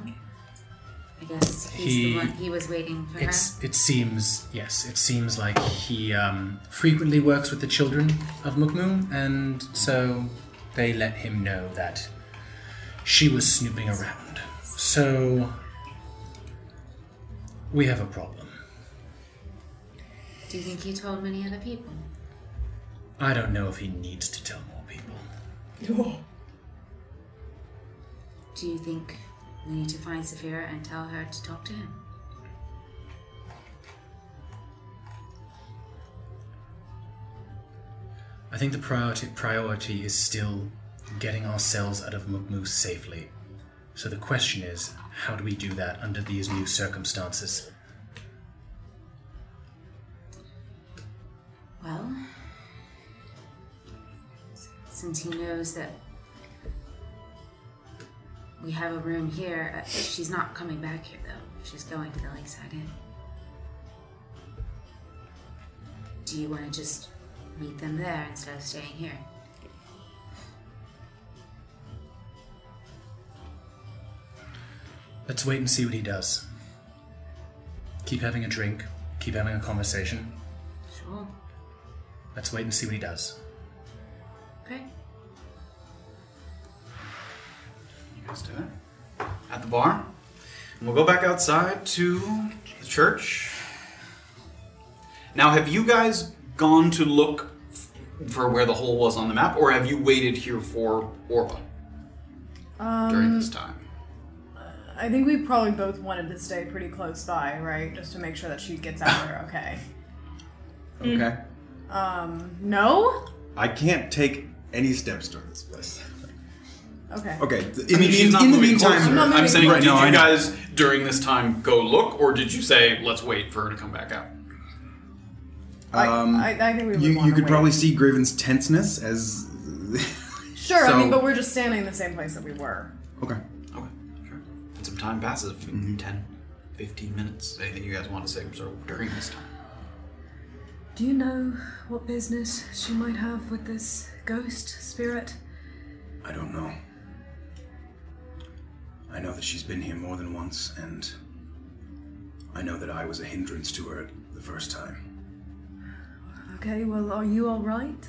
F: I guess he's
E: He-
F: the one he was waiting for. her.
E: It's, it seems, yes, it seems like he um, frequently works with the children of Mukmum, and so they let him know that she was snooping around. So, we have a problem.
F: Do you think he told many other people?
E: I don't know if he needs to tell more people.
F: Do you think we need to find Saphira and tell her to talk to him?
E: I think the priority priority is still getting ourselves out of Mukmu safely. So the question is, how do we do that under these new circumstances?
F: Well, since he knows that we have a room here, uh, she's not coming back here though. She's going to the Lakeside Inn. Do you want to just meet them there instead of staying here?
E: Let's wait and see what he does. Keep having a drink, keep having a conversation.
F: Sure.
E: Let's wait and see what he does.
F: Okay.
D: You guys do it at the bar. And we'll go back outside to the church. Now, have you guys gone to look f- for where the hole was on the map, or have you waited here for Orba during this time?
C: I think we probably both wanted to stay pretty close by, right? Just to make sure that she gets out there okay.
G: Okay.
C: No?
I: I can't take any steps toward this place.
C: Okay.
I: Okay. th- In,
D: I mean,
I: the,
D: she's
I: mean-
D: not
I: in the
D: moving closer.
I: meantime,
C: not
D: I'm
C: moving
D: saying,
I: Right,
D: did
I: no, I
D: you
I: know.
D: guys during this time go look, or did you say let's wait for her to come back out?
I: um,
C: I, I think we would
I: you,
C: want
I: you
C: to
I: could
C: wait.
I: probably see Graven's tenseness as.
C: Sure, I mean,
I: so-
C: but we're just standing in the same place that we were.
I: okay.
D: Okay, sure. Mm-hmm. And some time passes, 10, 15 minutes. Anything you guys want to say sort of during this time?
C: Do you know what business she might have with this ghost spirit?
I: I don't know. I know that she's been here more than once, and I know that I was a hindrance to her the first time.
C: Okay, well, are you Uh, alright?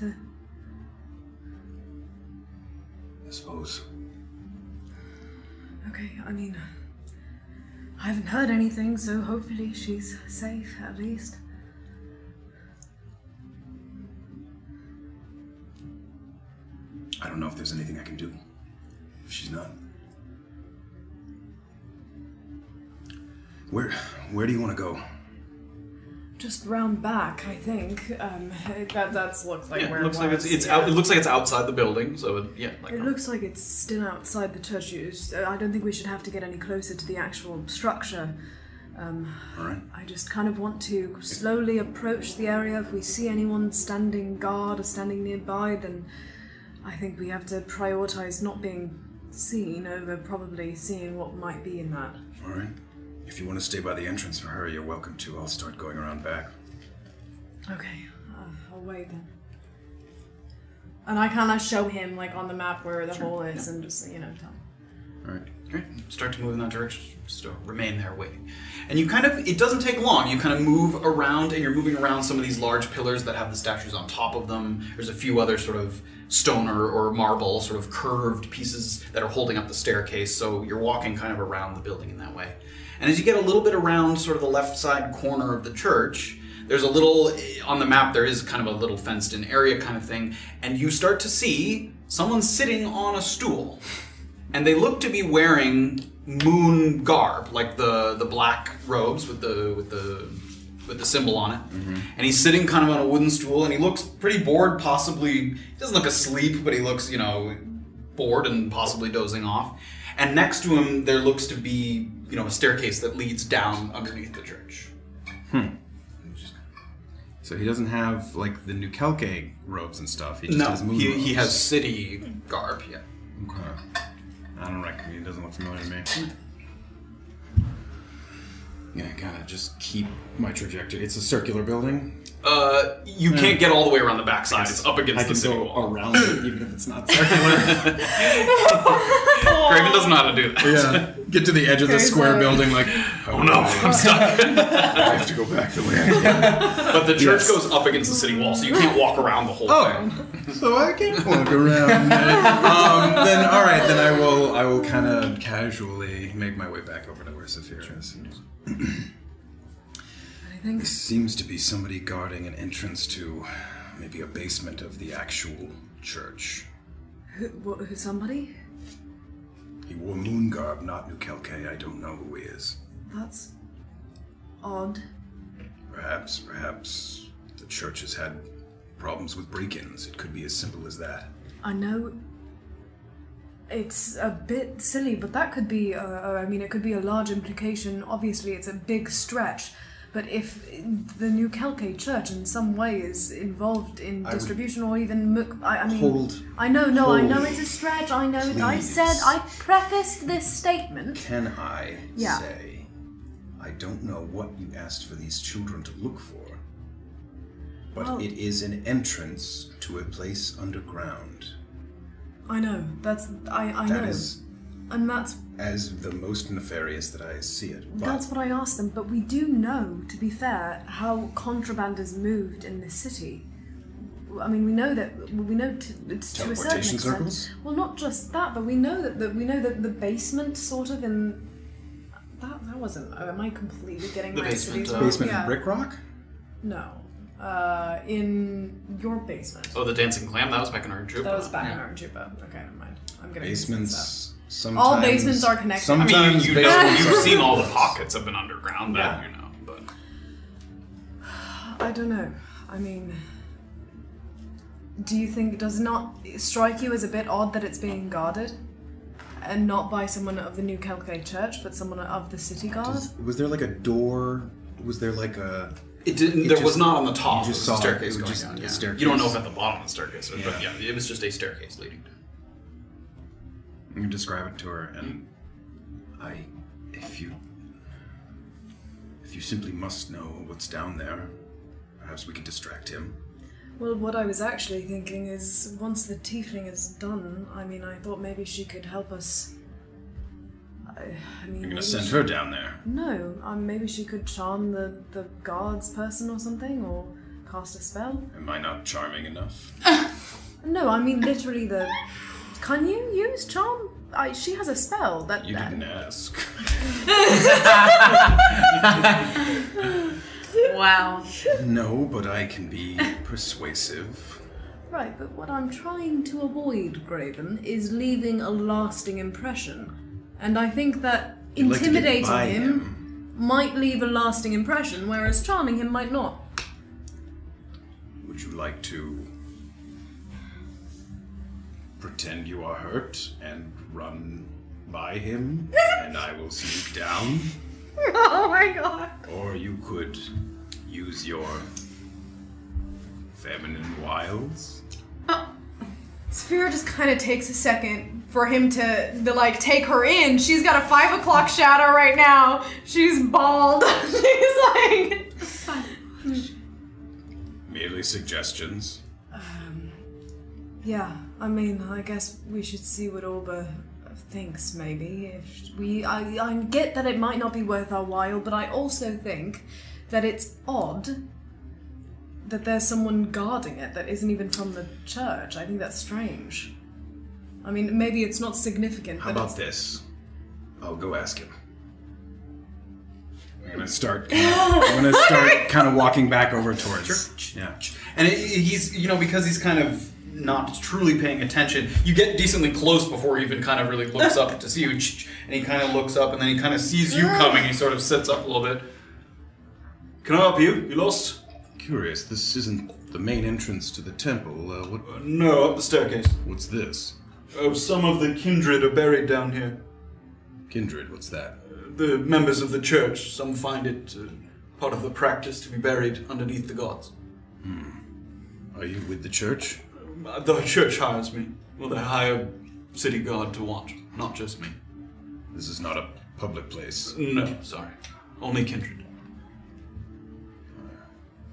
I: I suppose.
C: Okay, I mean, I haven't heard anything, so hopefully she's safe at least.
I: I don't know if there's anything I can do. If she's not. Where where do you want to go?
C: Just round back, I think. Um, that that's looks like
D: Yeah,
C: where
D: it looks
C: it
D: like it's,
C: was,
D: it's
C: yeah.
D: out, it looks like it's outside the building. So it, yeah, like
C: It looks like it's still outside the churches. I don't think we should have to get any closer to the actual structure.
I: Alright.
C: I just kind of want to slowly approach the area. If we see anyone standing guard or standing nearby, then I think we have to prioritize not being seen over probably seeing what might be in that.
I: Alright. If you want to stay by the entrance for her, you're welcome to. I'll start going around back.
C: Okay, uh, I'll wait then. And I kind of show him like on the map where the hole is, and just you know tell. him.
I: Alright.
D: Okay, start to move in that direction. Just don't remain there waiting. And you kind of, it doesn't take long. You kind of move around and you're moving around some of these large pillars that have the statues on top of them. There's a few other sort of stone or, or marble sort of curved pieces that are holding up the staircase. So you're walking kind of around the building in that way. And as you get a little bit around sort of the left side corner of the church, there's a little, eh, on the map, there is kind of a little fenced in area kind of thing. And you start to see someone sitting on a stool and they look to be wearing moon garb, like the the black robes with the with the with the symbol on it.
I: Mm-hmm.
D: And he's sitting kind of on a wooden stool, and he looks pretty bored. Possibly he doesn't look asleep, but he looks you know bored and possibly dozing off. And next to him, there looks to be you know a staircase that leads down underneath the church.
I: So he doesn't have like the new Kelke robes and stuff. He just
D: No,
I: has moon
D: he, he
I: robes.
D: has city garb. Yeah.
I: Okay. I don't reckon he doesn't look familiar to me. Yeah, I gotta just keep my trajectory. It's a circular building.
D: Uh, you can't get all the way around the backside. It's up against
I: Hmm.
D: the
I: I can
D: city
I: go
D: wall.
I: around it even if it's not circular.
D: Graven doesn't know how to do that.
I: yeah. get to the edge of the
C: Okay,
I: square
C: so-
I: building, like, oh no, I'm stuck. I have to go back the way I came.
D: But the church
I: Yes.
D: goes up against the city wall, so you can't walk around the whole
I: Oh, so I can walk around. um, then, all right, then I will. I will kind of casually make my way back over to where Saphira is. There seems to be somebody guarding an entrance to maybe a basement of the actual church.
C: Who, what, who, somebody?
I: He wore moon garb, not Nukelke. I don't know who he is.
C: That's odd.
I: Perhaps, perhaps the church has had problems with break-ins. It could be as simple as that.
C: I know it's a bit silly, but that could be, a, a- I mean, it could be a large implication. Obviously, it's a big stretch. But if the new Kelke Church in some way is involved in
I: I would-
C: distribution or even mook, I, I mean,
I: Hold.
C: I know, no, I know
I: Hold.
C: it's a stretch. I know. It, I
I: Please.
C: said I prefaced this statement.
I: Can I
C: Yeah.
I: say, I don't know what you asked for these children to look for, but
C: Oh.
I: it is an entrance to a place underground.
C: I know. That's I. I
I: That
C: know.
I: is
C: and that's
I: as the most nefarious that I see it. But
C: That's what I asked them, but we do know, to be fair, how contraband is moved in this city. I mean, we know that well, we know to, it's to a certain
I: Teleportation
C: extent.
I: circles?
C: Well, not just that, but we know that, that we know that the basement, sort of in that that wasn't. Oh, am I completely getting
D: The
C: my
D: basement,
C: cities
D: uh,
C: wrong?
I: basement
C: yeah.
I: in Brick Rock?
C: No, uh, in your basement.
D: Oh, the dancing clam, that was back in our Jupa.
C: that was back in Aranjuba. Okay, never mind. I'm getting mixed up.
I: Basements. Sometimes,
C: All basements are connected. I
D: I
C: mean,
I: Sometimes
D: mean, you, you know,
I: basements
D: you've
I: are-
D: seen all the pockets have been underground, that you know. But
C: I don't know. I mean, do you think does not strike you as a bit odd that it's being guarded, and not by someone of the New Calcutta Church, but someone of the City Guard?
I: Does- was there like a door? Was there like a?
D: it didn't.
I: It
D: there
I: just-
D: was not on the top.
I: you
D: It
I: just
D: was a
I: saw it. It
D: staircase
I: was
D: going
I: just
D: down.
I: a
D: yeah.
I: staircase.
D: You don't know if at the bottom of the staircase, was, but
I: Yeah.
D: yeah, it was just a staircase leading down.
I: I'm gonna describe it to her, and I, if you, if you simply must know what's down there, perhaps we could distract him.
C: Well, what I was actually thinking is, once the tiefling is done, I mean, I thought maybe she could help us. I, I mean,
I: You're
C: maybe
I: gonna send
C: she-
I: her down there.
C: No, um, maybe she could charm the the guards person or something, or cast a spell.
I: Am I not charming enough?
C: No, I mean literally the. Can you use charm? I, she has a spell that.
I: You didn't ask.
F: Wow.
I: no, but I can be persuasive.
C: Right, but what I'm trying to avoid, Graven, is leaving a lasting impression, and I think that
I: I'd like to get
C: intimidating
I: by
C: him, might leave a lasting impression, whereas charming him might not.
I: Would you like to pretend you are hurt and run by him, and I will sneak down?
C: oh my god!
I: Or you could use your feminine wiles.
C: Sphera just kind of takes a second for him to, to like take her in. She's got a five o'clock shadow right now. She's bald. She's like.
I: Merely suggestions.
C: Yeah, I mean, I guess we should see what Orba thinks. Maybe if we, I, I get that it might not be worth our while, but I also think that it's odd that there's someone guarding it that isn't even from the church. I think that's strange. I mean, maybe it's not significant,
I: How
C: but
I: about this? I'll go ask him. I'm gonna start. I'm gonna start kind of walking back over towards. Yeah.
D: And it, he's, you know, because he's kind of not truly paying attention, you get decently close before he even kind of really looks up to see you. And he kind of looks up and then he kind of sees you coming. He sort of sits up a little bit. Can I help you? You lost?
I: Curious. This isn't the main entrance to the temple. Uh, what?
D: No, up the staircase.
I: What's this?
D: Oh, some of the kindred are buried down here.
I: Kindred. What's that?
D: The members of the church, some find it uh, part of the practice to be buried underneath the gods.
I: Are you with the church?
D: Uh, The church hires me. Well, they hire city guard to watch, not just me.
I: This is not a public place.
D: No, sorry. Only kindred.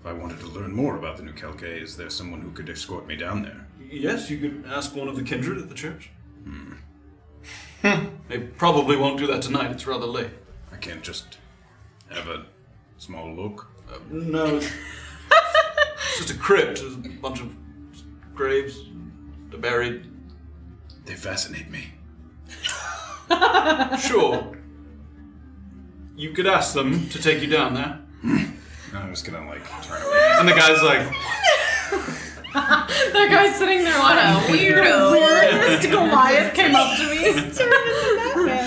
I: If I wanted to learn more about the new Kelke, is there someone who could escort me down there? Hmm.
D: Yes, you could ask one of the kindred at the church. They probably won't do that tonight. It's rather late.
I: I can't just have a small look.
D: Uh, no. It's it's just a crypt. There's a bunch of graves. They're buried.
I: They fascinate me.
D: Sure. You could ask them to take you down there.
I: I'm just gonna like turn away.
D: And the guy's like,
L: that guy's sitting there what a weirdo. Weirdest Goliath came up to me.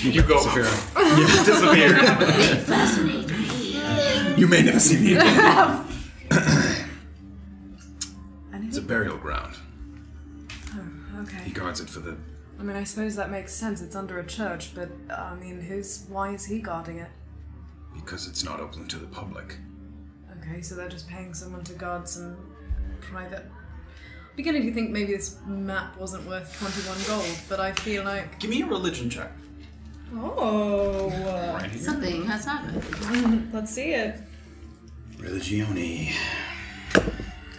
I: You go, Saphira. You disappear. you may never see me again. it's a burial ground. He
C: Okay.
I: guards it for the.
C: I mean, I suppose that makes sense. It's under a church, but uh, I mean, who's why is he guarding it?
I: because it's not open to the public.
C: Okay, so they're just paying someone to guard some private. Beginning to think maybe this map wasn't worth 21 gold, but I feel like
D: "Give me a religion check."
B: Oh,
I: Right here.
F: Something has happened.
B: let's see it.
G: Religione.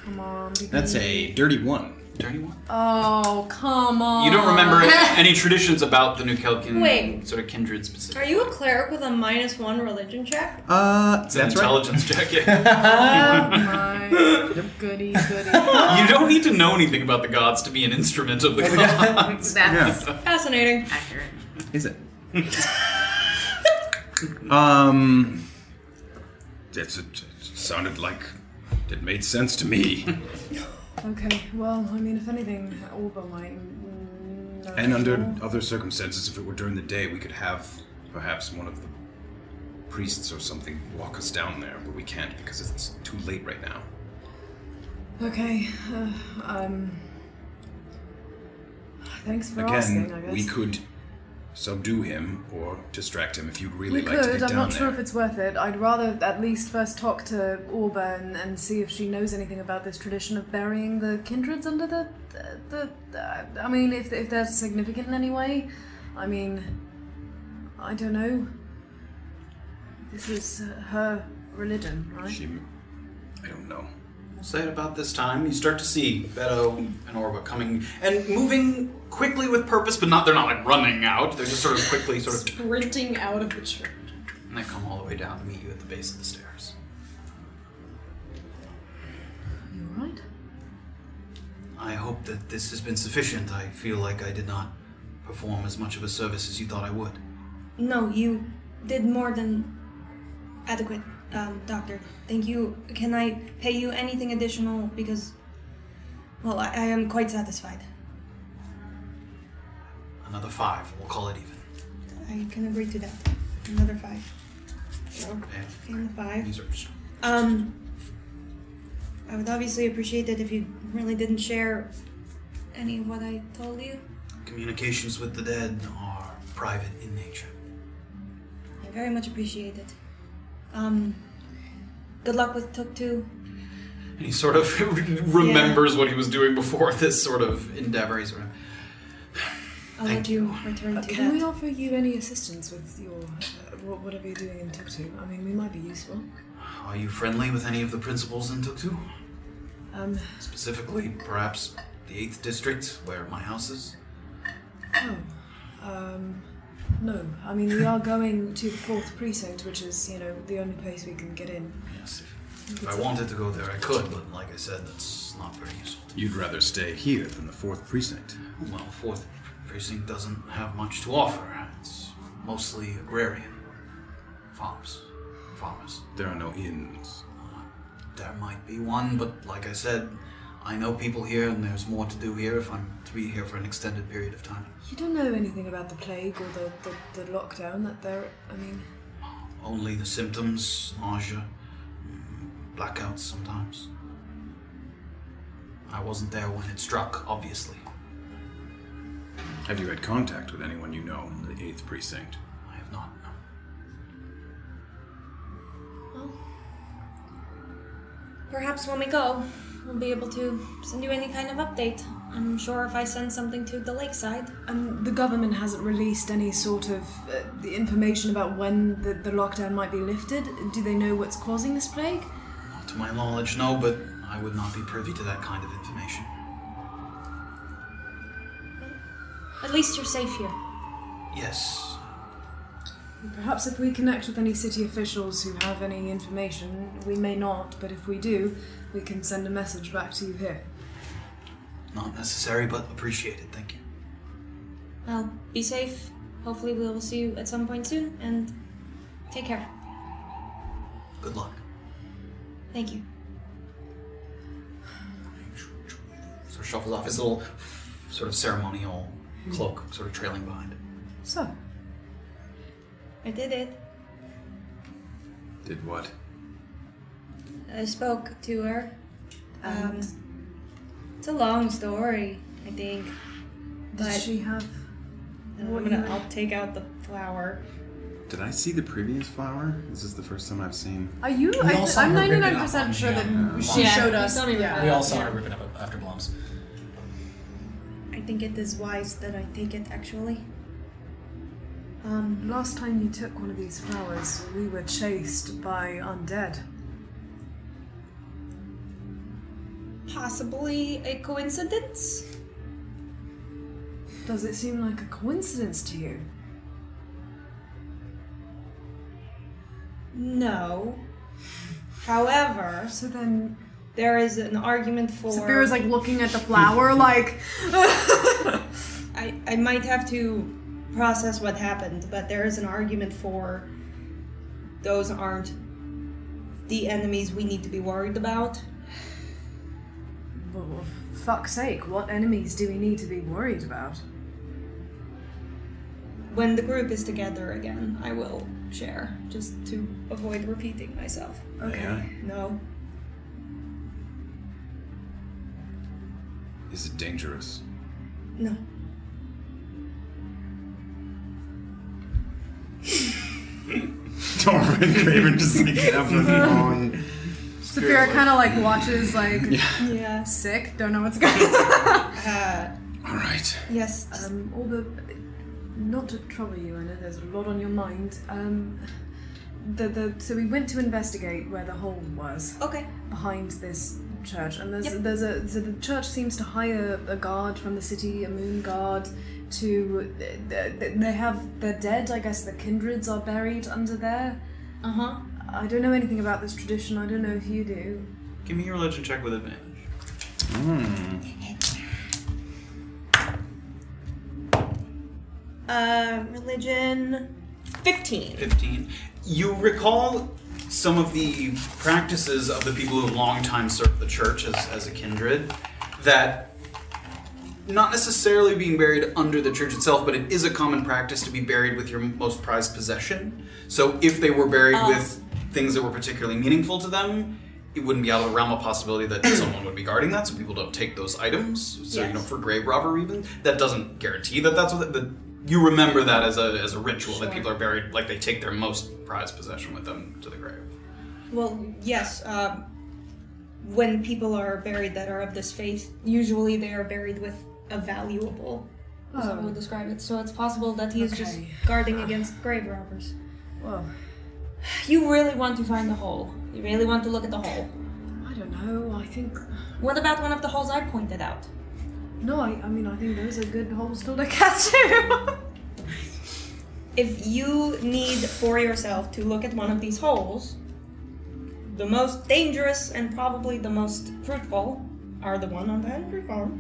C: come on. Be
G: That's a dirty one.
D: Dirty one.
C: Oh come on.
D: You don't remember any traditions about the New Kelkin
B: Wait.
D: sort of kindred specific.
B: Are you a cleric with a minus one religion check?
G: Uh,
D: It's an intelligence check. Yeah.
C: My goody goody.
D: you don't need to know anything about the gods to be an instrument of the gods.
F: That's
B: Fascinating.
F: accurate.
G: Is it? um,
I: That's it. Sounded like it made sense to me.
C: okay, well, I mean, if anything, Orba might. mm, know.
I: and under other circumstances, if it were during the day, we could have perhaps one of the priests or something walk us down there, but we can't because it's too late right now.
C: Okay. Uh, um. Thanks for asking. Oh, I
I: Again,
C: guess.
I: we could subdue him or distract him if you'd really
C: We
I: like to
C: could.
I: get
C: I'm
I: down
C: not
I: there.
C: sure if it's worth it. I'd rather at least first talk to Orba and, and see if she knows anything about this tradition of burying the kindreds under the the. the uh, I mean, if if they're significant in any way, I mean, I don't know. This is uh, her religion, right?
I: She, I don't know.
D: Say at about this time, you start to see Beto and Orba coming and moving quickly with purpose, but not—they're not like running out. They're just sort of quickly, sort of,
B: Sprinting out of the church.
D: and they come all the way down and meet you at the base of the stairs.
C: You all right?
D: I hope that this has been sufficient. I feel like I did not perform as much of a service as you thought I would.
B: No, you did more than adequate, um, Doctor. Thank you. Can I pay you anything additional? Because, well, I, I am quite satisfied.
D: Another five. We'll call it even.
B: I can agree to that. Another five.
D: Okay.
B: And a five.
D: These are just-
B: Um, I would obviously appreciate it if you really didn't share any of what I told you.
D: Communications with the dead are private in nature.
B: I very much appreciate it. Um, good luck with Took Two.
D: And he sort of remembers what he was doing before this sort of endeavor. He's sort of,
B: I'll
D: Thank
B: let you return to
C: Can
B: that.
C: we offer you any assistance with your uh, wha- whatever you're doing in Tuktu? I mean, we might be useful.
D: are you friendly with any of the principals in Tuktu?
C: Um,
D: Specifically, perhaps the 8th District, where my house is?
C: Oh, um, no. I mean, we are going to the fourth precinct, which is, you know, the only place we can get in.
D: Yes. if- If I wanted to go there, I could, but like I said, that's not very useful.
I: You'd rather stay here than the fourth precinct.
D: Well, 4th Precinct doesn't have much to offer. It's mostly agrarian. Farms. Farmers.
I: There are no inns.
D: There might be one, but like I said, I know people here, and there's more to do here if I'm to be here for an extended period of time.
C: You don't know anything about the plague or the, the, the lockdown that they're. I mean,
D: Only the symptoms nausea, mm, blackouts sometimes. I wasn't there when it struck, obviously.
I: Have you had contact with anyone you know in the eighth precinct?
D: I have not. no.
B: Perhaps when we go, we'll be able to send you any kind of update. I'm sure if I send something to the lakeside.
C: and the government hasn't released any sort of uh, the information about when the, the lockdown might be lifted. Do they know what's causing this plague?
D: Not to my knowledge, no, but I would not be privy to that kind of information.
B: At least you're safe here.
D: Yes.
C: Perhaps if we connect with any city officials who have any information, we may not, but if we do, we can send a message back to you here.
D: Not necessary, but appreciated. Thank you.
B: Well, be safe. Hopefully, we will see you at some point soon, and take care.
D: Good luck.
B: Thank you.
D: Sort of shuffles off his little sort of ceremonial
E: Mm-hmm.
D: cloak, sort of trailing behind.
C: So,
B: I did it.
I: Did what?
B: I spoke to her. Um, it's a long story, I think.
C: did
B: But-
C: she have.
B: I'm
C: What
B: gonna,
C: you-
B: I'll take out the flower.
I: Did I see the previous flower? Is this the first time I've seen?
C: Are you? I,
E: all saw
C: I'm
E: her ribbon
C: 99%
E: up
C: sure
E: on the,
C: that
E: um,
C: she
E: Yeah,
C: showed
B: you
C: us.
B: saw me with that.
E: We all saw her ripping up after Blom's.
B: I think it is wise that I take it, actually. Um,
C: Last time you took one of these flowers, we were chased by undead.
B: possibly a coincidence?
C: Does it seem like a coincidence to you?
B: No. However,
C: So then,
B: there is an argument for.
C: Saphira's like looking at the flower, like.
B: I, I might have to process what happened, but there is an argument for those aren't the enemies we need to be worried about.
C: "Well, fuck's sake, what enemies do we need to be worried about?
B: When the group is together again, I will share, just to avoid repeating myself.
I: Yeah.
B: No.
I: Is it dangerous?
B: No.
I: Torvin Craven just sneaking up with me.
C: Saphira kind of like watches, like,
B: Yes.
C: sick, don't know what's going on.
B: Uh,
I: All right.
B: yes. just-
C: Um, all the. Not to trouble you, I know there's a lot on your mind. Um, the, the so we went to investigate where the hole was
B: okay.
C: behind this church, and there's
B: Yep.
C: there's a so the church seems to hire a guard from the city, a moon guard. To th- th- they have their dead. I guess the kindreds are buried under there.
B: Uh huh.
C: I don't know anything about this tradition. I don't know if you do.
D: Give me your religion check with advantage.
B: Uh, religion. 15.
D: 15. You recall some of the practices of the people who have long time served the church as, as a kindred that not necessarily being buried under the church itself, but it is a common practice to be buried with your most prized possession. So if they were buried with things that were particularly meaningful to them, it wouldn't be out of the realm of possibility that someone would be guarding that, so people don't take those items. So you know,
B: Yes.
D: for grave robbery, even that doesn't guarantee that that's what. That you remember that as a as a ritual that people are buried like they take their most prized possession with them to the grave.
B: Well, yes. Um, when people are buried that are of this faith, usually they are buried with a valuable. Is how I would describe it. So it's possible that he is just
C: Okay.
B: guarding against grave robbers.
C: Well,
B: You really want to find the hole. You really want to look at the hole.
C: I don't know. I think
B: What about one of the holes I pointed out?
C: no. I, I mean, I think there's a good hole still to catch you.
B: If you need for yourself to look at one of these holes, the most dangerous and probably the most fruitful are the one on the Henry farm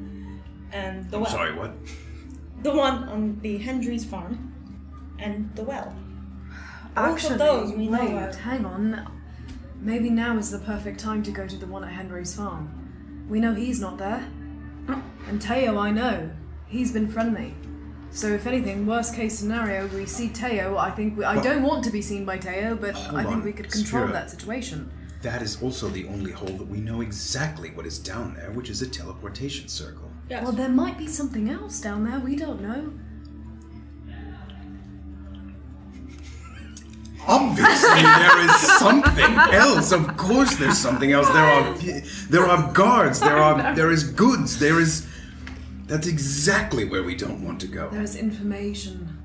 B: and the
I: I'm
B: well.
I: sorry, what?
B: The one on the Hendry's farm and the well. Both
C: Actually,
B: of those we know
C: wait,
B: of.
C: hang on. Maybe now is the perfect time to go to the one at Henry's farm. We know he's not there. And Teo, I know. He's been friendly. So if anything, worst case scenario, we see Teo. I think we, I
I: Well-
C: don't want to be seen by Teo, but
I: Hold
C: I think
I: on,
C: we could control
I: Saphira.
C: that situation.
I: That is also the only hole that we know exactly what is down there, which is a teleportation circle.
B: Yes.
C: Well, there might be something else down there. We don't know.
I: Obviously, there is something else. Of course, there's something else. There are there are guards. There are there is goods. There is. That's exactly where we don't want to go.
C: There's information.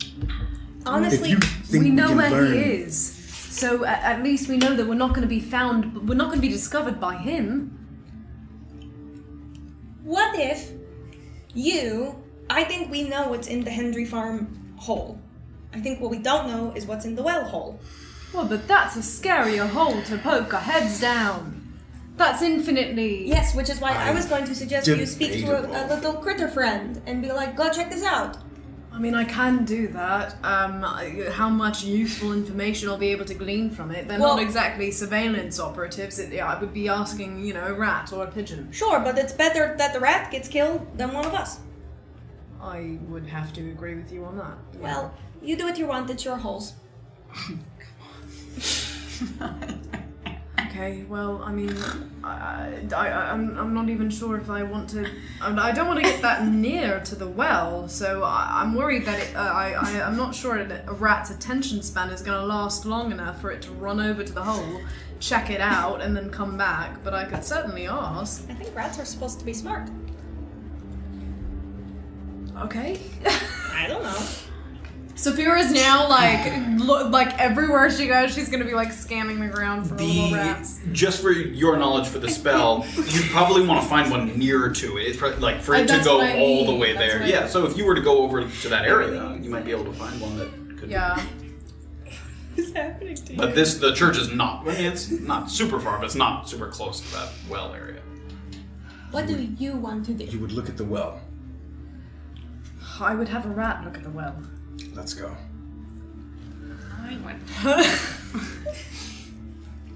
I: If
B: Honestly,
I: you think
C: we know
I: can
C: where
I: learn,
C: he is. So a- at least we know that we're not going to be found. We're not going to be discovered by him.
B: What if you? I think we know what's in the Hendry Farm hole. I think what we don't know is what's in the well hole.
C: Well, but that's a scarier hole to poke our heads down. That's infinitely.
B: Yes, which is why I, was going to suggest you speak to
I: Debatable.
B: a, a little critter friend and be like, "Go check this out."
C: I mean, I can do that. Um, I- how much useful information I'll be able to glean from it? They're
B: Well-
C: not exactly surveillance operatives. It, I would be asking, you know, a rat or a pigeon.
B: Sure, but it's better that the rat gets killed than one of us.
C: I would have to agree with you on that. yeah.
B: Well, you do what you want. It's your holes.
C: Okay, well, I mean, I, I, I- I'm, I'm not even sure if I want to. I I don't want to get that near to the well, so I, I'm worried that it, uh, I, I, I'm not sure that a rat's attention span is going to last long enough for it to run over to the hole, check it out, and then come back. But I could certainly ask.
B: I think rats are supposed to be smart.
C: Okay.
B: I don't know.
C: Saphira's now like, lo- like everywhere she goes, she's going to be like scanning the ground for little
D: The
C: rats.
D: just for your knowledge for the spell, you probably want to find one nearer to it. It's probably, like for
C: Uh,
D: it to
C: that's
D: go all
C: what I
D: the
C: mean,
D: way
C: that's
D: there.
C: what I
D: Yeah.
C: mean.
D: So if you were to go over to that area, you might be able to find one that could.
C: Yeah.
B: What's happening to
D: But this, the church is not. I mean, it's not super far, but it's not super close to that well area.
B: What do you want to do?
I: You would look at the well.
C: I would have a rat look at the well.
I: Let's go.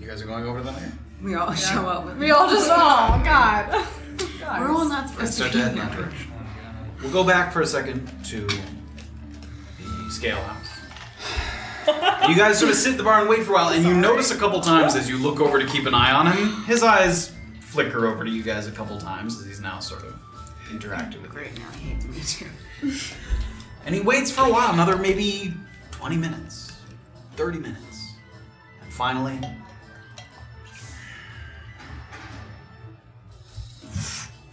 D: You guys are going over to that area.
F: We all show up with.
C: We all just, oh, God.
F: We're all not supposed to
D: Let's start
F: be
D: to head in
F: here.
D: that direction. We'll go back for a second to the scale house. you guys sort of sit at the bar and wait for a while, and you notice a couple times as you look over to keep an eye on him, his eyes flicker over to you guys a couple times as he's now sort of interacting with you.
F: Great, now I hate to meet you.
D: And he waits for a while, another maybe 20 minutes, 30 minutes. And finally.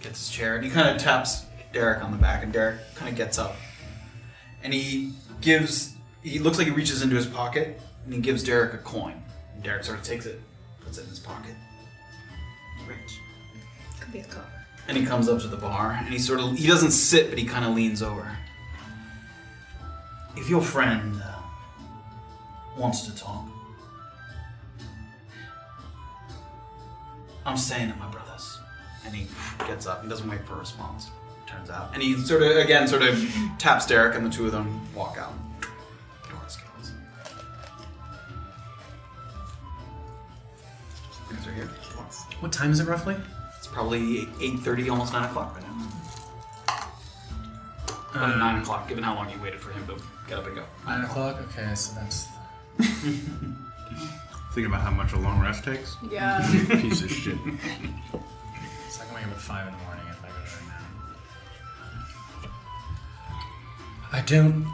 D: Gets his chair and he kind of taps Derek on the back, and Derek kind of gets up. And he gives. He looks like he reaches into his pocket and he gives Derek a coin. And Derek sort of takes it, puts it in his pocket. Rich.
B: Could be a cop.
D: And he comes up to the bar and he sort of he doesn't sit, but he kind of leans over. If your friend uh, wants to talk, I'm staying at my brother's. And he gets up. He doesn't wait for a response. Turns out, and he sort of again sort of taps Derek, and the two of them walk out. Door is closed. You guys are here.
E: What time is it roughly?
D: It's probably 8.30, almost 9 o'clock by now. About 9 o'clock, given how long you waited for him to get up and go.
E: Nine o'clock. Okay, so that's
N: Thinking about how much a long rest takes.
C: Yeah.
N: Piece of shit.
E: so I can wake up at five in the morning if I go right now. I don't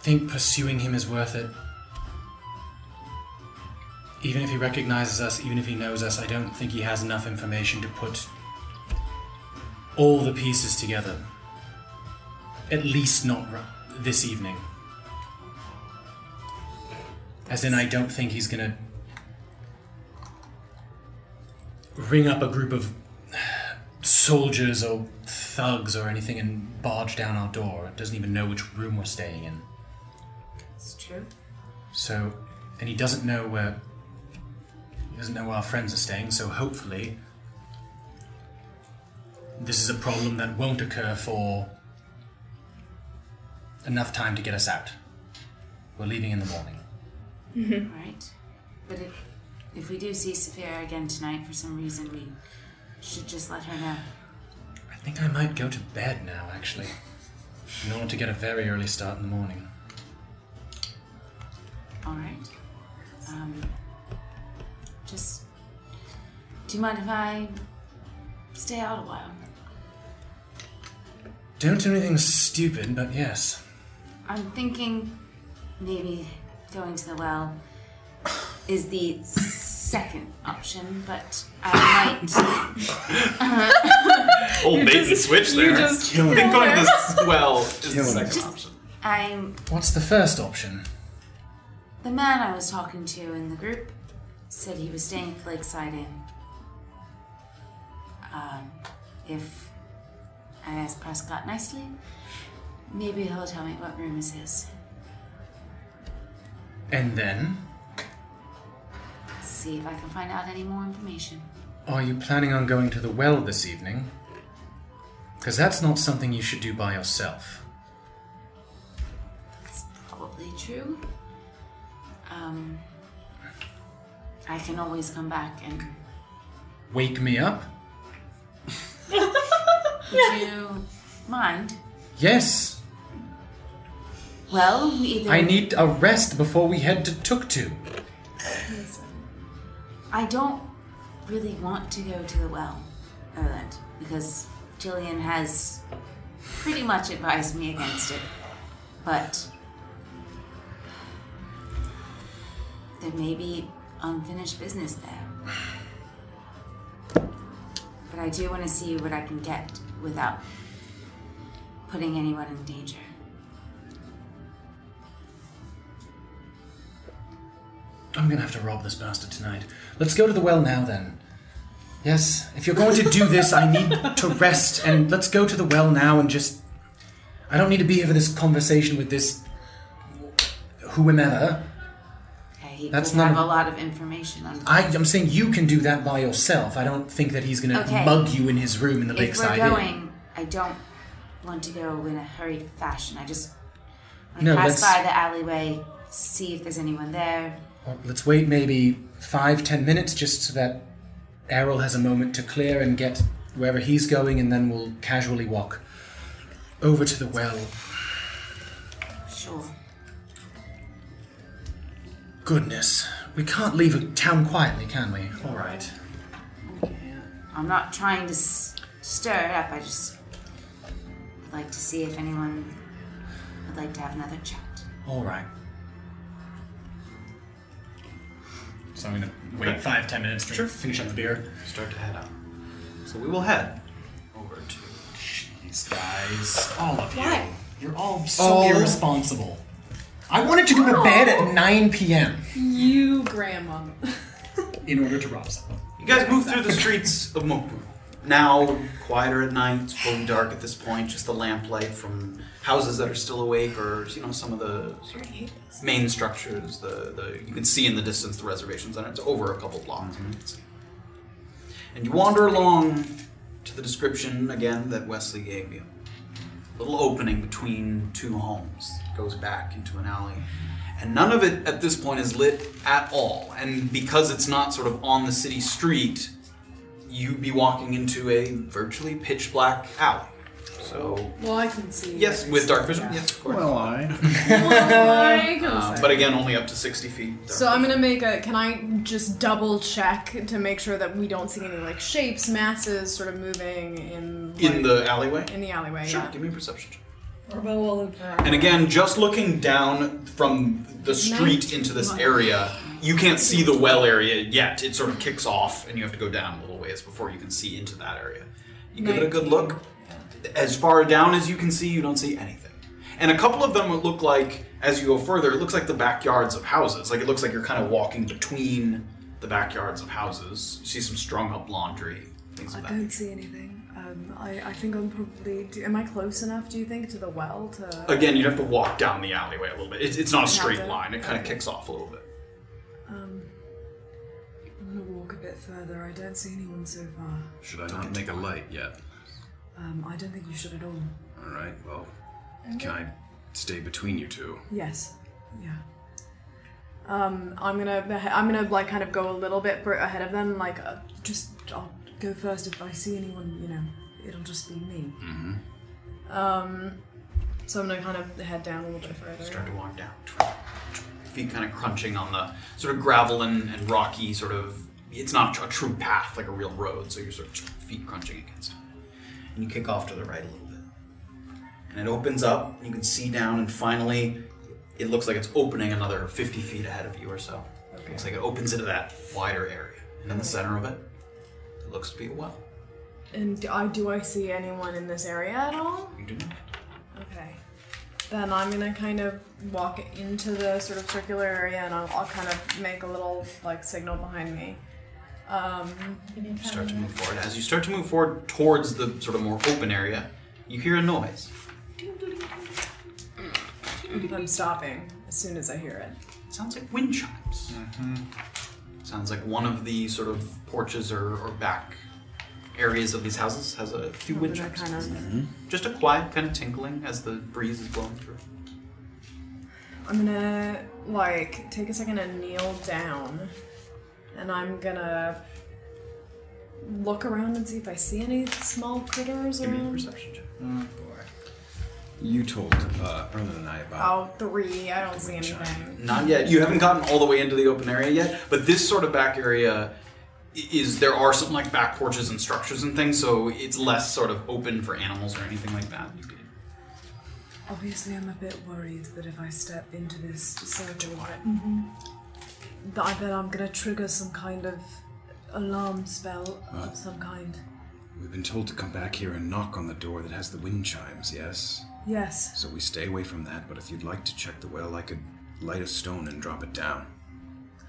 E: think pursuing him is worth it. Even if he recognizes us, even if he knows us, I don't think he has enough information to put all the pieces together. At least not r- this evening. As in, I don't think he's gonna ring up a group of soldiers or thugs or anything and barge down our door. It doesn't even know which room we're staying in.
F: It's true.
E: So, and he doesn't know where. He doesn't know where our friends are staying. So hopefully, this is a problem that won't occur for enough time to get us out. We're leaving in the morning.
F: Right. But if, if we do see Sophia again tonight for some reason, we should just let her know.
E: I think I might go to bed now, actually, in order to get a very early start in the morning.
F: All right. Um, just. Do you mind if I stay out a while?
E: Don't do anything stupid, but yes.
F: I'm thinking maybe going to the well is the second option, but I might.
D: Old bait and Oh, switch there. You just I think going to this well is the second option.
F: I'm
E: What's the first option?
F: the man I was talking to in the group said he was staying at the Lakeside Inn. Um, if I ask Prescott nicely, maybe he'll tell me what room is his.
E: And then,
F: See if I can find out any more information.
E: are you planning on going to the well this evening? Because that's not something you should do by yourself.
F: Probably true. Um, I can always come back and
E: Wake me up?
F: would you mind?
E: Yes,
F: Well, we either
E: I need a rest before we head to Tuktu.
F: I don't really want to go to the well, Erland, because Jillian has pretty much advised me against it. But there may be unfinished business there. But I do want to see what I can get without putting anyone in danger.
E: I'm gonna have to rob this bastard tonight. Let's go to the well now then. Yes, if you're going to do this, I need to rest and let's go to the well now and just. I don't need to be here for this conversation with this. whomever.
F: Okay, he
E: That's
F: could
E: not
F: have
E: a-
F: a lot of information on
E: I, I'm saying you can do that by yourself. I don't think that he's gonna
F: Okay.
E: mug you in his room in the
F: if we're
E: lakeside. Inn.
F: going, I don't want to go in a hurried fashion. I just want to
E: No,
F: pass
E: let's-
F: by the alleyway, see if there's anyone there.
E: Well, Let's wait maybe five, ten minutes just so that Errol has a moment to clear and get wherever he's going, and then we'll casually walk over to the well.
F: Sure.
E: Goodness, we can't leave a town quietly, can we? All right.
F: I'm not trying to s- stir it up. I just would like to see if anyone would like to have another chat.
E: All right. So I'm gonna wait five, ten minutes to finish up the beer.
D: Start to head out. So we will head over to. Jeez,
E: guys. All of you.
D: Why?
E: You're all so
D: All-
E: irresponsible. I wanted to go to bed at 9 p.m.
C: You, Grandma.
E: in order to rob someone.
D: You guys move through the streets of Mokbu. Now quieter at night, it's fully dark at this point, just the lamplight from houses that are still awake or you know, some of the sort of main structures, the, the you can see in the distance the reservations and it's over a couple blocks. And you wander along to the description again that Wesley gave you. Little opening between two homes goes back into an alley. And none of it at this point is lit at all. And because it's not sort of on the city street, you'd be walking into a virtually pitch black alley. So,
C: Well, I can see.
D: yes, with dark vision, yes, of course. Well,
C: I can
D: Uh,
C: see.
D: but again, only up to 60 feet.
C: So I'm gonna make a. Can I just double check to make sure that we don't see any like shapes, masses, sort of moving in
D: In
C: like-
D: the alleyway?
C: In the alleyway.
D: Sure,
C: yeah.
D: give me a perception check.
B: Or
D: And again, just looking down from the street into this area, you can't see the well area yet. It sort of kicks off, and you have to go down a little ways before you can see into that area. You give it a good look. As far down as you can see, you don't see anything. And a couple of them would look like, as you go further, it looks like the backyards of houses. Like it looks like you're kind of walking between the backyards of houses. You see some strung up laundry, things
C: I
D: like that.
C: don't see anything. Um, I, I think I'm probably. Do, am I close enough? Do you think to the well to?
D: Again, you'd have to walk down the alleyway a little bit. It's, it's not a
C: Have
D: straight
C: to.
D: line, it kind of kicks off a little bit.
H: Um, I'm gonna walk a bit further. I don't see anyone so far.
N: Should I not make a light yet?
H: Um, I don't think you should at all.
N: All right. Well, can I stay between you two?
C: Yes. Yeah. Um, I'm gonna. I'm gonna like kind of go a little bit for, ahead of them. Like uh,
H: Just, I'll go first. If I see anyone, you know, it'll just be me.
N: Mm-hmm.
C: um, so I'm gonna kind of head down a little bit further.
D: Start to walk down. Feet kind of crunching on the sort of gravel and, and rocky sort of. It's not a true path like a real road, so you're sort of feet crunching against it. And you kick off to the right a little bit. And it opens up, and you can see down, and finally, it looks like it's opening another 50 feet ahead of you or so. Looks like it opens into that wider area. And in the center of it, it looks to be a well.
C: And do I do I see anyone in this area at all?
D: You do not.
C: Okay. Then I'm gonna kind of walk into the sort of circular area, and I'll, I'll kind of make a little like signal behind me, Um,
D: Start to move forward. As you start to move forward towards the sort of more open area, you hear a noise.
H: I'm stopping as soon as I hear it.
D: Sounds like wind chimes. Mm-hmm. Sounds like one of the sort of porches or, or back areas of these houses has a few wind
H: Remember that
D: chimes. Mm-hmm.
H: kind of-
D: Just a quiet kind of tinkling as the breeze is blowing through.
H: I'm gonna like take a second and kneel down, and I'm gonna look around and see if I see any small critters
I: Give me a
H: around.
I: perception boy. You told uh, earlier than I
H: Oh,
I: about.
H: three. I don't see anything.
D: Not yet. You haven't gotten all the way into the open area yet, but this sort of back area i- is there are some like back porches and structures and things, so it's less sort of open for animals or anything like that. You could-
H: Obviously, I'm a bit worried that if I step into this circle, that I bet I'm gonna trigger some kind of alarm spell
I: Well.
H: of some kind.
C: Oh.
I: We've been told to come back here and knock on the door that has the wind chimes, yes?
H: Yes.
I: So we stay away from that, but if you'd like to check the well, I could light a stone and drop it down.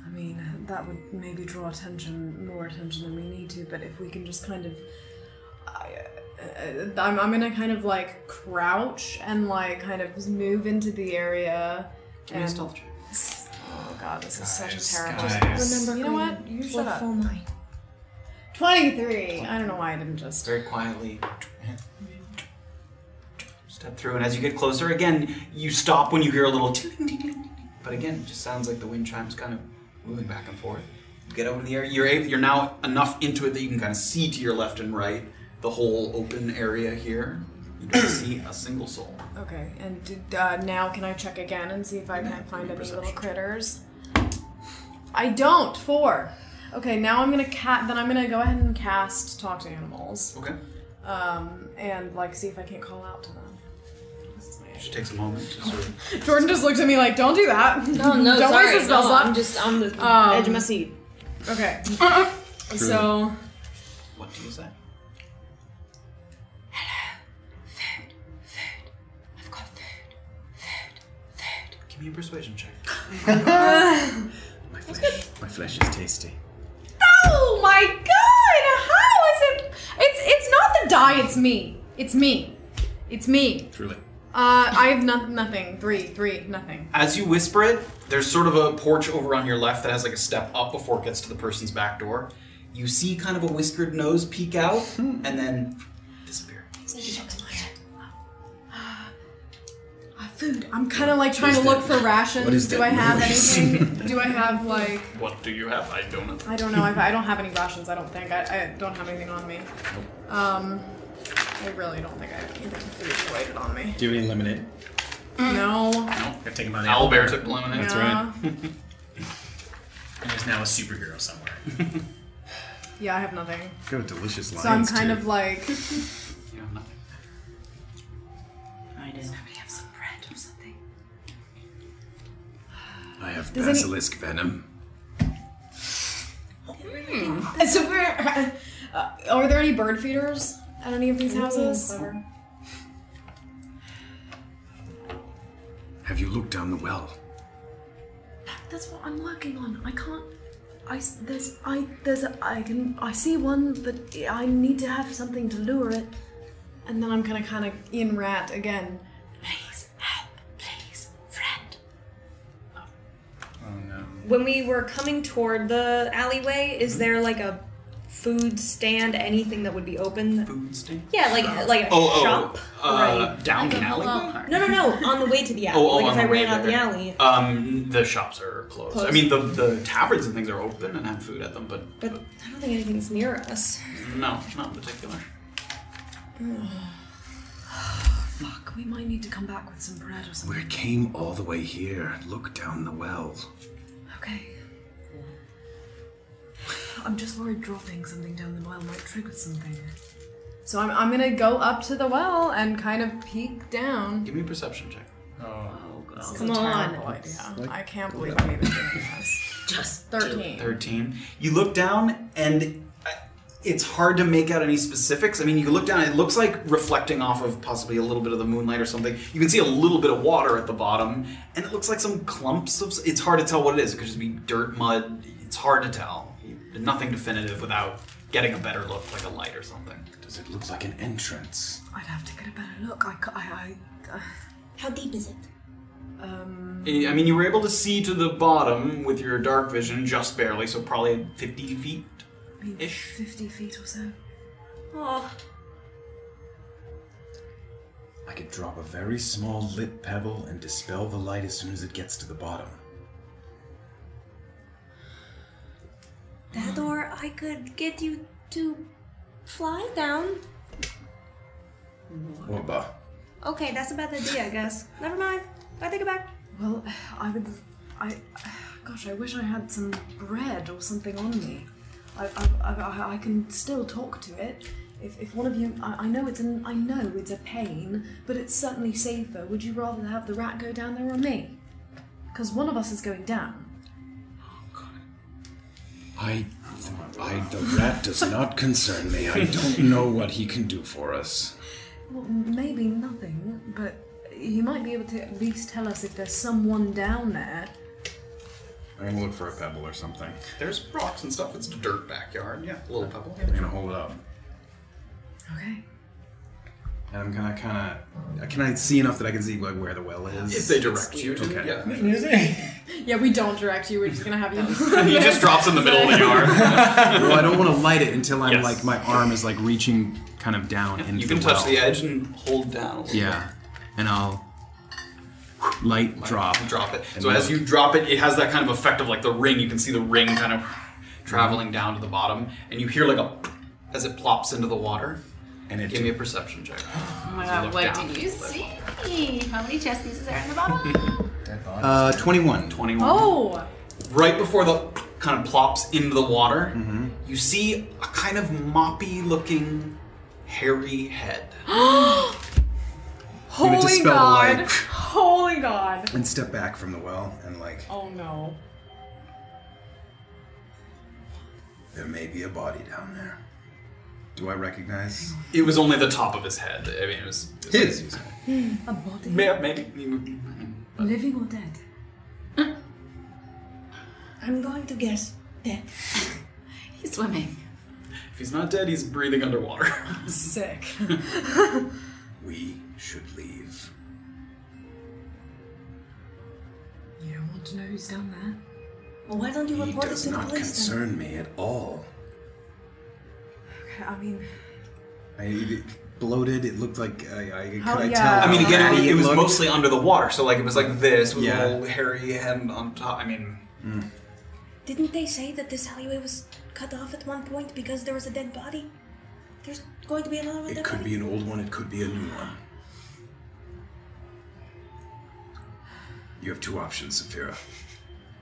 H: I mean, that would maybe draw attention, more attention than we need to, but if we can just kind of. I, uh, I'm, I'm gonna kind of like crouch and like kind of just move into the area.
D: Give me a
H: and-
D: stealth
H: Oh god, this is such a terrible.
D: guys.
H: Just remember, you know what? You shut up. 23. I don't know why I didn't just.
D: Very quietly step through, and as you get closer, again, you stop when you hear a little ting, ting, ting, ting, ting. but again, it just sounds like the wind chimes kind of moving back and forth. You get over to the area. You're able, you're now enough into it that you can kind of see to your left and right the whole open area here. You don't see a single soul.
H: Okay, and did, uh, now can I check again and see if I can't find any little critters? I don't. Four. Okay, now I'm gonna cat. Then I'm gonna go ahead and cast talk to animals.
D: Okay.
H: Um, and like see if I can't call out to them.
D: She takes a moment to sort of
H: Jordan just looked at me like, "Don't do that.
B: No, Oh, no,
H: don't
B: sorry,
H: waste a spell
B: no,
H: slot."
B: I'm just on the
H: Um,
C: Oh.
B: edge of my seat.
H: Okay.
D: True.
H: So
D: What do you say? Give me a persuasion check.
I: My flesh, my flesh is tasty.
C: Oh my god! How is it? It's it's not the die. It's me. It's me. It's me.
I: Truly.
C: Uh, I have nothing. Nothing. Three. Three. Nothing.
D: As you whisper it, there's sort of a porch over on your left that has like a step up before it gets to the person's back door. You see kind of a whiskered nose peek out
B: Hmm.
D: and then disappear.
C: Uh, food. I'm kind of like trying to look for rations.
D: what is
C: Do
D: that
C: I have
D: noise?
C: anything? Do I have like?
D: What do you have? I don't know.
C: I don't know. I've, I don't have any rations. I don't think. I, I don't have anything on me. Um, I really don't think I have anything food related on me.
E: Do you have any lemonade?
C: No.
E: Gotta take him by the
D: Albert
E: elbow.
D: took lemonade.
E: That's
C: Yeah.
E: right. and there's now a superhero somewhere.
C: Yeah, I have nothing.
I: Got a delicious
C: So I'm kind of like.
F: I do. Somebody have some bread or something.
I: I have
C: Does any-
I: basilisk venom.
C: And so we're. Uh, are there any bird feeders at any of these houses?
I: Have you looked down the well?
H: That's what I'm working on. I can't. I s- there's I there's a, I can I see one, but I need to have something to lure it.
C: And then I'm gonna kind of in rat again.
H: Please help, please, friend.
E: Oh,
B: When we were coming toward the alleyway, is there like a food stand, anything that would be open?
D: Food stand?
B: Yeah, like like a
D: Oh, oh,
B: shop.
D: uh, down the alley.
B: No, no, no. On the way to the alley.
D: Oh, oh,
B: like
D: on
B: if I
D: the way
B: ran out the
D: there.
B: alley.
D: Um, the shops are closed. I
B: Closed.
D: mean, the, the taverns and things are open and have food at them, but
B: But I don't think anything's near us.
D: no, not in particular.
H: Fuck, we might need to come back with some bread or something.
I: We came all the way here. Look down the well.
H: Okay. I'm just worried dropping something down the well might trigger something.
C: So I'm, I'm gonna go up to the well and kind of peek down.
D: Give me a perception check.
E: Oh,
C: This
H: Come
C: is a
H: on.
C: terrible idea.
D: Like-
C: I can't believe I'm even doing this. Just 13.
D: 13. You look down, and uh, it's hard to make out any specifics. I mean, you look down, it looks like reflecting off of possibly a little bit of the moonlight or something. You can see a little bit of water at the bottom, and it looks like some clumps of. s- It's hard to tell what it is. It could just be dirt, mud. It's hard to tell. You- But nothing definitive without getting a better look, like a light or something.
I: Does it look like an entrance?
H: I'd have to get a better look. I, ca- I, I, uh,
B: How deep is it?
H: Um,
D: Eh, I mean, you were able to see to the bottom with your dark vision just barely, so probably 50 feet.
H: maybe fifty feet or so.
B: Oh,
I: I could drop a very small lit pebble and dispel the light as soon as it gets to the bottom.
B: that or I could get you to fly down.
I: What about?
B: Okay, that's a bad idea, I guess. Never mind. I take it back.
H: Well, I would. I. Gosh, I wish I had some bread or something on me. I, I, I, I- I can still talk to it. If, if one of you, I, I know it's an, I know it's a pain, but it's certainly safer. Would you rather have the rat go down there or me? Because one of us is going down.
I: I, I, the rat does not concern me. I don't know what he can do for us.
H: Well, maybe nothing, but he might be able to at least tell us if there's someone down there.
N: I'm gonna look for a pebble or something.
D: There's rocks and stuff. It's a dirt backyard. Yeah, a little pebble.
N: I'm gonna hold it up.
H: Okay.
N: And I'm gonna kind of. Can I see enough that I can see like where the well is?
D: If they direct you to,
N: Okay.
D: yeah.
C: Yeah, we don't direct you. We're just gonna have you.
N: He just drops in the middle of the yard. well, I don't want to light it until I'm
D: Yes.
N: like my arm is like reaching kind of down into
D: You can
N: the
D: touch
N: well.
D: the edge and hold down. A little
N: Yeah, and I'll light, drop,
D: drop it. So as you drop it, it has that kind of effect of like the ring. You can see the ring kind of traveling down to the bottom, and you hear like a as it plops into the water.
I: And it
D: give me a perception check.
F: Oh my
D: As you
F: god,
D: look
F: what
D: down.
F: do you see? How many chess pieces are in the bottom?
N: Uh, 21.
D: 21.
C: Oh!
D: Right before the kind of plops into the water, you see a kind of moppy looking, hairy head.
N: gonna
C: Holy
N: dispel the
C: god!
N: light.
C: Holy god!
N: and step back from the well and like
C: Oh no.
I: There may be a body down there.
N: Do I recognize?
D: It was only the top of his head. I mean, it was. It was
N: His.
H: A body.
D: Yeah, maybe.
H: Living or dead?
B: I'm going to guess dead.
F: He's swimming.
D: If he's not dead, he's breathing underwater.
H: Sick.
I: We should leave.
H: You don't want to know who's down there.
B: Well, why don't you
I: He
B: report it
I: does
B: to the
I: not
B: police then?
I: concern me at all.
H: Okay, I mean,
N: I, it bloated. It looked like I, I could
H: How-
N: I
H: yeah.
N: tell.
D: I mean,
N: how
D: again, it,
N: ratty
D: it was
N: looked?
D: mostly under the water, so like it was like this with
N: Yeah.
D: a little hairy head on top. I mean,
B: Didn't they say that this alleyway was cut off at one point because there was a dead body? There's going to be another one.
I: It could be an old one, it could be a new one. You have two options, Saphira.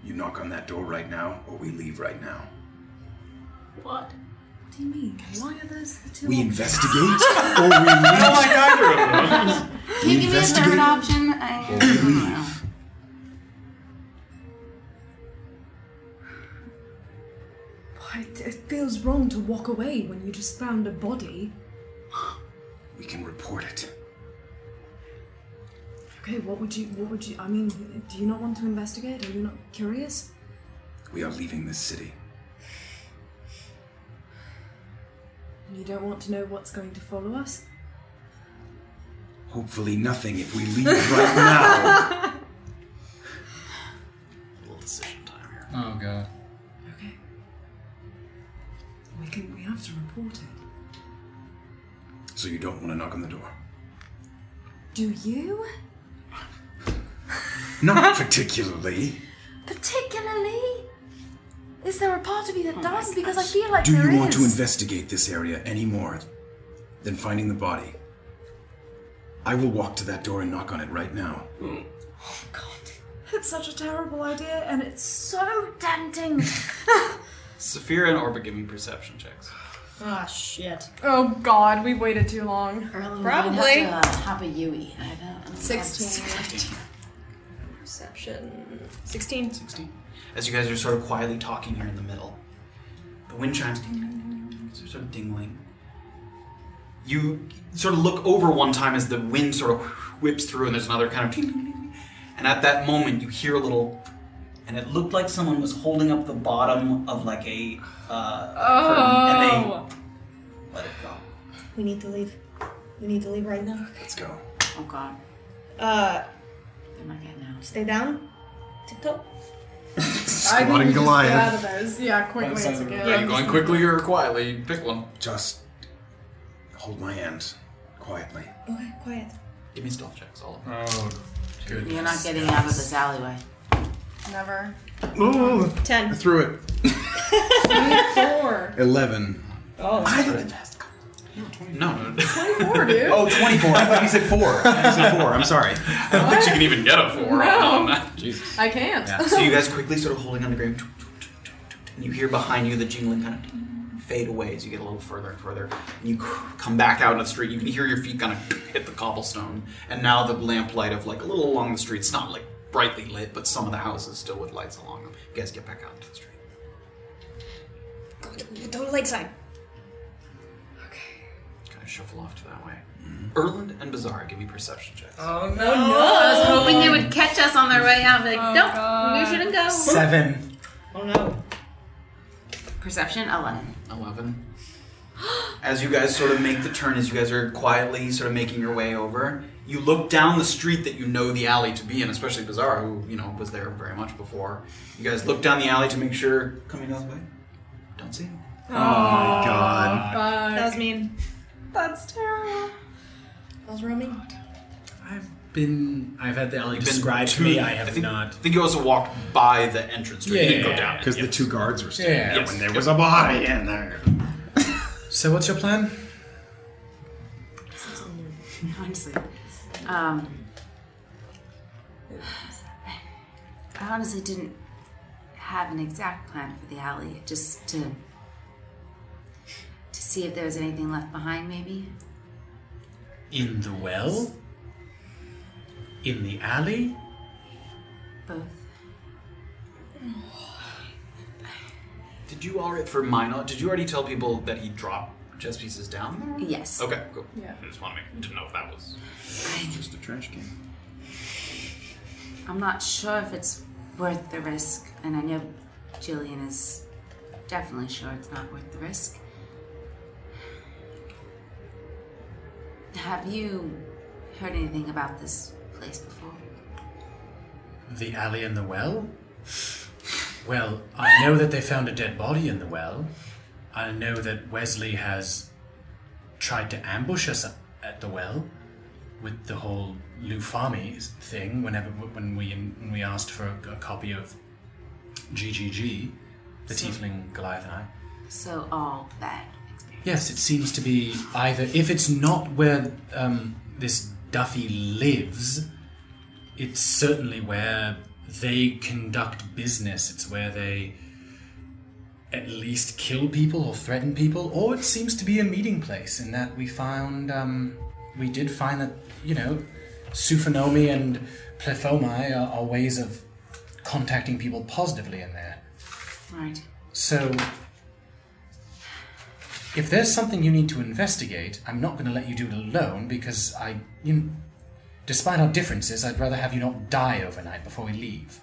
I: You knock on that door right now, or we leave right now.
F: What?
H: what do you mean? Why are those the two?
I: We
H: options?
I: investigate, or we leave.
F: Can you give me a third
I: Investigate.
F: option? I,
I: Or
F: I
I: we
F: don't know.
I: leave.
H: Why, it- it feels wrong to walk away when you just found a body.
I: We can report it.
H: Okay, what would you? What would you? I mean, do you not want to investigate? Are you not curious?
I: We are leaving this city.
H: You don't want to know what's going to follow us?
I: Hopefully, nothing if we leave right now.
D: a little decision time here.
E: Oh god.
H: Okay. We can. We have to report it.
I: So, you don't want to knock on the door?
H: Do you?
I: Not particularly.
H: Particularly? Is there a part of you
B: Oh,
H: that does? Because I feel like
I: Do
H: there
I: you want to
H: is.
I: investigate this area any more than finding the body? I will walk to that door and knock on it right now.
H: It's such a terrible idea, and it's so tempting.
D: Saphira and Orba, give me perception checks.
L: Ah, shit.
C: Oh god, we waited too long.
F: Early
L: Probably.
F: Have to, uh, hop a Yui. I don't, I don't know.
C: 16.
B: Perception. 16.
D: 16. As you guys are sort of quietly talking here in the middle, the wind chimes ding, ding, ding, ding, ding, sort of dingling. You sort of look over one time as the wind sort of whips through, and there's another kind of ding, ding, ding, ding. And at that moment, you hear a little
O: and it looked like someone was holding up the bottom of like a uh, curtain, and they
B: Oh.
O: let it go.
B: We need to leave. We need to leave right now.
O: Let's go.
F: Oh god.
B: Uh,
F: Am I getting out?
B: stay down. Tiptoe.
H: I think we
N: Squatting
H: just
N: Goliath.
H: get out of those. Yeah, quickly. It's okay.
N: Yeah,
C: Um,
N: you going quickly or quietly? Pick one.
I: Just hold my hand quietly.
B: Okay, quiet.
D: Give me stealth checks, all of them.
I: Oh, good.
F: You're not getting out of this alleyway.
H: Never.
I: Ooh,
B: Ten.
I: I threw it.
H: Twenty-four.
I: Eleven.
B: Oh,
I: I did it.
D: No.
H: Twenty-four, dude.
I: Oh, 24. I thought you said four. I said four. I'm sorry.
D: I don't think you can even get a four
H: No.
D: on that. Jesus.
H: I can't.
O: so you guys quickly sort of holding on to Graham, and you hear behind you the jingling kind of fade away as you get a little further and further. And you come back out on the street. You can hear your feet kind of hit the cobblestone, and now the lamplight of like a little along the street. It's not like brightly lit, but some of the houses still with lights along them. You guys get back out to the street.
B: Go to, go to Lakeside.
D: Kind of shuffle off to that way. Erland and Bazaar, give me perception checks.
F: Oh
D: no.
F: I was hoping they would catch us on their way out. and Be like, nope, we shouldn't go.
E: Seven.
B: Oh no.
F: Perception eleven.
D: 11.
O: As you guys sort of make the turn, as you guys are quietly sort of making your way over, you look down the street that you know the alley to be in, especially Bizarro, who, you know, was there very much before. You guys look down the alley to make sure coming down the way. Don't see him.
H: Oh, my
O: God.
H: That was
B: mean.
H: That's terrible.
B: That was real mean.
E: Been. I've had the alley
D: You've been
E: described to
D: to-
E: me. I have
D: I think-
E: not.
D: I think you also walked by the entrance to it. You didn't go down.
I: Because the two guards were still
E: Yeah.
I: there
E: Yes.
I: when there was a body in there.
E: So what's your plan?
F: Honestly. Um, I honestly didn't have an exact plan for the alley, just to to see if there was anything left behind, maybe.
E: In the well? In the alley?
F: Both.
D: Did you already, for my knowledge, did you already tell people that he dropped chess pieces down there?
F: Yes.
D: Okay, cool.
F: Yeah.
D: I just want to make, didn't know if that was
I: just a trash can.
F: I'm not sure if it's worth the risk, and I know Jillian is definitely sure it's not worth the risk. Have you heard anything about this place before?
E: The alley and the well? Well, I know that they found a dead body in the well. I know that Wesley has tried to ambush us at the well with the whole Lufami thing. Whenever when we when we asked for a, a copy of GGG, the
F: So-
E: Tiefling Goliath and I.
F: So all bad.
E: Yes, it seems to be either if it's not where um, this Duffy lives, it's certainly where they conduct business. It's where they at least kill people or threaten people, or it seems to be a meeting place. In that we found, um, we did find that you know, Suphonomi and Plephomai are, are ways of contacting people positively in there.
F: Right.
E: So, if there's something you need to investigate, I'm not going to let you do it alone because I, you, kn- despite our differences, I'd rather have you not die overnight before we leave.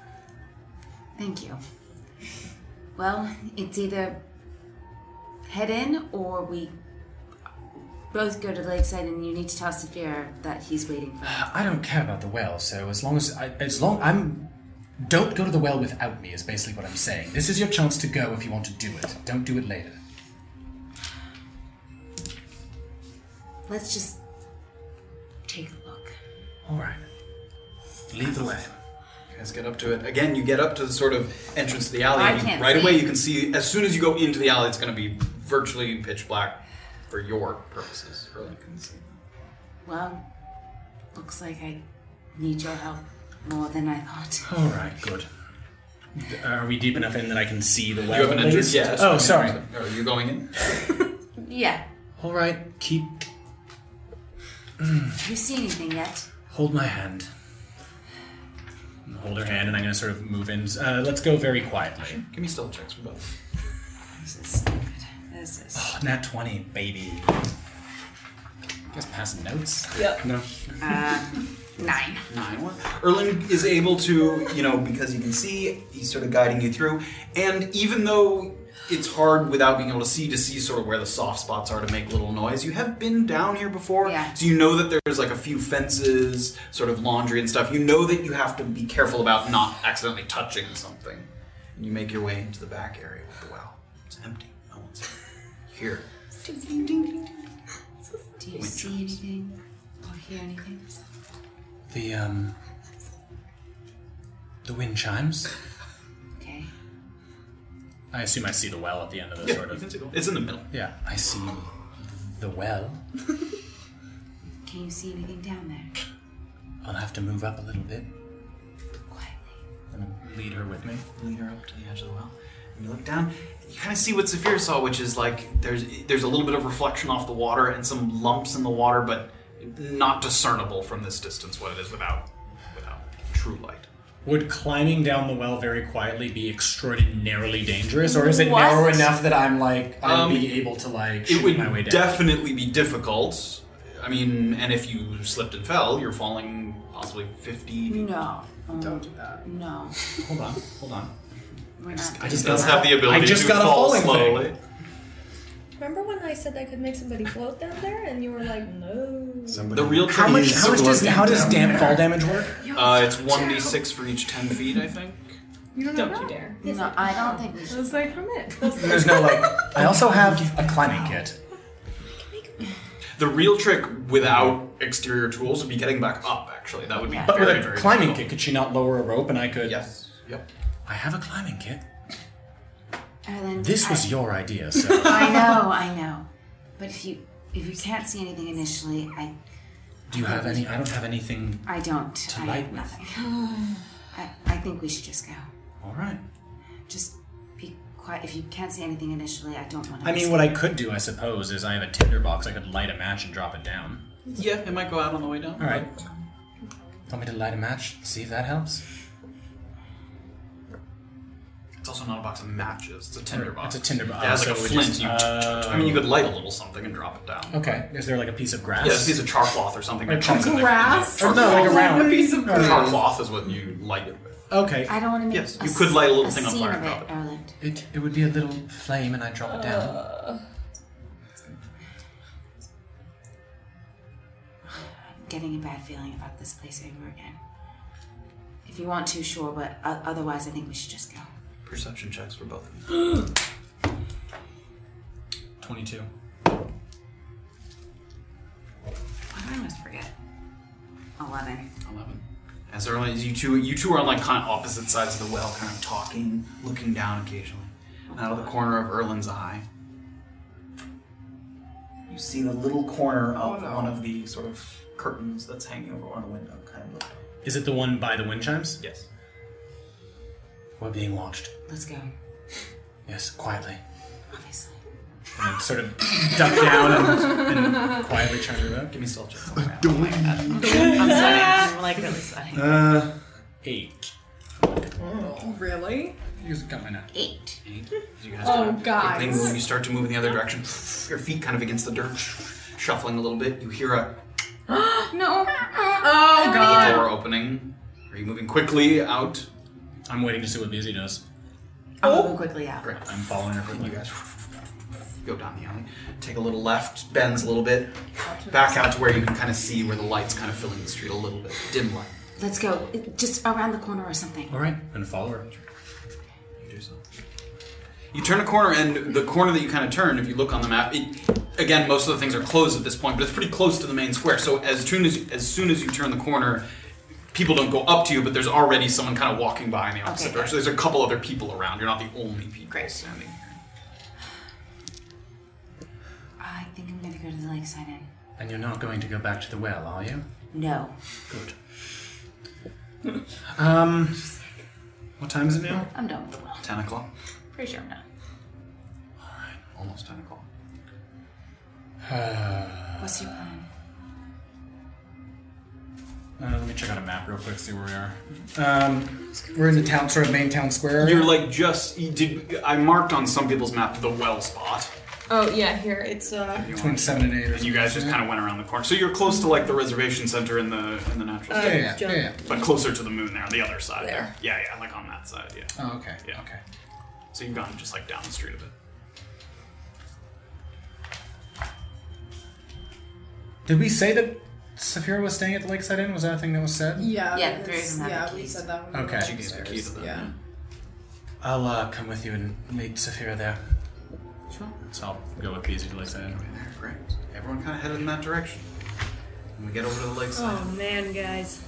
F: Thank you. Well, it's either head in or we both go to Lakeside, and you need to tell Saphir that he's waiting for. us.
E: I don't care about the well, so as long as I, as long I'm, don't go to the well without me is basically what I'm saying. This is your chance to go if you want to do it. Don't do it later.
F: Let's just take a look.
E: All right. Lead the way.
D: You guys get up to it. Again, you get up to the sort of entrance to the alley.
F: I
D: and you-
F: can't
D: right
F: see.
D: away, you can see, as soon as you go into the alley, it's going to be virtually pitch black for your purposes. Erland can see.
F: Well, looks like I need your help more than I thought.
E: All right. Good. Are we deep enough in that I can see the well?
D: you have an
E: at
D: entrance?
E: least?
D: Yes.
E: Oh, sorry.
D: Are you going in?
F: Yeah.
E: All right. Keep
F: Have you seen anything yet?
E: Hold my hand. And Hold her hand, and I'm gonna sort of move in. Uh, let's go very quietly.
D: Give me still checks for both.
F: This is so good. This is.
E: Oh, nat twenty, baby. Just passing notes.
B: Yep.
E: No.
F: Uh, Nine.
D: Nine. Erlin is able to, you know, because he can see, he's sort of guiding you through. And even though it's hard without being able to see to see sort of where the soft spots are to make little noise, you have been down here before.
F: Yeah.
D: So you know that there's like a few fences, sort of laundry and stuff. You know that you have to be careful about not accidentally touching something. And you make your way into the back area with the well. It's empty. No one's here.
F: Do you see anything or hear anything?
E: The um the wind chimes.
F: Okay.
E: I assume I see the well at the end of this sort of.
D: It's in the middle.
E: Yeah, I see the well.
F: Can you see anything down there?
E: I'll have to move up a little bit. Quietly. Lead her with me.
D: Lead her up to the edge of the well. And you look down, and you kind of see what Saphir saw, which is like there's there's a little bit of reflection off the water and some lumps in the water, but not discernible from this distance what it is without without true light.
M: Would climbing down the well very quietly be extraordinarily dangerous, or is it
D: What?
M: narrow enough that I'm like I'd
D: Um,
M: be able to like
D: it
M: shoot
D: would
M: my way down?
D: definitely be difficult. I mean, and if you slipped and fell, you're falling possibly 50 feet.
F: No.
D: Don't do that.
F: No.
E: Hold on, hold on.
F: We're not.
E: I just
D: It does
E: got a-
D: have the ability
E: I just
D: to
E: got a
D: fall
E: falling
D: slowly.
E: thing.
B: Remember when I said I could make somebody float down there, and you were like, no.
D: The real
E: how
D: trick
E: much
D: is
E: how much does
D: floating
E: how does
D: down
E: damp
D: there.
E: fall damage work?
D: Uh, it's 1d6 for each 10 feet, I think.
C: You don't, know.
F: dare. No, I don't think we should.
C: Aside from it.
E: There's no like. I also have a climbing kit.
D: The real trick without exterior tools would be getting back up, actually. That would be
E: But with
D: very,
E: a
D: very
E: climbing kit, could she not lower a rope and I could?
D: Yes. Yep.
E: I have a climbing kit.
F: Erlen,
E: This
F: I-
E: was your idea, so.
F: I know, I know. But if you if you can't see anything initially, I
E: Do you have any? I don't have anything.
F: I don't.
E: To
F: I
E: light
F: have
E: with.
F: nothing. I, I think we should just go.
E: All right.
F: Just be quiet. If you can't see anything initially, I don't want to.
E: I mean, what I could do, I suppose, is I have a tinder box. I could light a match and drop it down.
D: Yeah, it might go out on the way down.
E: All right. Want me to light a match? See if that helps.
D: It's also not a box of matches. It's a tinderbox.
E: It's a tinder box,
D: It has like
E: so Oh,
D: a
E: it
D: flint.
E: just- uh,
D: you I mean, you could light a little something and drop it down.
E: Okay. Is there like a piece of grass?
D: Yeah, it's a piece of char cloth or something.
E: Like
D: that comes in there.
C: grass?
D: Char
E: Or no, like
D: cloth.
E: a round- A piece
C: Oh,
E: of
D: Char
E: grass.
D: cloth is what you light it with.
E: Okay.
F: I don't want to make.
D: Yes,
F: a
D: you could light a little
F: s-
D: thing on
F: scene
D: fire
F: of
D: and drop
F: it, Erlen.
E: It, it would be a little flame and I drop it down.
F: I'm getting a bad feeling about this place over again. If you want to, sure, but uh, otherwise, I think we should just go.
D: Perception checks for both of you.
E: 22.
F: Why do I always forget? Eleven.
D: Eleven. As early as you two, you two are on like kind of opposite sides of the well, kind of talking, looking down occasionally. And out of the corner of Erlin's eye, you see the little corner of one of the sort of curtains that's hanging over one of the window, kind of. Look.
M: Is it the one by the wind chimes?
D: Yes.
E: We're being watched.
F: Let's go.
E: Yes, quietly.
F: Obviously.
E: And I sort of duck down and, and quietly turn her up.
D: Give me stealth checks.
L: I'm sweating. I'm like really sweating.
M: Uh,
E: Eight.
H: Really?
E: You guys got my nut.
F: Eight.
D: You guys
H: Oh,
D: do it.
H: guys.
D: Quickly move, you start to move in the other direction. Your feet kind of against the dirt, shuffling a little bit. You hear a
F: No.
H: Oh god.
D: door opening. Are you moving quickly out?
M: I'm waiting to see what Busy does.
F: I'll move quickly out.
D: Oh! Great.
M: I'm following her
D: You
M: quickly.
D: guys go down the alley, take a little left, bends a little bit, back out to where you can kind of see where the light's kind of filling the street a little bit. Dim light.
F: Let's go. It- Just around the corner or something.
E: All right, and follow her.
D: You do so. You turn a corner, and the corner that you kind of turn, if you look on the map, it, again, most of the things are closed at this point, but it's pretty close to the main square. So as soon as as soon as you turn the corner, people don't go up to you, but there's already someone kind of walking by in the opposite
F: Okay.
D: direction. There's a couple other people around. You're not the only people
F: Great.
D: standing.
F: I think I'm gonna go to the lakeside inn.
E: And you're not going to go back to the well, are you?
F: No.
E: Good. Um, what time is it now?
F: I'm done with the well.
D: Ten o'clock,
F: Pretty sure I'm done.
D: almost ten o'clock.
F: What's your plan?
M: Uh, let me check out a map real quick, see where we are. Um, we're in the town, sort of main town square.
D: You're like just you did. I marked on some people's map the well spot.
B: Oh yeah, here it's uh.
E: Between seven and eight.
D: And you guys just kind of went around the corner, so you're close to like the reservation center in the in the
E: Oh,
D: natural.
B: Uh,
D: state.
B: yeah, yeah, yeah.
D: But closer to the moon there, on the other side
B: There.
D: there. Yeah, yeah, like on that side. Yeah.
E: Oh, okay.
D: Yeah. Okay. So you've gone just like down the street a bit.
E: Did we say that Saphira was staying at the Lakeside Inn? Was that a thing that was said?
C: Yeah.
F: Yeah,
C: that's-
F: there is another
C: Yeah,
F: key.
C: we said
D: Uh,
C: that one.
E: Okay.
C: was
E: She gets the key
C: upstairs,
E: to that,
C: Yeah.
E: I'll uh, come with you and meet Saphira there.
D: Sure.
E: So I'll go with Beezy to Lakeside Inn.
D: Great. Everyone kind of headed in that direction. And we get over to the lakeside.
B: Oh man, guys.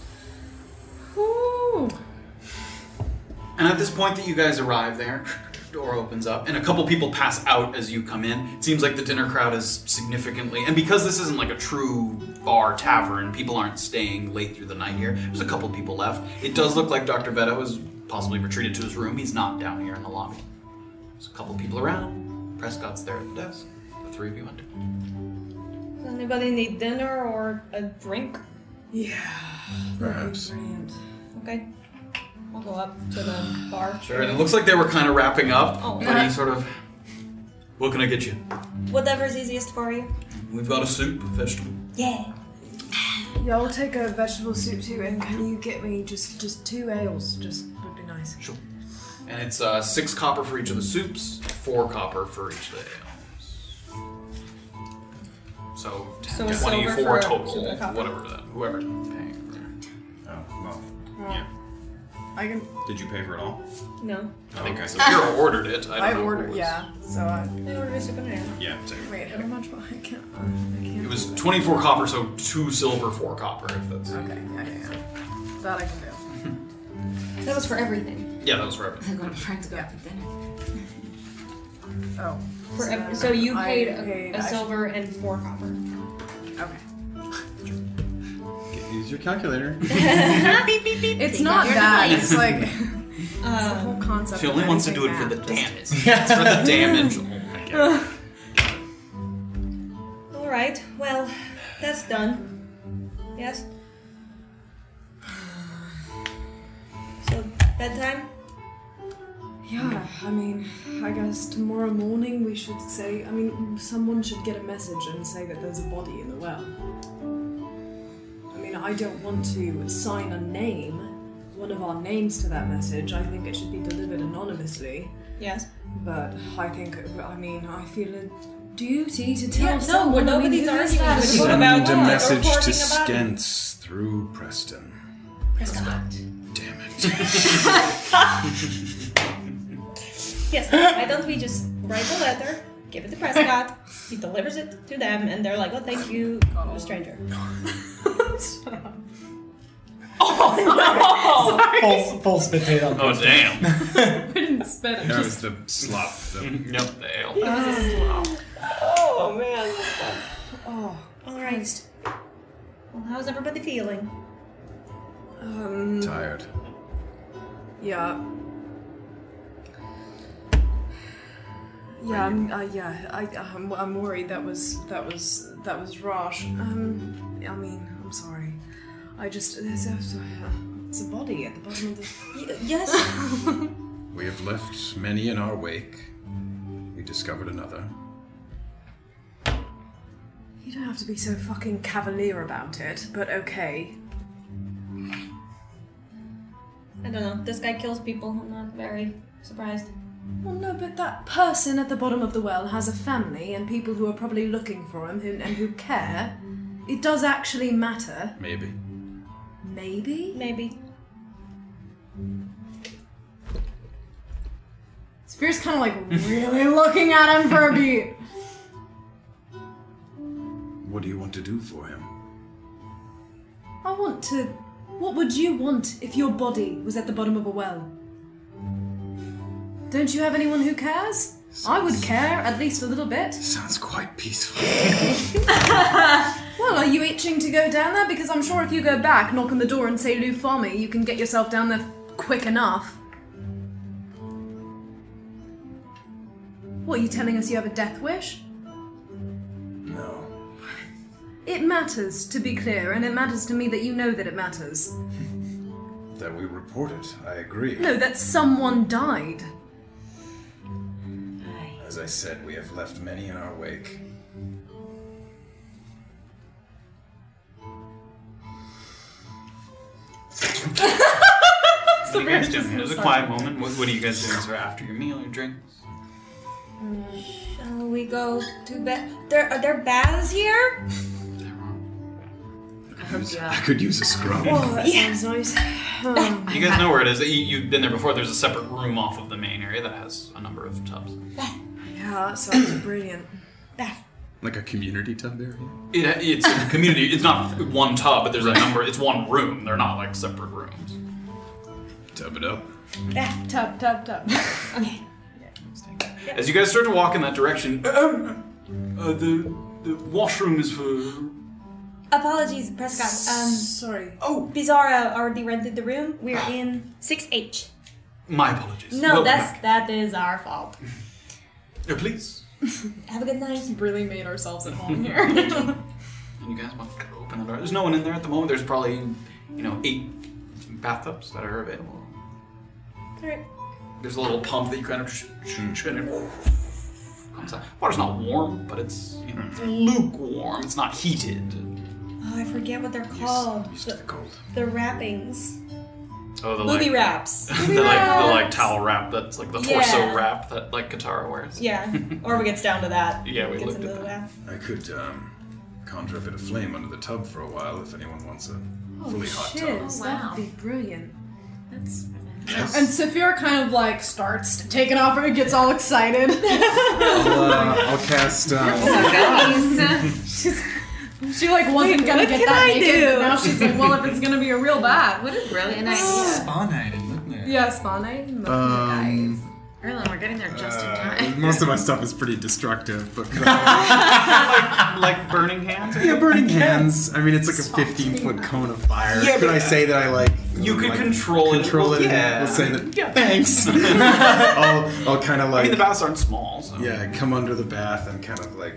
D: And at this point that you guys arrive there, door opens up, and a couple people pass out as you come in. It seems like the dinner crowd is significantly, and because this isn't like a true bar tavern, people aren't staying late through the night here. There's a couple people left. It does look like Dr. Veto has possibly retreated to his room. He's not down here in the lobby. There's a couple people around. Prescott's there at the desk. The three of you enter.
B: Does anybody need dinner or a drink?
C: Yeah.
I: Perhaps.
B: Okay. I'll go up to the bar.
D: Sure. And it looks like they were kind of wrapping up.
B: Oh.
D: And he sort of, what can I get you?
B: Whatever's easiest for you.
D: We've got a soup, vegetable.
B: Yeah.
C: Yeah, I'll take a vegetable soup too, and can you get me just just two ales? Just would be nice.
D: Sure. And it's uh, six copper for each of the soups, four copper for each of the ales. So,
B: So it's silver
D: 24
B: for
D: total,
B: a copper.
D: whatever that, whoever's paying for it.
I: Oh, well.
C: Yeah. I can.
I: Did you pay for it all? Oh,
B: No.
D: I think
I: Okay.
D: Saphira ordered it. I, don't know who
C: ordered.
D: it was.
C: Yeah. So I.
B: They ordered a soup and an
I: Yeah, same.
C: Wait, how much? I can't. I can't.
D: It was 24 copper, so two silver, four copper, if that's.
C: Okay. Yeah, yeah, yeah. That I can do.
B: ale. That was for everything.
D: Yeah, that was right.
F: I'm going to try to go out to dinner.
C: Oh.
B: For
C: So
B: ev- so you
C: I
B: paid a,
C: paid-
B: a
C: I-
B: silver and four copper.
C: Okay.
I: Use your calculator.
C: It's not
F: You're
C: that.
F: nice.
C: It's like it's the
B: Um,
C: whole concept.
D: She
C: of
D: only wants to do it
C: anything
D: for the
C: math.
D: damage. it's for the damage. only.
B: all right. Well, that's done. Yes. So bedtime.
C: Yeah, I mean, I guess tomorrow morning we should say. I mean, someone should get a message and say that there's a body in the well. I mean, I don't want to sign a name, one of our names to that message. I think it should be delivered anonymously.
B: Yes.
C: But I think, I mean, I feel a duty to tell
B: Yeah, no,
C: someone. I mean,
B: nobody's
C: who is
B: arguing
C: that?
B: with you.
I: Send
B: about
I: a
B: what?
I: message to
B: Reporting about-
I: Skentz through Preston.
B: Prescott.
I: Damn it.
B: Yes. Why don't we just write a letter, give it to Prescott, he delivers it to them, and they're like, "Oh, thank you, stranger."
E: Full, full spit paid on
D: Oh, damn.
C: I didn't spend it.
I: That
C: Just
I: was the slop. The
D: yep, the ale.
B: Oh man.
C: oh.
B: All right. Well, how's everybody feeling?
C: Um.
I: tired.
C: Yeah. Yeah, I'm, uh, yeah. I, I'm, I'm worried. That was that was that was Raj. Um, I mean, I'm sorry. I just there's a, it's a body at the bottom of the.
B: Y- yes.
I: We have left many in our wake. We discovered another.
C: You don't have to be so fucking cavalier about it, but okay.
B: I don't know. This guy kills people. I'm not very surprised.
C: Well, no, but that person at the bottom of the well has a family and people who are probably looking for him who, and who care. It does actually matter.
I: Maybe.
C: Maybe.
B: Maybe.
C: Spear's kind of like really looking at him for a beat.
I: What do you want to do for him?
C: I want to. What would you want if your body was at the bottom of a well? Don't you have anyone who cares? I would care, at least a little bit.
I: Sounds quite peaceful.
C: Well, are you itching to go down there? Because I'm sure if you go back, knock on the door, and say Lou for me, you can get yourself down there quick enough. What, are you telling us you have a death wish?
I: No.
C: It matters, to be clear, and it matters to me that you know that it matters.
I: That we report it. I agree.
C: No, that someone died.
I: I As I said, we have left many in our wake.
D: What are you guys doing? It was a quiet moment. What, what are you guys doing sir, after your meal, your drink?
B: Shall we go to bed? There are there baths here?
I: I could use a scrub.
H: Oh, that sounds nice. Um,
D: You guys know where it is. You- You've been there before. There's a separate room off of the main area that has a number of tubs.
H: yeah, that sounds brilliant.
I: Like a community tub area?
D: It, it's a community. It's not one tub, but there's a number. It's one room. They're not like separate rooms.
I: Tub it up.
C: Tub, tub, tub. okay.
D: As you guys start to walk in that direction, um, uh, the the washroom is for.
B: Apologies, Prescott. Um,
H: sorry.
D: Oh,
B: Bizarro already rented the room. We're in six H.
D: My apologies.
B: No,
D: Welcome
B: that's that is our fault.
D: back. Uh, please.
B: Have a good night.
H: Really made ourselves at home here.
D: And you guys want to open the door? There's no one in there at the moment. There's probably, you know, eight bathtubs that are available. There's a little pump that you kind of sh- sh- sh- and it comes out. Water's not warm, but it's you know it's lukewarm. It's not heated.
B: Oh, I forget what they're called. the, the wrappings.
D: Oh, the
B: Booby
D: like,
B: wraps.
D: the like the like towel wrap that's like the torso
B: Yeah.
D: wrap that like Katara wears.
B: Yeah. Or we gets down to that.
D: Yeah, we
B: gets
D: looked
B: into
D: at
B: the wrap.
I: I could um, conjure a bit of flame under the tub for a while if anyone wants a
C: Holy
I: fully hot
C: shit,
I: tub.
C: that would be brilliant. That's
I: Yes.
C: And Saphira kind of like starts to take it off and gets all excited.
N: I'll, uh, I'll cast. Um,
C: she like wasn't
H: Wait,
C: gonna get
H: what can
C: that
H: I
C: naked,
H: do?
C: but now she's like, well, if it's gonna be a real bat, what is
F: Brilliant idea.
E: Spa night in Midnight.
C: Yeah, spawn night.
N: um,
F: Erlen, we're getting there just in time.
N: most of my stuff is pretty destructive, but
D: like burning hands.
N: yeah, burning hands. I mean, it's like a 15 foot cone of fire.
D: Yeah,
N: could
D: but-
N: I say that I like?
D: You could
N: like,
D: control it.
N: Control
D: Well,
N: it.
D: yeah.
N: And we'll say that.
D: Yeah.
N: Thanks. I'll, I'll kind of like.
D: I mean, the baths aren't small, so
N: Yeah, come under the bath and kind of like.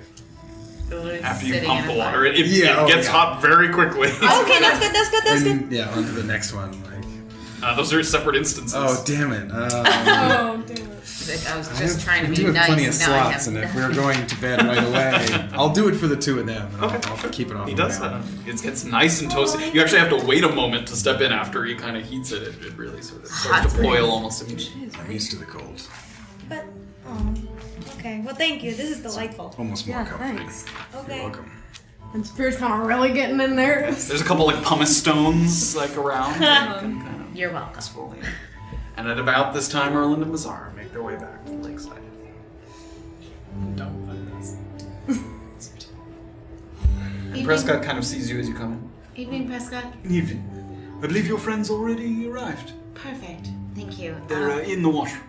D: after you
N: Sitting
D: pump
N: in
D: the
N: a
D: water, it, it,
N: Yeah,
D: it
N: oh,
D: gets
N: yeah.
D: hot very quickly.
B: Okay, that's good, that's good, that's good.
N: And, yeah, onto the next one. Like,
D: Uh, those are separate instances.
N: oh damn it! Um,
C: Oh, damn.
F: Like, I was
N: I
F: just
N: have-
F: trying
N: I
F: to
N: do
F: be
N: have
F: nice.
N: plenty of
F: now I
N: slots,
F: have-
N: and if we're going to bed right away, I'll do it for the two of them. And okay. I'll, I'll keep it off.
D: He does that. It gets nice and toasty. You actually have to wait a moment to step in after he kind of heats it. It, it really sort of starts to
F: Hot
D: boil
F: springs.
D: almost immediately.
I: I'm used to the cold.
B: But oh, okay. Well, thank you. This is delightful.
I: Almost more comforting.
B: Okay.
C: And Saphira's kind of really getting in there.
D: There's a couple like pumice stones like around.
F: You're welcome.
D: and at about this time, Erland and Mazar make their way back to the lakeside. I'm done with this. And Prescott kind of sees you as you come
F: Evening, Prescott.
D: in. Evening. I believe your friends already arrived.
F: Perfect. Thank you.
D: They're uh,
F: Uh,
D: in the washroom.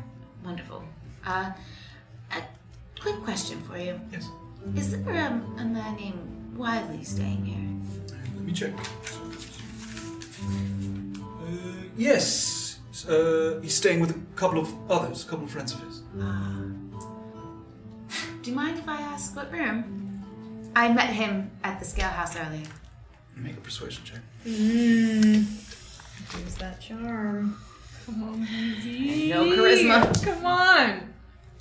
F: Wonderful. Uh, a quick question for you.
D: Yes.
F: Is there um, a man named Wiley staying here?
D: Let me check. yes, uh, he's staying with a couple of others, a couple of friends of his.
F: Do you mind if I ask what room? I met him at the scale house earlier.
D: Make a persuasion check.
B: Mmm. Use that charm. Come on, easy.
F: No charisma.
C: Come on.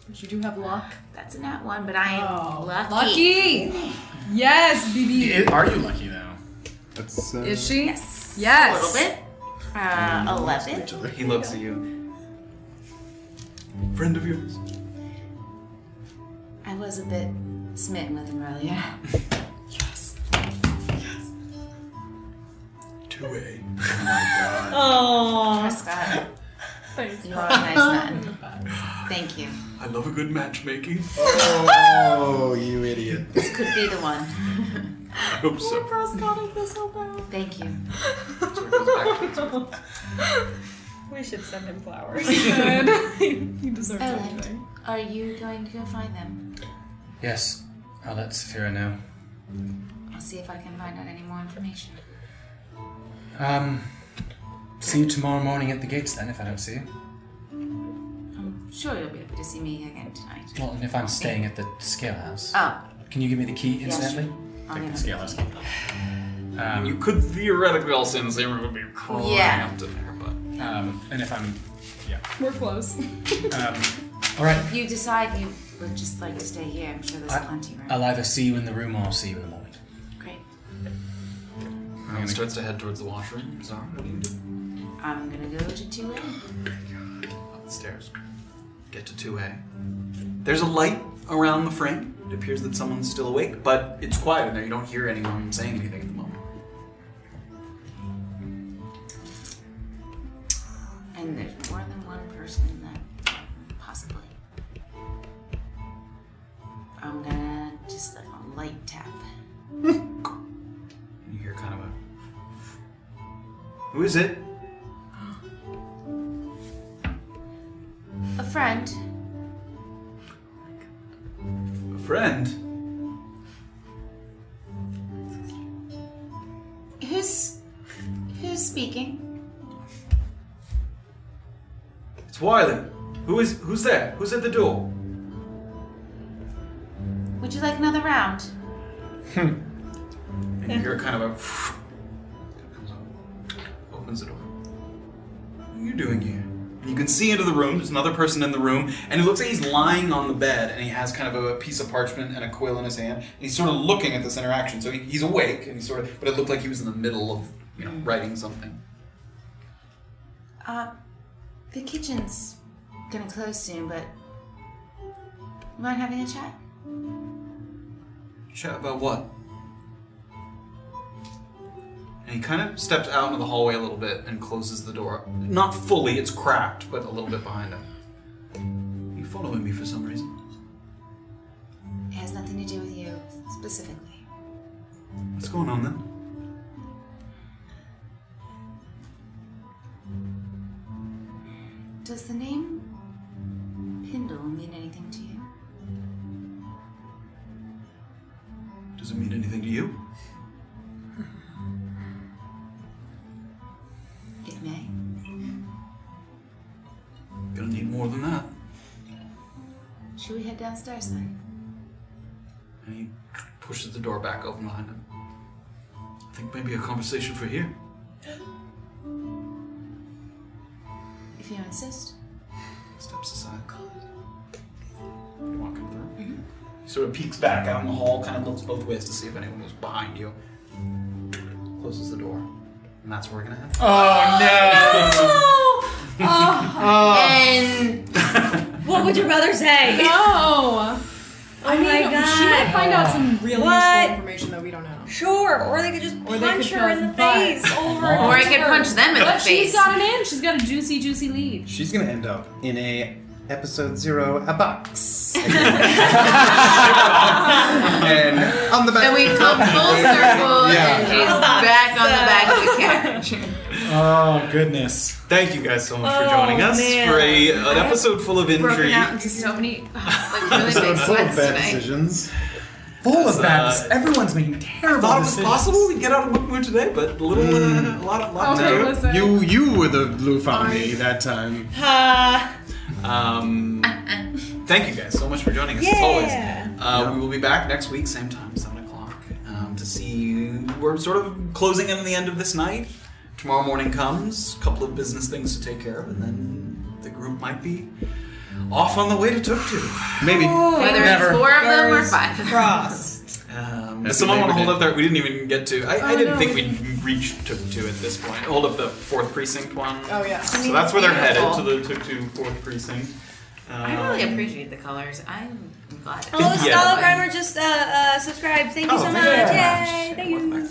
C: But you do have luck.
F: That's a nat one, but I am lucky.
C: Lucky. Yes, BB.
E: Are you lucky though?
N: That's, uh,
C: Is she?
F: Yes. A
C: Yes.
F: little bit. Uh,
N: Mm,
F: eleven.
D: He looks at you. Friend of yours.
F: I was a bit smitten with him earlier.
D: Two A.
B: Oh.
F: Prescott,
C: Thanks.
F: you are a nice man. Thank you.
D: I love a good matchmaking.
N: Oh, you idiot!
F: This could be the one.
D: I hope so.
F: Thank you.
B: We should send him flowers.
C: you deserve
F: Erland, are you going to go find them?
E: Yes. I'll let Saphira know.
F: I'll see if I can find out any more information.
E: Um, see you tomorrow morning at the gates then if I don't see you.
F: I'm sure you'll be able to see me again tonight.
E: Well, and if I'm staying at the scale house.
F: Oh,
E: Can you give me the key
F: Yes.
E: incidentally?
F: I'll give it.
E: Scale house key. Um,
D: You could theoretically all sit in the same room and be crawling
F: Yeah.
D: up to there, but
E: um, and if I'm
C: We're close.
E: um, all right,
F: If you decide you would just like to stay here. I'm sure there's plenty room.
E: I'll either see you in the room or I'll see you in the morning.
F: Great.
D: Ryan starts to head towards the washroom. Zara, what do you do?
F: I'm gonna go to two A.
D: Up the stairs. Get to 2A. There's a light around the frame. It appears that someone's still awake, but it's quiet in there. You don't hear anyone saying anything at the moment.
F: And there's more than one person in that, possibly. I'm gonna just like a light tap.
D: You hear kind of a. Who is it?
F: A friend.
D: A friend.
F: Who's who's speaking?
D: It's Wiley. Who is? Who's there? Who's at the door?
F: Would you like another round?
D: And you hear kind of a. Opens the door. What are you doing here? And you can see into the room. There's another person in the room, and it looks like he's lying on the bed, and he has kind of a piece of parchment and a quill in his hand, and he's sort of looking at this interaction. So he, he's awake, and he's sort of. But it looked like he was in the middle of you know writing something.
F: Uh, the kitchen's gonna close soon, but you mind having a chat?
D: Chat about what? And he kind of steps out into the hallway a little bit and closes the door. Not fully, it's cracked, but a little bit behind him. You following me for some reason?
F: It has nothing to do with you specifically.
D: What's going on then?
F: Does the name Pindle mean anything to you?
D: Does it mean anything to you?
F: It may.
D: Gonna need more than that.
F: Should we head downstairs then?
D: And he pushes the door back open behind him. I think maybe a conversation for here.
F: If you insist.
D: Steps aside. You walk in through. He sort of peeks back out in the hall, kind of looks both ways to see if anyone was behind you. Closes the door. And that's where we're gonna end.
E: Oh
D: no!
H: Uh,
B: And what would your mother say?
H: No.
B: Oh
H: I mean,
B: my
H: she might
B: God.
H: find out some really
B: What?
H: useful information that we don't know.
B: Sure, or they could just
H: Or they
B: punch
H: could
B: her in the
H: throw the
B: face
H: butt.
B: over.
H: Or
B: and
H: I
B: over.
H: could punch them in the
C: But
H: face.
C: she's got an in. She's got a juicy, juicy lead.
G: She's gonna end up in a episode zero a box. and on the back.
F: And we've come full circle and she's back on the back of the carriage.
E: Oh goodness!
D: Thank you guys so much
F: Oh,
D: for joining us
F: man.
D: for a, an episode full of
F: Broken
D: intrigue.
F: out into so many like
G: Episode
F: really big
G: full of
F: sweats
G: bad
F: today.
G: decisions.
E: Full
D: of bad.
E: Everyone's making terrible.
D: thought it was
E: decisions.
D: possible we'd get out of Bookmoon today, but a little, uh, a lot, of lot
G: No,
D: to do.
G: you you were the blue me that time.
B: Ha.
D: Um, thank you guys so much for joining us as always. Uh, We will be back next week, same time, seven o'clock, um, to see. We're sort of closing in on the end of this night. Tomorrow morning comes, a couple of business things to take care of, and then the group might be off on the way to Tuktu.
G: Maybe
F: Whether it's four of them or five of them.
D: Um,
G: Happy
D: someone want
G: Labor
D: to hold
G: Day.
D: up there. We didn't even get to. I, I
H: Oh,
D: didn't
H: no,
D: think
H: we
D: we'd reach Tuktu at this point. Hold up the fourth precinct one.
H: Oh, yeah. I
D: So
H: mean,
D: that's where they're headed
F: beautiful.
D: to the Tuktu fourth precinct. Um,
F: I really appreciate the colors. I'm glad.
B: Hello,
D: Yeah.
B: Stallogrammer just uh, uh, subscribed. Thank you
D: Oh,
B: so much.
D: thank you very
B: Yay! Thank you.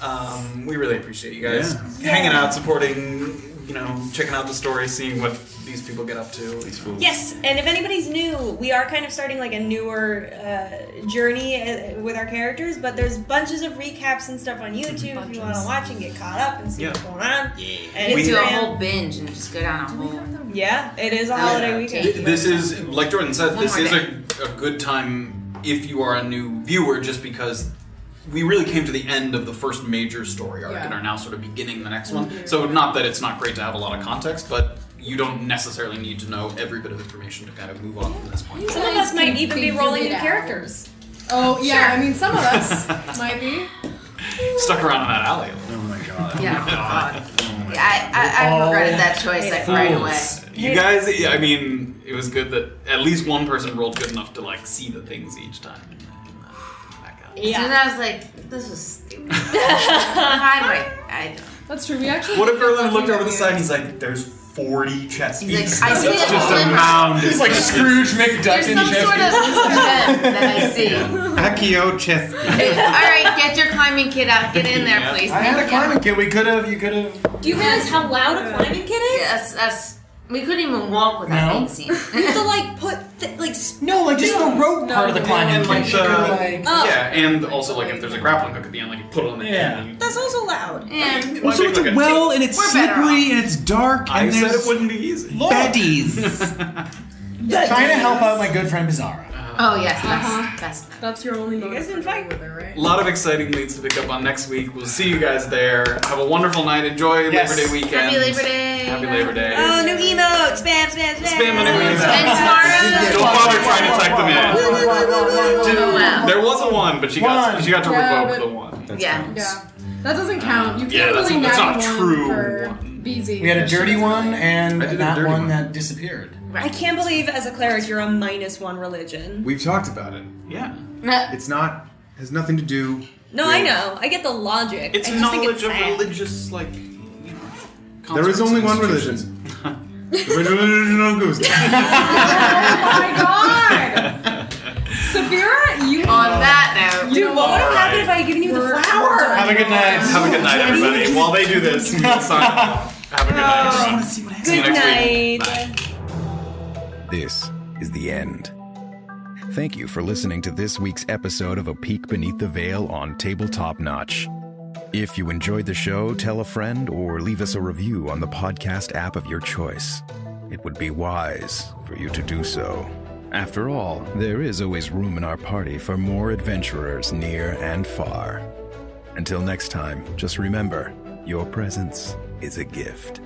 D: Um, we really appreciate you guys hanging out, supporting, you know, checking out the story, seeing what these people get up to. These fools.
B: Yes, and if anybody's new, we are kind of starting like a newer uh, journey uh, with our characters, but there's bunches of recaps and stuff on YouTube if you want to watch and get caught up and see
F: Yeah.
B: what's going on. Yeah. And
F: We do a
B: Instagram.
F: whole binge and just go down a whole.
G: Oh
B: Yeah, it is a holiday weekend.
D: This is, like Jordan said,
F: One
D: this
F: more
D: is a, a good time if you are a new viewer, just because we really came to the end of the first major story arc
O: Yeah.
D: and are now sort of beginning the next one.
O: Mhm.
D: So, not that it's not great to have a lot of context, but you don't necessarily need to know every bit of information to kind of move on from this point.
B: Some of us might even be rolling new characters.
H: Oh yeah, I mean some of us
D: us
H: might be.
D: Stuck around in that alley. Oh
G: my god.
F: Yeah. Yeah, I, I, I regretted that choice like right away.
D: You guys, I mean, it was good that at least one person rolled good enough to like see the things each time. uh,
F: Yeah. So then I was like, this was stupid. Highway. I don't.
H: That's true. We actually.
D: What if Erlen looked over the side and he's like, there's 40 chess
F: He's like,
D: pieces.
F: "I see
D: That's
F: it
D: just
F: all
D: a
F: in my-
D: mound.
F: He's like
E: Scrooge McDuck
F: There's some sort of event that I see.
G: Akio chess.
F: All right, get your climbing kit out. Get in there, please.
G: I had a
F: Thank
G: climbing kit. We could have. You could have.
F: Do you realize how loud a climbing kit is? Yes, that's. We couldn't even walk with that
G: No.
F: thing seen.
B: You have to like put th- like s-
E: no, like
D: just the
E: rope
D: part of the climbing and like the,
B: like- Oh.
D: yeah, and also like if there's a grappling hook at the end, like you put it on the
E: Yeah.
B: That's also loud.
F: And
D: Well,
N: so it's a well, and it's
D: We're better
N: slippery, and it's dark,
D: I
N: and
D: said
N: there's
D: it wouldn't be easy.
N: baddies.
E: Trying to help out my good friend Bizarro.
F: Oh yes, that's that's.
H: That's your only. You guys been fighting with her, right?
D: A lot of exciting leads to pick up on next week. We'll see you guys there. Have a wonderful night. Enjoy
E: Yes.
D: Labor Day weekend.
F: Happy Labor Day.
D: Happy Labor Day.
B: Oh, new emote! Spam, spam, spam!
D: Spam a new email.
F: And tomorrow-
D: Don't bother trying to type them in. Didn't-
F: Wow.
D: There was a one, but she got she got to
H: Yeah,
D: revoke
H: but-
D: the one.
F: Yeah.
H: Yeah. That doesn't count. You can't
D: yeah, that's-
H: really
D: that's
H: nag
D: not
H: one
D: true.
H: for BZ.
E: We had a dirty one and
N: did a
E: that
N: dirty
E: one,
N: one.
E: that disappeared.
B: I can't believe as a cleric you're a minus one religion.
N: We've talked about it.
D: Yeah.
N: It's not has nothing to do.
B: No, I know. I get the logic.
D: It's
B: I just think
D: knowledge
B: it's
D: of
B: sad.
D: religious like. you know,
N: There is
D: concerts
N: only
D: and
N: one
D: institutions.
N: religion. the religion of ghosts.
H: Saphira, you
F: On that note,
B: Dude, what would have
D: Alright.
B: happened if I had given you the flower?
D: Have a good night. Have a good night, everybody. While they do this, sign off. Have a good night. See you
B: Good
D: next week.
B: night.
D: Bye.
A: This is the end. Thank you for listening to this week's episode of A Peek Beneath the Veil on Tabletop Notch. If you enjoyed the show, tell a friend or leave us a review on the podcast app of your choice. It would be wise for you to do so. After all, there is always room in our party for more adventurers near and far. Until next time, just remember your presence is a gift.